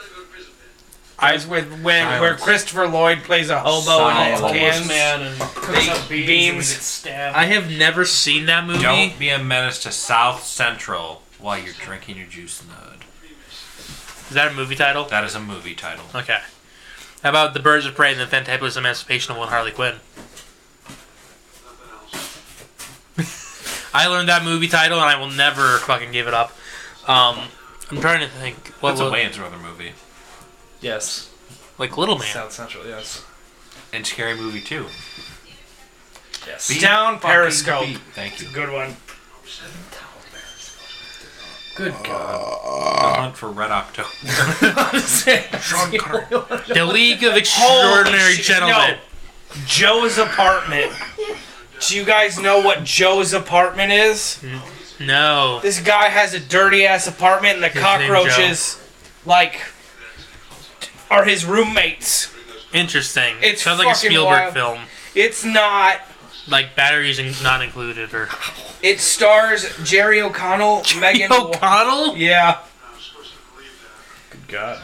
Speaker 2: I was with when where Christopher Lloyd plays a hobo and
Speaker 3: Silence.
Speaker 2: holds cans.
Speaker 7: and
Speaker 2: They- beams.
Speaker 5: I have never seen that movie.
Speaker 3: Don't be a menace to South Central while you're drinking your juice in the hood.
Speaker 5: Is that a movie title?
Speaker 3: That is a movie title.
Speaker 5: Okay. How about The Birds of Prey and the Fantabulous Emancipation of One Harley Quinn? I learned that movie title and I will never fucking give it up. Um, I'm trying to think. What
Speaker 3: That's a
Speaker 7: uh,
Speaker 5: was,
Speaker 3: Wayne's Brother movie.
Speaker 7: Yes.
Speaker 5: Like Little Man.
Speaker 7: South Central, yes.
Speaker 3: And Scary Movie too.
Speaker 7: Yes.
Speaker 3: Beat
Speaker 2: Down
Speaker 3: fucking
Speaker 2: Periscope.
Speaker 3: beat. Thank you.
Speaker 2: Good one.
Speaker 7: Good
Speaker 2: Uh,
Speaker 7: God.
Speaker 3: The Hunt for Red October.
Speaker 5: (laughs) The League of Extraordinary Gentlemen.
Speaker 2: Joe's apartment. Do you guys know what Joe's apartment is?
Speaker 5: No.
Speaker 2: This guy has a dirty ass apartment, and the
Speaker 5: name Joe.
Speaker 2: cockroaches, like, are his roommates.
Speaker 5: Interesting.
Speaker 2: It's
Speaker 5: Sounds like a
Speaker 2: fucking
Speaker 5: Spielberg
Speaker 2: wild.
Speaker 5: film.
Speaker 2: It's not.
Speaker 5: Like batteries in- not included or.
Speaker 2: It stars Jerry O'Connell, Megan.
Speaker 5: O'Connell?
Speaker 2: yeah.
Speaker 7: Good God.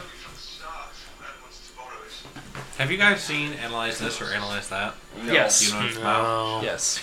Speaker 3: Have you guys seen Analyze This or Analyze That? Do you
Speaker 7: Yes.
Speaker 3: know what it's about?
Speaker 5: No.
Speaker 7: Yes.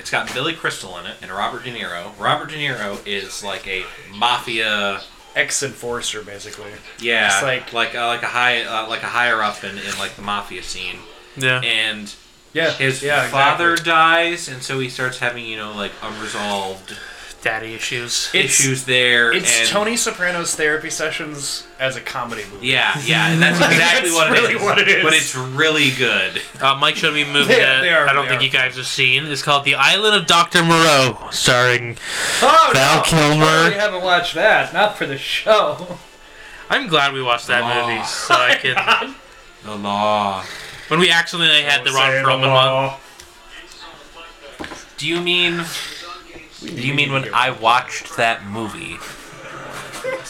Speaker 3: It's got Billy Crystal in it and Robert De Niro. Robert De Niro is like a mafia
Speaker 7: Ex enforcer, basically.
Speaker 3: Yeah,
Speaker 7: It's
Speaker 3: like like
Speaker 7: like-
Speaker 3: uh, like a high uh, like a higher up in, in like the mafia scene,
Speaker 5: Yeah.
Speaker 3: and
Speaker 7: Yeah.
Speaker 3: his
Speaker 7: yeah,
Speaker 3: father
Speaker 7: Exactly.
Speaker 3: dies, and so he starts having you know like unresolved
Speaker 5: daddy issues.
Speaker 7: It's-
Speaker 3: issues there.
Speaker 7: It's
Speaker 3: and,
Speaker 7: Tony Soprano's therapy sessions as a comedy movie.
Speaker 3: Yeah, (laughs) yeah, and that's exactly what,
Speaker 7: really
Speaker 3: it is,
Speaker 7: what it is.
Speaker 3: But it's really good.
Speaker 5: Uh, Mike showed me a movie
Speaker 7: They-
Speaker 5: that
Speaker 7: they are-
Speaker 5: I don't
Speaker 7: they
Speaker 5: think
Speaker 7: are.
Speaker 5: you guys have seen. It's called The Island of Dr. Moreau, starring
Speaker 7: Oh,
Speaker 5: Val
Speaker 7: We
Speaker 5: Kilmer.
Speaker 7: haven't watched that. Not for the show.
Speaker 5: I'm glad we watched that
Speaker 3: Law.
Speaker 5: movie so I can.
Speaker 3: The law.
Speaker 5: When we accidentally had the Ron Perlman one.
Speaker 3: Do you mean? Do you mean (laughs) when I watched that movie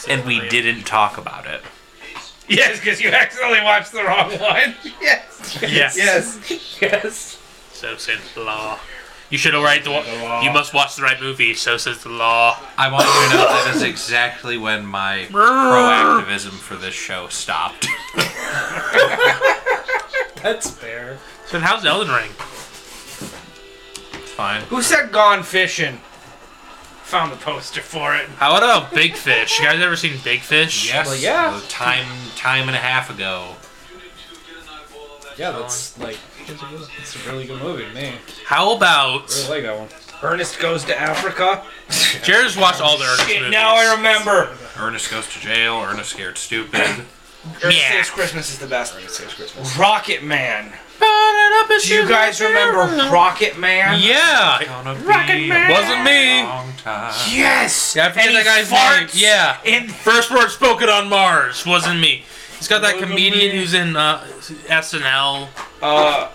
Speaker 3: and we didn't talk about it?
Speaker 8: Yes, because you accidentally watched the wrong one.
Speaker 5: Yes.
Speaker 7: Yes. (laughs) Yes.
Speaker 5: (laughs) So says the law. You should write the. Wa- you must watch the right movie. So says the law.
Speaker 3: I want you to know that is exactly when
Speaker 5: (laughs)
Speaker 3: my proactivism for this show stopped.
Speaker 7: That's fair.
Speaker 5: So how's Elden Ring?
Speaker 3: It's fine.
Speaker 8: Who said gone fishing? Found the poster for it.
Speaker 5: How about uh, Big Fish? You guys ever seen Big Fish?
Speaker 3: Yes.
Speaker 7: Well, yeah.
Speaker 3: uh, Time time and a half ago.
Speaker 7: Yeah, that's like it's a really good movie to me.
Speaker 5: How about
Speaker 7: I like that one.
Speaker 8: Ernest goes to Africa.
Speaker 5: Jared's watched all the Ernest
Speaker 8: Shit,
Speaker 5: movies?
Speaker 8: now I remember.
Speaker 3: Ernest goes to jail. Ernest scared stupid.
Speaker 5: (laughs) Yeah.
Speaker 4: Saves Christmas is the best. Saves Christmas.
Speaker 8: Rocket Man. Do you guys remember Rocket Man?
Speaker 5: Yeah.
Speaker 3: Gonna be
Speaker 8: Rocket Man.
Speaker 3: a
Speaker 5: Wasn't me.
Speaker 3: long time.
Speaker 8: Yes.
Speaker 5: Yeah, I forget
Speaker 8: And he
Speaker 5: that guy's name.
Speaker 8: farts
Speaker 5: Yeah.
Speaker 8: in-
Speaker 5: First word spoken on Mars wasn't me. He's got that comedian who's in uh, SNL.
Speaker 8: Uh,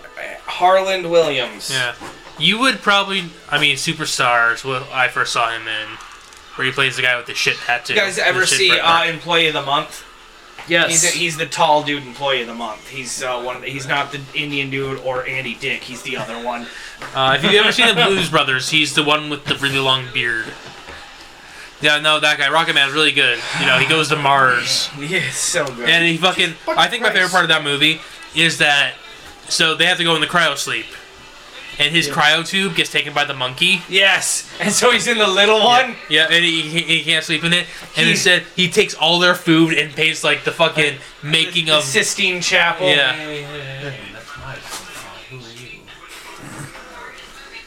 Speaker 8: Harland Williams.
Speaker 5: Yeah. You would probably, I mean, Superstars. What I first saw him in, where he plays the guy with the shit tattoo.
Speaker 8: You guys ever
Speaker 5: the shit
Speaker 8: see
Speaker 5: print
Speaker 8: uh,
Speaker 5: mark.
Speaker 8: Employee of the Month? He's,
Speaker 7: Yes.
Speaker 8: he's the tall dude Employee of the Month. He's uh, one. Of the, he's not the Indian dude or Andy Dick. He's the other
Speaker 5: (laughs)
Speaker 8: one.
Speaker 5: Uh, if you've ever seen the Blues Brothers, he's the one with the really long beard. Yeah, no, that guy, Rocket Man, is really good. You know, he goes to Mars.
Speaker 8: Yeah, so good.
Speaker 5: And he fucking. I think my favorite part of that movie is that. So they have to go in the cryo sleep. And his cryo tube gets taken by the monkey.
Speaker 8: yes. And so he's in the little one.
Speaker 5: Yeah, and he, he, he can't sleep in it. And instead, he takes all their food and pays, like, the fucking making
Speaker 8: The
Speaker 5: of.
Speaker 8: Sistine Chapel.
Speaker 5: Yeah.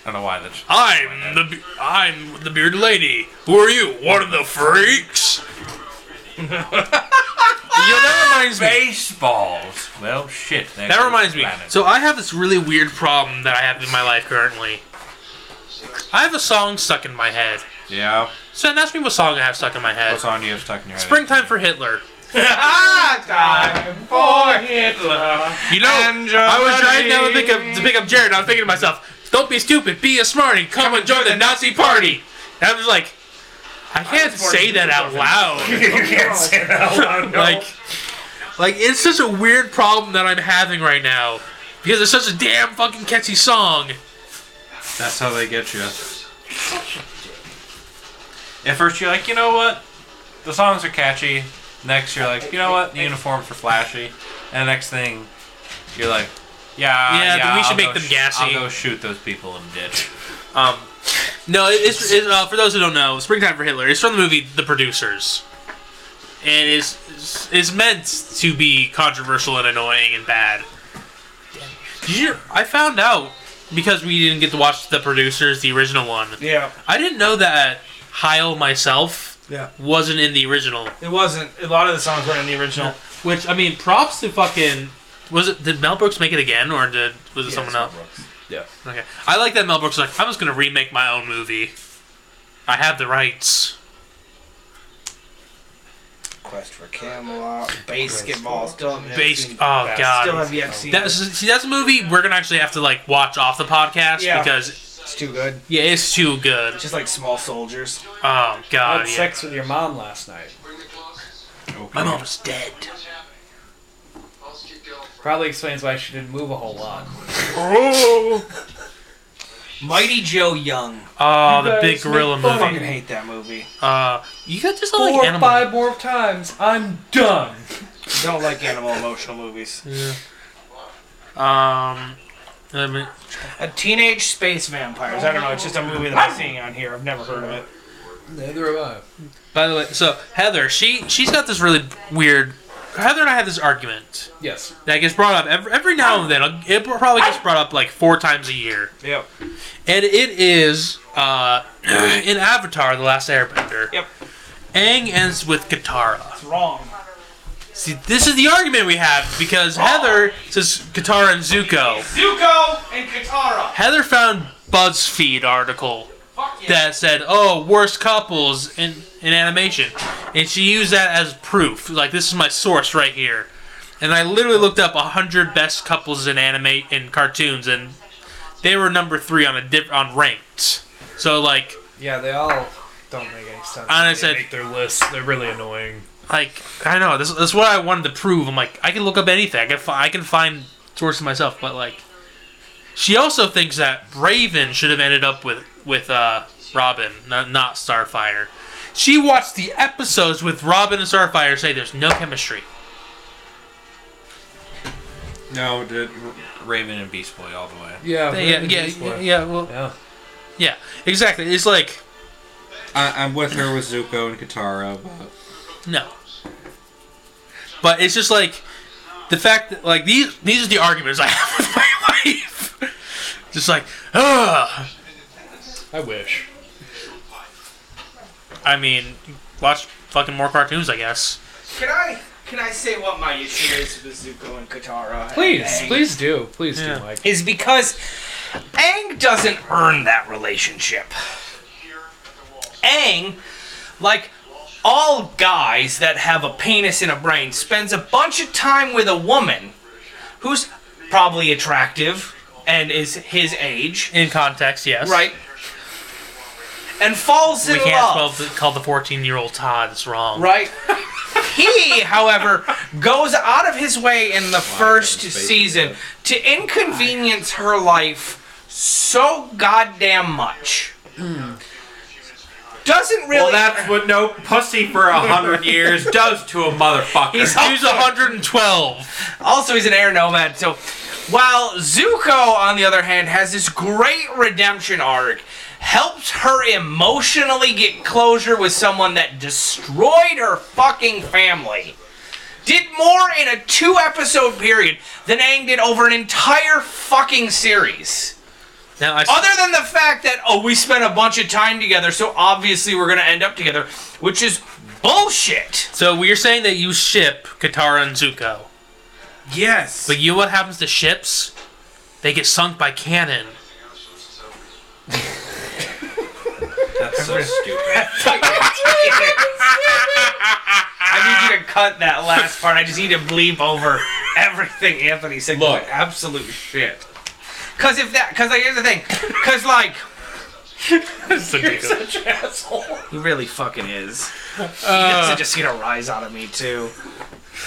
Speaker 3: I don't know why that's.
Speaker 5: I'm the, be- I'm the bearded lady. Who are you? One of the (laughs) freaks? you know, that reminds me.
Speaker 3: Baseballs. Well, shit.
Speaker 5: That reminds me.
Speaker 3: Planet.
Speaker 5: So I have this really weird problem that I have in my life currently. I have a song stuck in my head.
Speaker 3: yeah.
Speaker 5: So ask me what song I have stuck in my head.
Speaker 3: What song do you have stuck in your head?
Speaker 5: Springtime for Hitler. You know, I was trying now to pick up to pick up Jared. and I was thinking to myself, "Don't be stupid. Be a smarty. Come and join the Nazi party." And I was like, I can't say that out loud.
Speaker 10: You can't say that out loud, no.
Speaker 5: like, like it's such a weird problem that I'm having right now because it's such a damn fucking catchy song.
Speaker 3: That's how they get you. At first, you're like, you know what? The songs are catchy. Next, you're like, you know what? The uniforms are flashy. And the next thing, you're like, yeah,
Speaker 5: Yeah,
Speaker 3: yeah.
Speaker 5: but we should
Speaker 3: I'll
Speaker 5: make
Speaker 3: go
Speaker 5: them
Speaker 3: sh-
Speaker 5: gassy.
Speaker 3: I'll go shoot those people in the ditch.
Speaker 5: Um, no, it- it's, it's uh, for those who don't know, "Springtime for Hitler" is from the movie The Producers, and is is meant to be controversial and annoying and bad. Did you? I found out because we didn't get to watch The Producers, the original one.
Speaker 8: Yeah.
Speaker 5: I didn't know that Heil myself
Speaker 8: Yeah.
Speaker 5: wasn't in the original.
Speaker 8: It wasn't. A lot of the songs weren't in the original.
Speaker 5: Which I mean, props to fucking. Was it did Mel Brooks make it again, or did was it someone else?
Speaker 7: Yeah.
Speaker 5: Okay. I like that Mel Brooks is like, I'm just gonna remake my own movie. I have the rights.
Speaker 4: Quest for Camelot. Basketball. Still haven't yet
Speaker 5: Based.
Speaker 4: seen-
Speaker 5: Oh
Speaker 4: Still
Speaker 5: god.
Speaker 4: have yet seen.
Speaker 5: That's see, that's a movie we're gonna actually have to like watch off the podcast
Speaker 4: Yeah.
Speaker 5: because
Speaker 4: It's too good.
Speaker 5: yeah, it's too good.
Speaker 4: Just like Small Soldiers.
Speaker 5: Oh
Speaker 7: I
Speaker 5: god.
Speaker 7: had
Speaker 5: Yeah.
Speaker 7: sex with your mom last night.
Speaker 5: My mom's dead.
Speaker 7: Probably explains why she didn't move a whole lot.
Speaker 4: Mighty Joe Young.
Speaker 5: Oh,
Speaker 7: You
Speaker 5: the big
Speaker 7: guys
Speaker 5: gorilla
Speaker 7: make
Speaker 4: I
Speaker 7: fun
Speaker 5: movie.
Speaker 4: fucking hate that movie.
Speaker 5: Uh, you got just like
Speaker 7: Four or
Speaker 5: animal.
Speaker 7: five more times, I'm done.
Speaker 4: Don't like animal emotional movies.
Speaker 5: Um, I mean,
Speaker 8: A Teenage Space Vampires. I don't know. It's just a movie that I'm seeing on here. I've never heard of it.
Speaker 7: Neither have
Speaker 5: by the way, so Heather, she she's got this really weird. Heather and I have this argument.
Speaker 7: I. Yes.
Speaker 5: that gets brought up every, every now and then. It probably gets brought up like four times a year.
Speaker 8: Yep.
Speaker 5: And it is Uh, in Avatar: The Last Airbender,
Speaker 2: Yep.
Speaker 5: Aang ends with Katara.
Speaker 2: It's wrong.
Speaker 5: See, this is the argument we have because Heather says Katara and Zuko.
Speaker 2: Zuko and Katara.
Speaker 5: Heather found BuzzFeed article
Speaker 2: Fuck yeah.
Speaker 5: that said, "Oh, worst couples in in animation," and she used that as proof. Like this is my source right here, and I literally looked up hundred best couples in anime in cartoons, and they were number three on a diff- on ranked. So like,
Speaker 7: Yeah, they all don't make any sense.
Speaker 5: And I
Speaker 7: They
Speaker 5: said-
Speaker 7: make their lists. They're really annoying.
Speaker 5: like I know this, this is what I wanted to prove. I'm like, I can look up anything. I can fi- I can find sources myself, but like, she also thinks that Raven should have ended up with with uh, Robin, not, not Starfire. She watched the episodes with Robin and Starfire say there's no chemistry.
Speaker 9: No, dude.
Speaker 3: Raven and Beast Boy all the way.
Speaker 7: Yeah,
Speaker 5: Yeah, yeah, yeah, yeah, well,
Speaker 7: Yeah.
Speaker 5: yeah, exactly. It's like
Speaker 9: I, I'm with her with Zuko and Katara, but
Speaker 5: no, but it's just like the fact that like these these are the arguments I have (laughs) with my wife. Just like, ugh.
Speaker 7: I wish.
Speaker 5: I mean, watch fucking more cartoons, I guess.
Speaker 4: Can I can I say what my issue is with Zuko and Katara?
Speaker 7: Please,
Speaker 4: And-
Speaker 7: please do, please
Speaker 5: Yeah.
Speaker 7: do, Mike.
Speaker 2: is because Aang doesn't earn that relationship. Aang, like all guys that have a penis and a brain, spends a bunch of time with a woman who's probably attractive and is his age,
Speaker 5: In context, yes.
Speaker 2: right? And falls in
Speaker 5: We can't
Speaker 2: love.
Speaker 5: call the, call the 14 year old Todd. It's wrong.
Speaker 2: Right. he, however, goes out of his way in the first season to inconvenience her life so goddamn much. Doesn't really.
Speaker 9: well, that's what no pussy for a hundred years does to a motherfucker.
Speaker 2: He's-
Speaker 5: He's 112.
Speaker 2: also, he's an air nomad, so. While Zuko, on the other hand, has this great redemption arc, helps her emotionally get closure with someone that destroyed her fucking family. Did more in a two episode period than Aang did over an entire fucking series.
Speaker 5: Now, I, s-
Speaker 2: Other than the fact that, oh, we spent a bunch of time together, so obviously we're gonna end up together, which is bullshit.
Speaker 5: so we're saying that you ship Katara and Zuko.
Speaker 4: Yes.
Speaker 5: But you know what happens to ships? They get sunk by cannon.
Speaker 9: That's so stupid.
Speaker 2: I need
Speaker 5: Ah.
Speaker 2: you to cut that last part. I just need to bleep over
Speaker 5: (laughs)
Speaker 2: everything Anthony said.
Speaker 9: Look.
Speaker 2: absolute shit. Cause if that, cause like, here's the thing, cause like, (laughs)
Speaker 4: He really fucking is.
Speaker 2: uh,
Speaker 4: It's just gonna rise out of me too.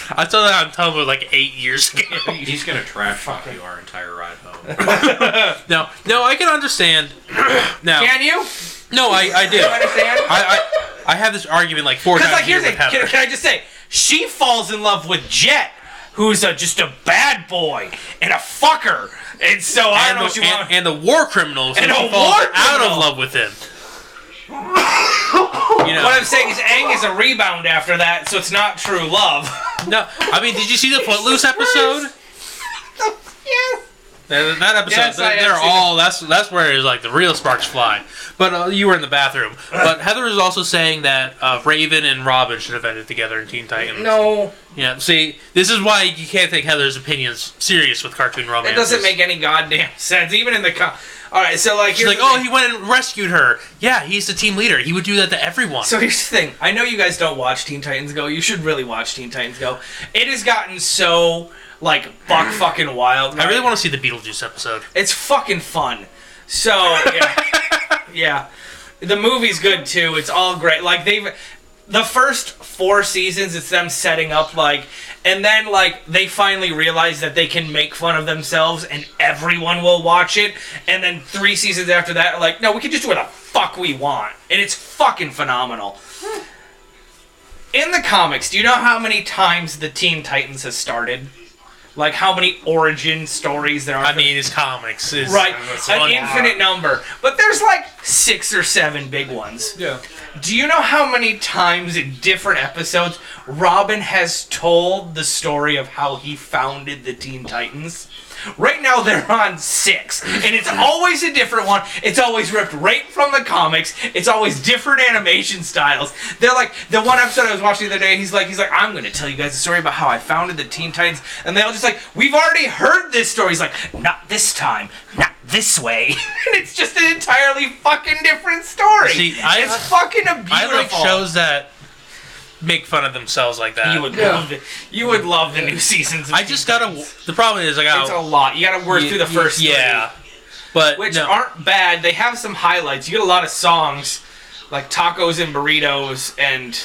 Speaker 5: I saw that on Tumblr like eight years ago.
Speaker 9: He's gonna trash talk you our entire ride home.
Speaker 5: no, no, I can understand. (clears throat) now,
Speaker 2: can you?
Speaker 5: no, I, I do.
Speaker 2: You understand?
Speaker 5: (laughs) I, I, I have this argument like four
Speaker 2: Because
Speaker 5: times
Speaker 2: like
Speaker 5: a year
Speaker 2: here's the
Speaker 5: with Heather.
Speaker 2: can, can I just say she falls in love with Jet, who's a, just a bad boy and a fucker, and so I
Speaker 5: and,
Speaker 2: don't know what
Speaker 5: the,
Speaker 2: you
Speaker 5: and,
Speaker 2: want.
Speaker 5: and the war criminal, so
Speaker 2: And
Speaker 5: she
Speaker 2: a
Speaker 5: falls
Speaker 2: war
Speaker 5: out
Speaker 2: criminal.
Speaker 5: of love
Speaker 2: (laughs)
Speaker 5: with him. you know,
Speaker 2: What I'm saying is Aang is a rebound after that, so it's not true love. (laughs)
Speaker 5: no, I mean, did you see the Footloose episode?
Speaker 2: yes.
Speaker 5: That, that episode,
Speaker 2: Yes, I
Speaker 5: they're,
Speaker 2: have
Speaker 5: they're
Speaker 2: seen
Speaker 5: all that's that's where it's like the real sparks fly. But uh, you were in the bathroom.
Speaker 2: (clears throat)
Speaker 5: But Heather is also saying that uh, Raven and Robin should have ended together in Teen Titans.
Speaker 2: No,
Speaker 5: Yeah. See, this is why you can't take Heather's opinions serious with cartoon romance.
Speaker 2: it doesn't make any goddamn (laughs) sense, even in the. Com- All right, so like
Speaker 5: She's
Speaker 2: here's
Speaker 5: like,
Speaker 2: the
Speaker 5: oh,
Speaker 2: thing.
Speaker 5: he went and rescued her. Yeah, he's the team leader. He would do that to everyone.
Speaker 2: So here's the thing. I know you guys don't watch Teen Titans Go. You should really watch Teen Titans Go. It has gotten so like buck fucking wild.
Speaker 5: I really
Speaker 2: right?
Speaker 5: want to see the Beetlejuice episode.
Speaker 2: It's fucking fun. So
Speaker 5: (laughs)
Speaker 2: yeah, yeah. The movie's good too. It's all great. Like they've the first four seasons, it's them setting up like, and then like they finally realize that they can make fun of themselves and everyone will watch it. And then three seasons after that, like no, we can just do what the fuck we want, and it's fucking phenomenal.
Speaker 5: Hmm.
Speaker 2: In the comics, do you know how many times the Teen Titans has started? like how many origin stories there are.
Speaker 5: I
Speaker 2: for-
Speaker 5: mean, it's comics. It's
Speaker 2: right,
Speaker 5: it's
Speaker 2: an
Speaker 5: fun.
Speaker 2: infinite number. But there's like six or seven big ones.
Speaker 7: Yeah.
Speaker 2: Do you know how many times in different episodes Robin has told the story of how he founded the Teen Titans? Right now they're on six, and
Speaker 5: (laughs)
Speaker 2: it's always a different one. It's always ripped right from the comics. It's always different animation styles. They're like the one episode I was watching the other day. He's like, he's like, I'm gonna tell you guys a story about how I founded the Teen Titans, and they all just like, we've already heard this story. He's like, not this time, not this way, (laughs) and it's just an entirely fucking different story.
Speaker 5: See, I-
Speaker 2: it's fucking beautiful.
Speaker 5: I like shows that make fun of themselves like that.
Speaker 2: You would love it. You would love the new seasons. Of
Speaker 5: I
Speaker 2: Teen
Speaker 5: just gotta.
Speaker 2: Titans.
Speaker 5: The problem is I
Speaker 2: It's a
Speaker 5: gotta.
Speaker 2: lot. You gotta work through the first.
Speaker 5: Yeah,
Speaker 2: three,
Speaker 5: but
Speaker 2: which
Speaker 5: no.
Speaker 2: aren't bad. They have some highlights. You get a lot of songs, like tacos and burritos, and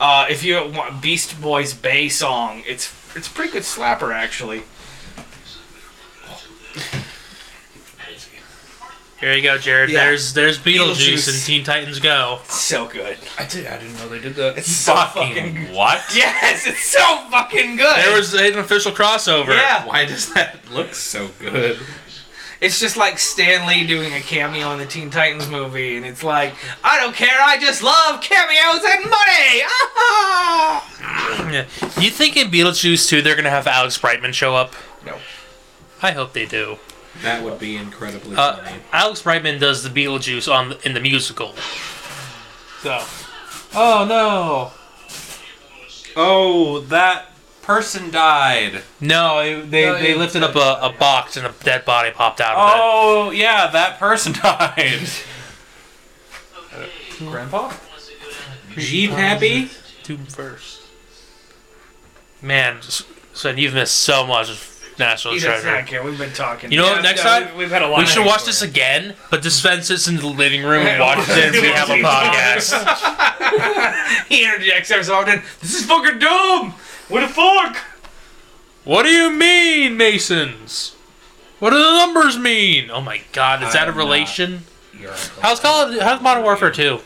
Speaker 2: uh, if you want Beast Boys Bay song, it's it's a pretty good slapper actually.
Speaker 5: Here you go, Jared.
Speaker 2: Yeah.
Speaker 5: There's there's Beetlejuice
Speaker 2: Beetlejuice.
Speaker 5: and Teen Titans Go.
Speaker 2: It's so good.
Speaker 7: I did. I didn't know they did that.
Speaker 2: It's so fucking.
Speaker 9: Fucking what?
Speaker 2: Yes, it's so fucking good.
Speaker 5: There was an official crossover.
Speaker 2: Yeah.
Speaker 9: Why does that look so good?
Speaker 2: It's just like Stan Lee doing a cameo in the Teen Titans movie, and it's like, I don't care, I just love cameos and money! (laughs)
Speaker 5: Oh,
Speaker 2: Ah!
Speaker 5: Yeah. You think in Beetlejuice 2 they're gonna have Alex Brightman show up?
Speaker 2: No.
Speaker 5: I hope they do.
Speaker 9: That would be incredibly
Speaker 5: Uh,
Speaker 9: funny.
Speaker 5: Alex Brightman does the Beetlejuice on in the musical. So
Speaker 9: Oh no! Oh, that
Speaker 5: (laughs)
Speaker 9: person died.
Speaker 5: no, it- they
Speaker 7: No,
Speaker 5: they
Speaker 7: it-
Speaker 5: lifted up a, a box and a dead body popped out of it.
Speaker 9: Oh yeah, that person died.
Speaker 7: Grandpa?
Speaker 9: Gene Happy?
Speaker 5: Doom first. Man, s- son, you've missed so much of National
Speaker 2: He does
Speaker 5: Treasure.
Speaker 2: not care, we've been talking.
Speaker 5: You know what? Next time
Speaker 7: We've had a lot.
Speaker 5: we should watch this again, but dispense this in the living room and watch it. and We have a podcast.
Speaker 2: (laughs) He interjects every so often, this is fucking dumb! What the fuck?
Speaker 5: What do you mean, Masons? What do the numbers mean? Oh my God, is that a
Speaker 9: I'm not-
Speaker 5: relation? How's Call of, How's Modern Warfare Two?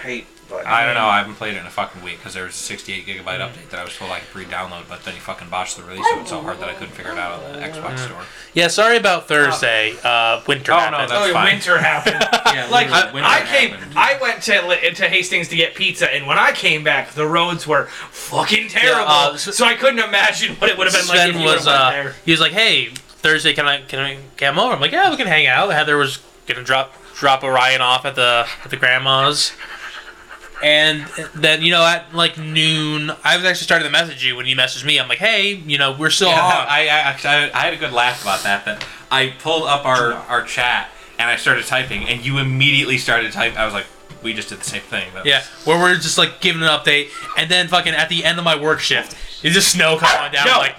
Speaker 4: Hate, but
Speaker 9: I don't know. I haven't played it in a fucking week because there was a 68 gigabyte
Speaker 5: Mm-hmm.
Speaker 9: update that I was told I could pre-download, but then he fucking botched the release of it so hard that I couldn't figure it out
Speaker 5: Mm.
Speaker 9: on the Xbox store.
Speaker 5: Yeah, sorry about Thursday. Uh, winter
Speaker 9: Oh, no,
Speaker 5: happened.
Speaker 9: that's-
Speaker 2: Oh,
Speaker 9: fine.
Speaker 2: winter
Speaker 5: (laughs)
Speaker 2: happened.
Speaker 9: (laughs) Yeah,
Speaker 2: like,
Speaker 9: literally, when
Speaker 2: I
Speaker 9: that
Speaker 2: came,
Speaker 9: happened.
Speaker 2: I went to, li- to Hastings to get pizza, and when I came back, the roads were fucking terrible,
Speaker 5: Yeah, uh,
Speaker 2: so I couldn't imagine what it would have been like if
Speaker 5: Sven
Speaker 2: you would've
Speaker 5: was
Speaker 2: went
Speaker 5: uh,
Speaker 2: there.
Speaker 5: he was like, "Hey, Thursday, can I can I come over?" I'm like, "Yeah, we can hang out." Heather was gonna drop drop Orion off at the at the grandma's, and then you know at like noon, I was actually starting to message you when you messaged me. I'm like, "Hey, you know, we're still
Speaker 9: (laughs) Yeah, no,
Speaker 5: on."
Speaker 9: I, I, actually- I, I had a good laugh about that. That I pulled up our, our chat and I started typing, and you immediately started typing. I was like, we just did the same thing. That
Speaker 5: yeah, where we're just like giving an update, and then fucking at the end of my work shift, it's just snow coming down. I'm like,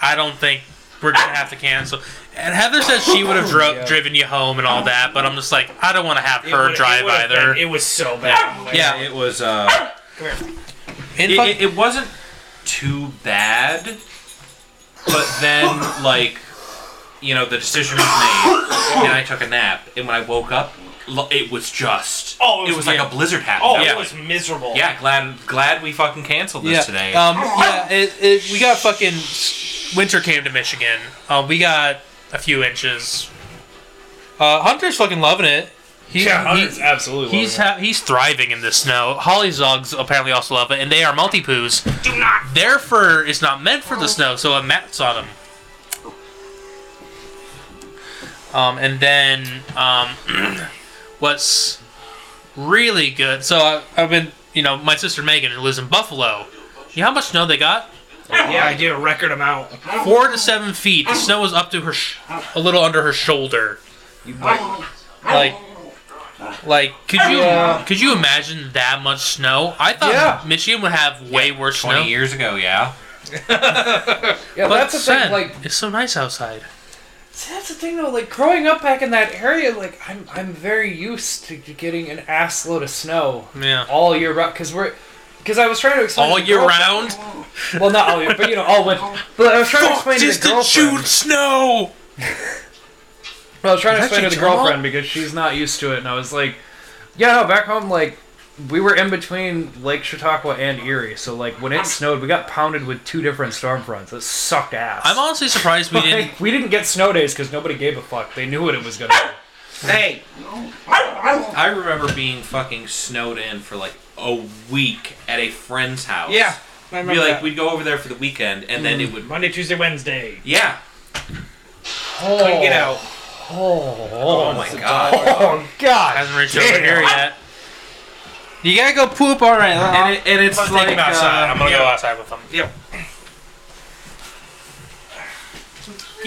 Speaker 5: I don't think we're gonna have to cancel. And Heather said she would have dro- driven you home and all that, but I'm just like, I don't want to have
Speaker 2: It
Speaker 5: her
Speaker 2: would've- it
Speaker 5: drive
Speaker 2: would've
Speaker 5: either.
Speaker 2: been- it was so bad.
Speaker 5: yeah,
Speaker 9: It was. Uh,
Speaker 5: And
Speaker 9: it,
Speaker 5: fuck-
Speaker 9: it, it wasn't too bad, but then like, you know, the decision was
Speaker 2: (coughs)
Speaker 9: made, and I took a nap, and when I woke up, lo- it was just.
Speaker 2: Oh, it was-
Speaker 9: like
Speaker 2: yeah.
Speaker 9: a blizzard happened.
Speaker 2: Oh,
Speaker 9: I
Speaker 2: it
Speaker 9: was
Speaker 2: was miserable.
Speaker 9: like, yeah, glad glad we fucking canceled this
Speaker 5: yeah.
Speaker 9: today.
Speaker 5: Um, yeah, it, it, we got fucking winter came to Michigan. Um, we got a few inches. Uh, Hunter's fucking loving it. He,
Speaker 7: Yeah,
Speaker 5: he-
Speaker 7: Hunter's absolutely.
Speaker 5: he's ha- he's thriving in the snow. Hollyzogs apparently also love it, and they are multi poos.
Speaker 2: Do not Oh.
Speaker 5: Their fur is not meant for the snow, so a mat's on them. Um, and then um, (clears throat) what's really good? So I, I've been, you know, my sister Megan who lives in Buffalo. You know how much snow they got?
Speaker 2: Yeah, I did a record amount.
Speaker 5: Four to seven feet. The snow was up to her, sh- a little under her shoulder. Like, like could you could you imagine that much snow? I thought
Speaker 7: Yeah.
Speaker 5: Michigan would have way worse
Speaker 9: Twenty
Speaker 5: snow.
Speaker 9: years ago, yeah.
Speaker 7: Yeah,
Speaker 5: But
Speaker 7: that's the
Speaker 5: Sen,
Speaker 7: thing. Like,
Speaker 5: it's so nice outside.
Speaker 7: See, that's the thing though. Like growing up back in that area, like I'm I'm very used to getting an ass load of snow
Speaker 5: Yeah.
Speaker 7: all year round. Cause we're, cause I was trying to explain
Speaker 5: All
Speaker 7: to the
Speaker 5: year
Speaker 7: girlfriend-
Speaker 5: round,
Speaker 7: Well, not all year, but you know, all winter.
Speaker 5: (laughs)
Speaker 7: But I was trying to explain to the girlfriend.
Speaker 5: snow.
Speaker 7: Well, I was trying to
Speaker 5: Is that
Speaker 7: explain to the
Speaker 5: your job?
Speaker 7: girlfriend because she's not used to it, and I was like, yeah, no, back home, like we were in between Lake Chautauqua and Erie, so like when it snowed, we got pounded with two different storm fronts. It sucked ass.
Speaker 5: I'm honestly surprised we didn't.
Speaker 7: Like, we didn't get snow days because nobody gave a fuck. They knew what it was gonna. be.
Speaker 2: Hey,
Speaker 3: I remember being fucking snowed in for like a week at a friend's house.
Speaker 2: yeah. I
Speaker 3: Be
Speaker 2: remember
Speaker 3: like,
Speaker 2: that. Mm.
Speaker 3: we'd go over there for the weekend, and then it would.
Speaker 2: Monday, Tuesday, Wednesday.
Speaker 3: Yeah.
Speaker 2: Couldn't get out.
Speaker 3: Oh, my god.
Speaker 17: Oh, God.
Speaker 5: Hasn't reached over here yet.
Speaker 2: You gotta go poop, all right.
Speaker 3: And, it, and it's
Speaker 5: I'm gonna
Speaker 3: like.
Speaker 5: take him outside.
Speaker 3: uh,
Speaker 5: I'm gonna go outside with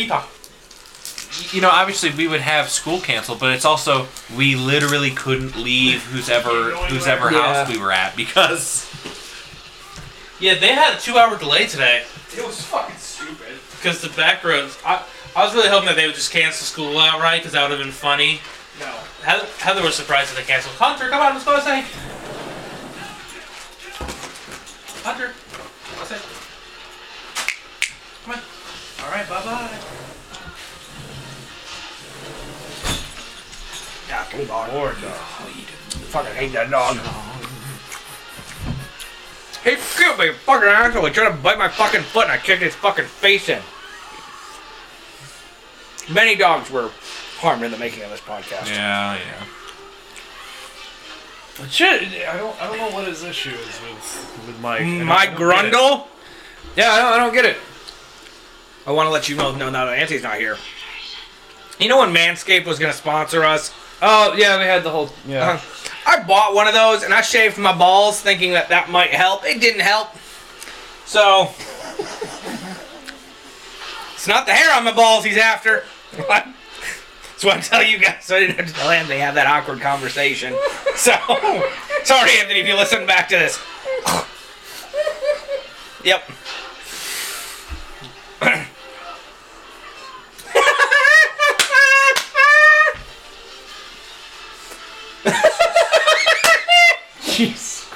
Speaker 5: him.
Speaker 3: (laughs) you know, obviously we would have school canceled, but it's also we literally couldn't leave whose ever whose ever house we were at because
Speaker 5: Yeah, they had a two-hour delay today. It was fucking stupid. Because the back roads, I, I was really hoping that they would just cancel school outright, because that would have been funny. No. Heather, Heather was surprised that they canceled. Hunter, come on, let's go outside. Hunter, outside. Come on. All right, bye bye.
Speaker 17: Fucking hate that dog.
Speaker 2: Hey, excuse me, fucking asshole. He tried to bite my fucking foot and I kicked his fucking face in.
Speaker 18: Many dogs were harmed in the making of this podcast.
Speaker 3: yeah, yeah.
Speaker 7: But shit, I don't I don't know what his issue is with with Mike. I don't-
Speaker 2: My
Speaker 7: I don't get it.
Speaker 2: grundle?
Speaker 7: (laughs) Yeah, I don't, I don't get it.
Speaker 2: I want to let you know, no, no, no, Auntie's not here. You know when Manscaped was gonna sponsor us?
Speaker 7: Oh yeah, we had the whole yeah.
Speaker 2: Uh, I bought one of those and I shaved my balls thinking that that might help. It didn't help. So. It's not the hair on my balls he's after. (laughs) That's what I tell you guys. So I didn't have to tell him they have that awkward conversation. So. (laughs) Sorry, Anthony, if you listen back to this. (laughs) Yep. (coughs)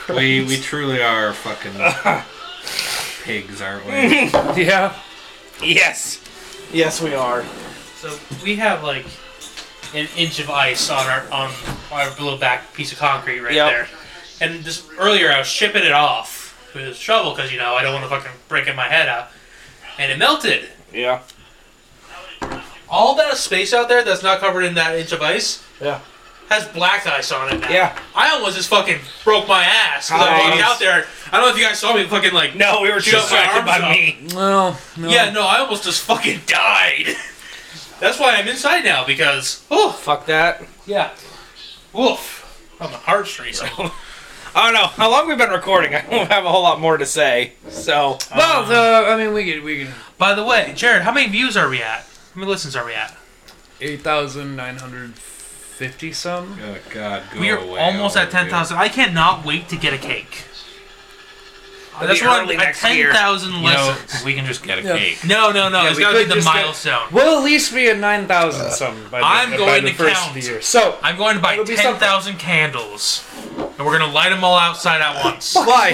Speaker 3: We we truly are fucking pigs, aren't we?
Speaker 7: Yeah.
Speaker 2: Yes.
Speaker 18: Yes, we are.
Speaker 5: So we have like an inch of ice on our on our little back piece of concrete right
Speaker 2: Yep.
Speaker 5: there. And just earlier, I was shipping it off with a shovel because you know I don't want to fucking break my head out, and it melted.
Speaker 2: Yeah.
Speaker 5: All that space out there that's not covered in that inch of ice.
Speaker 7: Yeah.
Speaker 5: Has black ice on it now.
Speaker 2: Yeah.
Speaker 5: I almost just fucking broke my ass. 'cause I walked
Speaker 2: Nice.
Speaker 5: out there. I don't know if you guys saw me fucking like.
Speaker 2: No, we were too
Speaker 5: Shut my
Speaker 2: distracted
Speaker 5: arms
Speaker 2: by
Speaker 5: up.
Speaker 2: me.
Speaker 7: Well, no.
Speaker 5: Yeah, no, I almost just fucking died. (laughs) that's why I'm inside now because. Oh,
Speaker 2: Fuck that.
Speaker 5: Yeah. Woof. I'm a
Speaker 2: (laughs)
Speaker 5: heartstrings.
Speaker 2: I don't know how long we've been recording. I don't have a whole lot more to say. So
Speaker 7: Well, the, I mean, we could we could
Speaker 5: By the way, Jared, how many views are we at? How many listens are we at?
Speaker 7: eight thousand nine hundred fifty some.
Speaker 3: Oh god, go
Speaker 5: we are
Speaker 3: away,
Speaker 5: almost
Speaker 3: all
Speaker 5: at
Speaker 3: of
Speaker 5: ten
Speaker 3: you.
Speaker 5: thousand. I cannot wait to get a cake. That's
Speaker 2: be
Speaker 5: what I'm
Speaker 2: early
Speaker 5: at
Speaker 2: next year.
Speaker 5: ten thousand
Speaker 3: You know,
Speaker 5: listens.
Speaker 3: we can just get a
Speaker 7: Yeah.
Speaker 3: cake.
Speaker 5: No, no, no. it's
Speaker 7: we
Speaker 5: got to be
Speaker 7: could
Speaker 5: the
Speaker 7: just get-
Speaker 5: milestone. Uh,
Speaker 7: We'll at least be at nine thousand some by the,
Speaker 5: I'm
Speaker 7: by
Speaker 5: going
Speaker 7: the
Speaker 5: to
Speaker 7: first
Speaker 5: count.
Speaker 7: of the year. So
Speaker 5: I'm going to buy
Speaker 7: It'll be
Speaker 5: ten thousand candles, and we're gonna light them all outside at
Speaker 7: (laughs)
Speaker 5: once, and (laughs)
Speaker 2: why?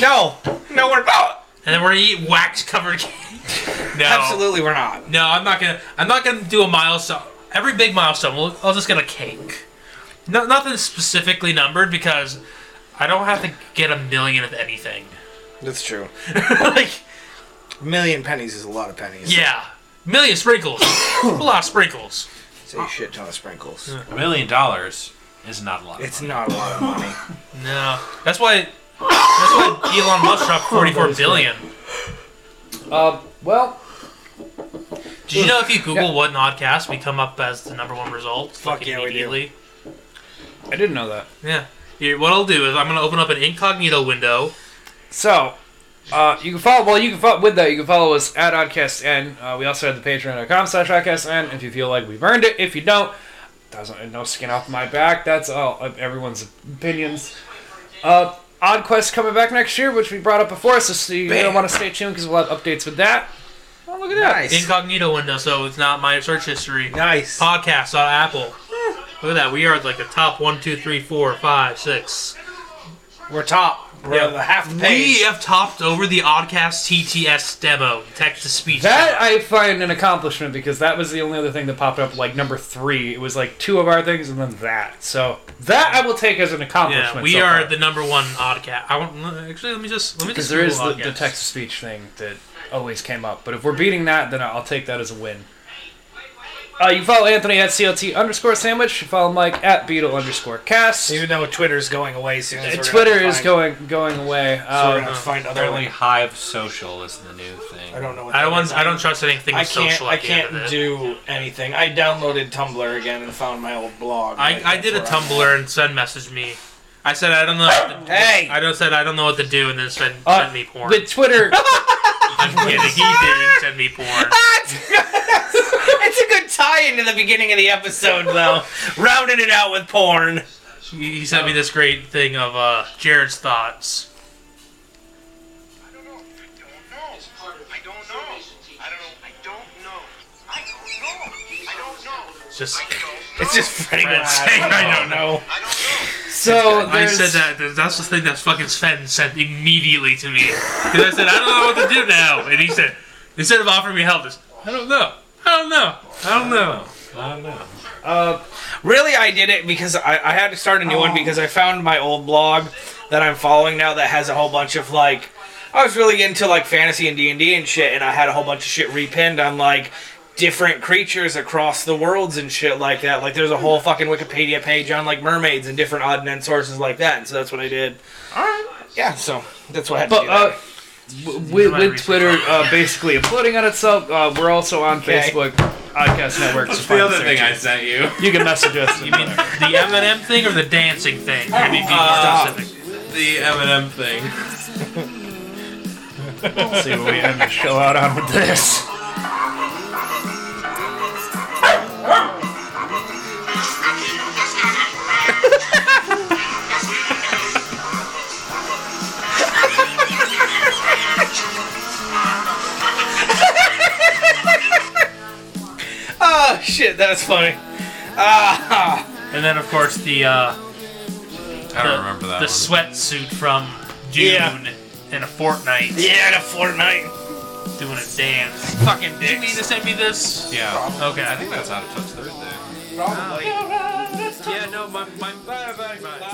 Speaker 2: No, no, we're not.
Speaker 5: then we're gonna eat wax covered.
Speaker 7: (laughs)
Speaker 5: no,
Speaker 2: Absolutely, we're not.
Speaker 5: No, I'm not gonna. I'm not gonna do a milestone. Every big milestone, we'll, I'll just get a cake. No, nothing specifically numbered because I don't have to get a million of anything. (laughs)
Speaker 18: That's true.
Speaker 5: like,
Speaker 18: A million pennies is a lot of pennies.
Speaker 5: yeah, million sprinkles, a lot of sprinkles.
Speaker 18: It's a shit ton of sprinkles.
Speaker 3: A million dollars is not a lot.
Speaker 18: It's not a lot of money.
Speaker 5: No, that's why. That's why Elon Musk dropped 44 billion.
Speaker 7: uh, well,
Speaker 5: Did you know if you Google what Nodcast, we come up as the number one result? Fuck
Speaker 18: yeah, we do.
Speaker 7: I didn't know that.
Speaker 5: Yeah. Here, what I'll do is I'm gonna open up an incognito window.
Speaker 7: So, uh, you can follow. Well, you can follow with that. You can follow us at OddcastN. Uh, we also have the Patreon.com/slash OddcastN. If you feel like we've earned it, if you don't, doesn't no skin off my back. That's all of everyone's opinions. Uh, Odd Quest coming back next year, which we brought up before, so you don't want to stay tuned because we'll have updates with that. Oh, look at that!
Speaker 18: Nice.
Speaker 5: Incognito window, so it's not my search history.
Speaker 18: Nice.
Speaker 5: podcasts on Apple. Look at that. We are like the top one, two, three, four, five, six.
Speaker 18: We're top.
Speaker 4: We're on the half the
Speaker 5: We
Speaker 4: page.
Speaker 5: have topped over the Oddcast TTS demo, text to speech.
Speaker 7: That I find an accomplishment because that was the only other thing that popped up like number three. It was like two of our things and then that. So that I will take as an accomplishment.
Speaker 5: yeah, we
Speaker 7: so
Speaker 5: are
Speaker 7: far.
Speaker 5: the number one Oddcast. I want actually let me just let me
Speaker 7: because
Speaker 5: just
Speaker 7: there is the,
Speaker 5: Google
Speaker 7: the
Speaker 5: Oddcast.
Speaker 7: text to speech thing that always came up. But if we're beating that, then I'll take that as a win. Uh, you follow Anthony at CLT underscore sandwich. You follow Mike at Beetle underscore cast.
Speaker 4: Even though Twitter's going away soon.
Speaker 7: And Twitter is going going away.
Speaker 4: So we're
Speaker 7: Um,
Speaker 4: gonna find other
Speaker 9: Apparently,
Speaker 4: one.
Speaker 9: Hive Social is the new thing.
Speaker 4: I don't know. What that
Speaker 5: I don't want.
Speaker 4: is.
Speaker 5: I don't trust anything
Speaker 4: I
Speaker 5: with
Speaker 4: can't.
Speaker 5: social.
Speaker 4: I
Speaker 5: at the end of
Speaker 4: can't
Speaker 5: it.
Speaker 4: do anything. I downloaded Tumblr again and found my old blog. and
Speaker 5: I, I
Speaker 4: think
Speaker 5: did a
Speaker 4: that's where I'm
Speaker 5: Tumblr and Sven messaged me. I said I don't know. What to,
Speaker 4: Hey!
Speaker 5: I don't said I don't know what to do, and then Sven
Speaker 7: uh,
Speaker 5: sent me porn. (laughs)
Speaker 7: With Twitter,
Speaker 5: I'm kidding. He didn't send me
Speaker 7: (laughs)
Speaker 5: porn.
Speaker 2: (laughs) it's a good tie into the beginning of the episode, though. Rounding it out with porn.
Speaker 5: He he sent me this great thing of uh, Jared's thoughts. It's Just
Speaker 2: It's just Freddy
Speaker 5: Fred (laughs) saying, I don't know.
Speaker 7: so
Speaker 5: I
Speaker 7: there's,
Speaker 5: said that. that- That's the thing that fucking Sven sent immediately to me. Because I said, I don't know what to do now. And he said, instead of offering me help, just, I don't know. I don't know. I don't know.
Speaker 2: Really, I did it because I, I had to start a new one because I found my old blog that I'm following now that has a whole bunch of like. I was really into like fantasy and D and D and shit, and I had a whole bunch of shit repinned on like different creatures across the worlds and shit like that. Like, there's a whole fucking Wikipedia page on like mermaids and different odd and end sources like that, and so that's what I did. All right. Yeah. So that's what I had to
Speaker 7: but
Speaker 2: do. that
Speaker 7: uh,
Speaker 2: way.
Speaker 7: w- with, with Twitter uh, basically imploding on itself, uh, we're also on Facebook, Podcast Network. That's
Speaker 9: The other thing I sent you.
Speaker 7: you can message us.
Speaker 5: You mean the M&M thing or the dancing thing? Can you be more
Speaker 9: Uh,
Speaker 5: specific?
Speaker 9: The Eminem thing.
Speaker 7: Let's see what we end the show out on with this.
Speaker 2: Oh shit, that's funny.
Speaker 5: And then, of course, the uh,
Speaker 9: I
Speaker 5: the,
Speaker 9: don't remember that
Speaker 5: the
Speaker 9: one.
Speaker 5: sweatsuit from June in a fortnight
Speaker 2: Yeah, to Fortnite.
Speaker 5: doing a dance. Fucking dicks. You mean to send me this?
Speaker 9: Yeah.
Speaker 5: Okay.
Speaker 9: I think that's out of touch Thursday.
Speaker 4: Probably.
Speaker 9: Yeah, no, my, my, my, my, my.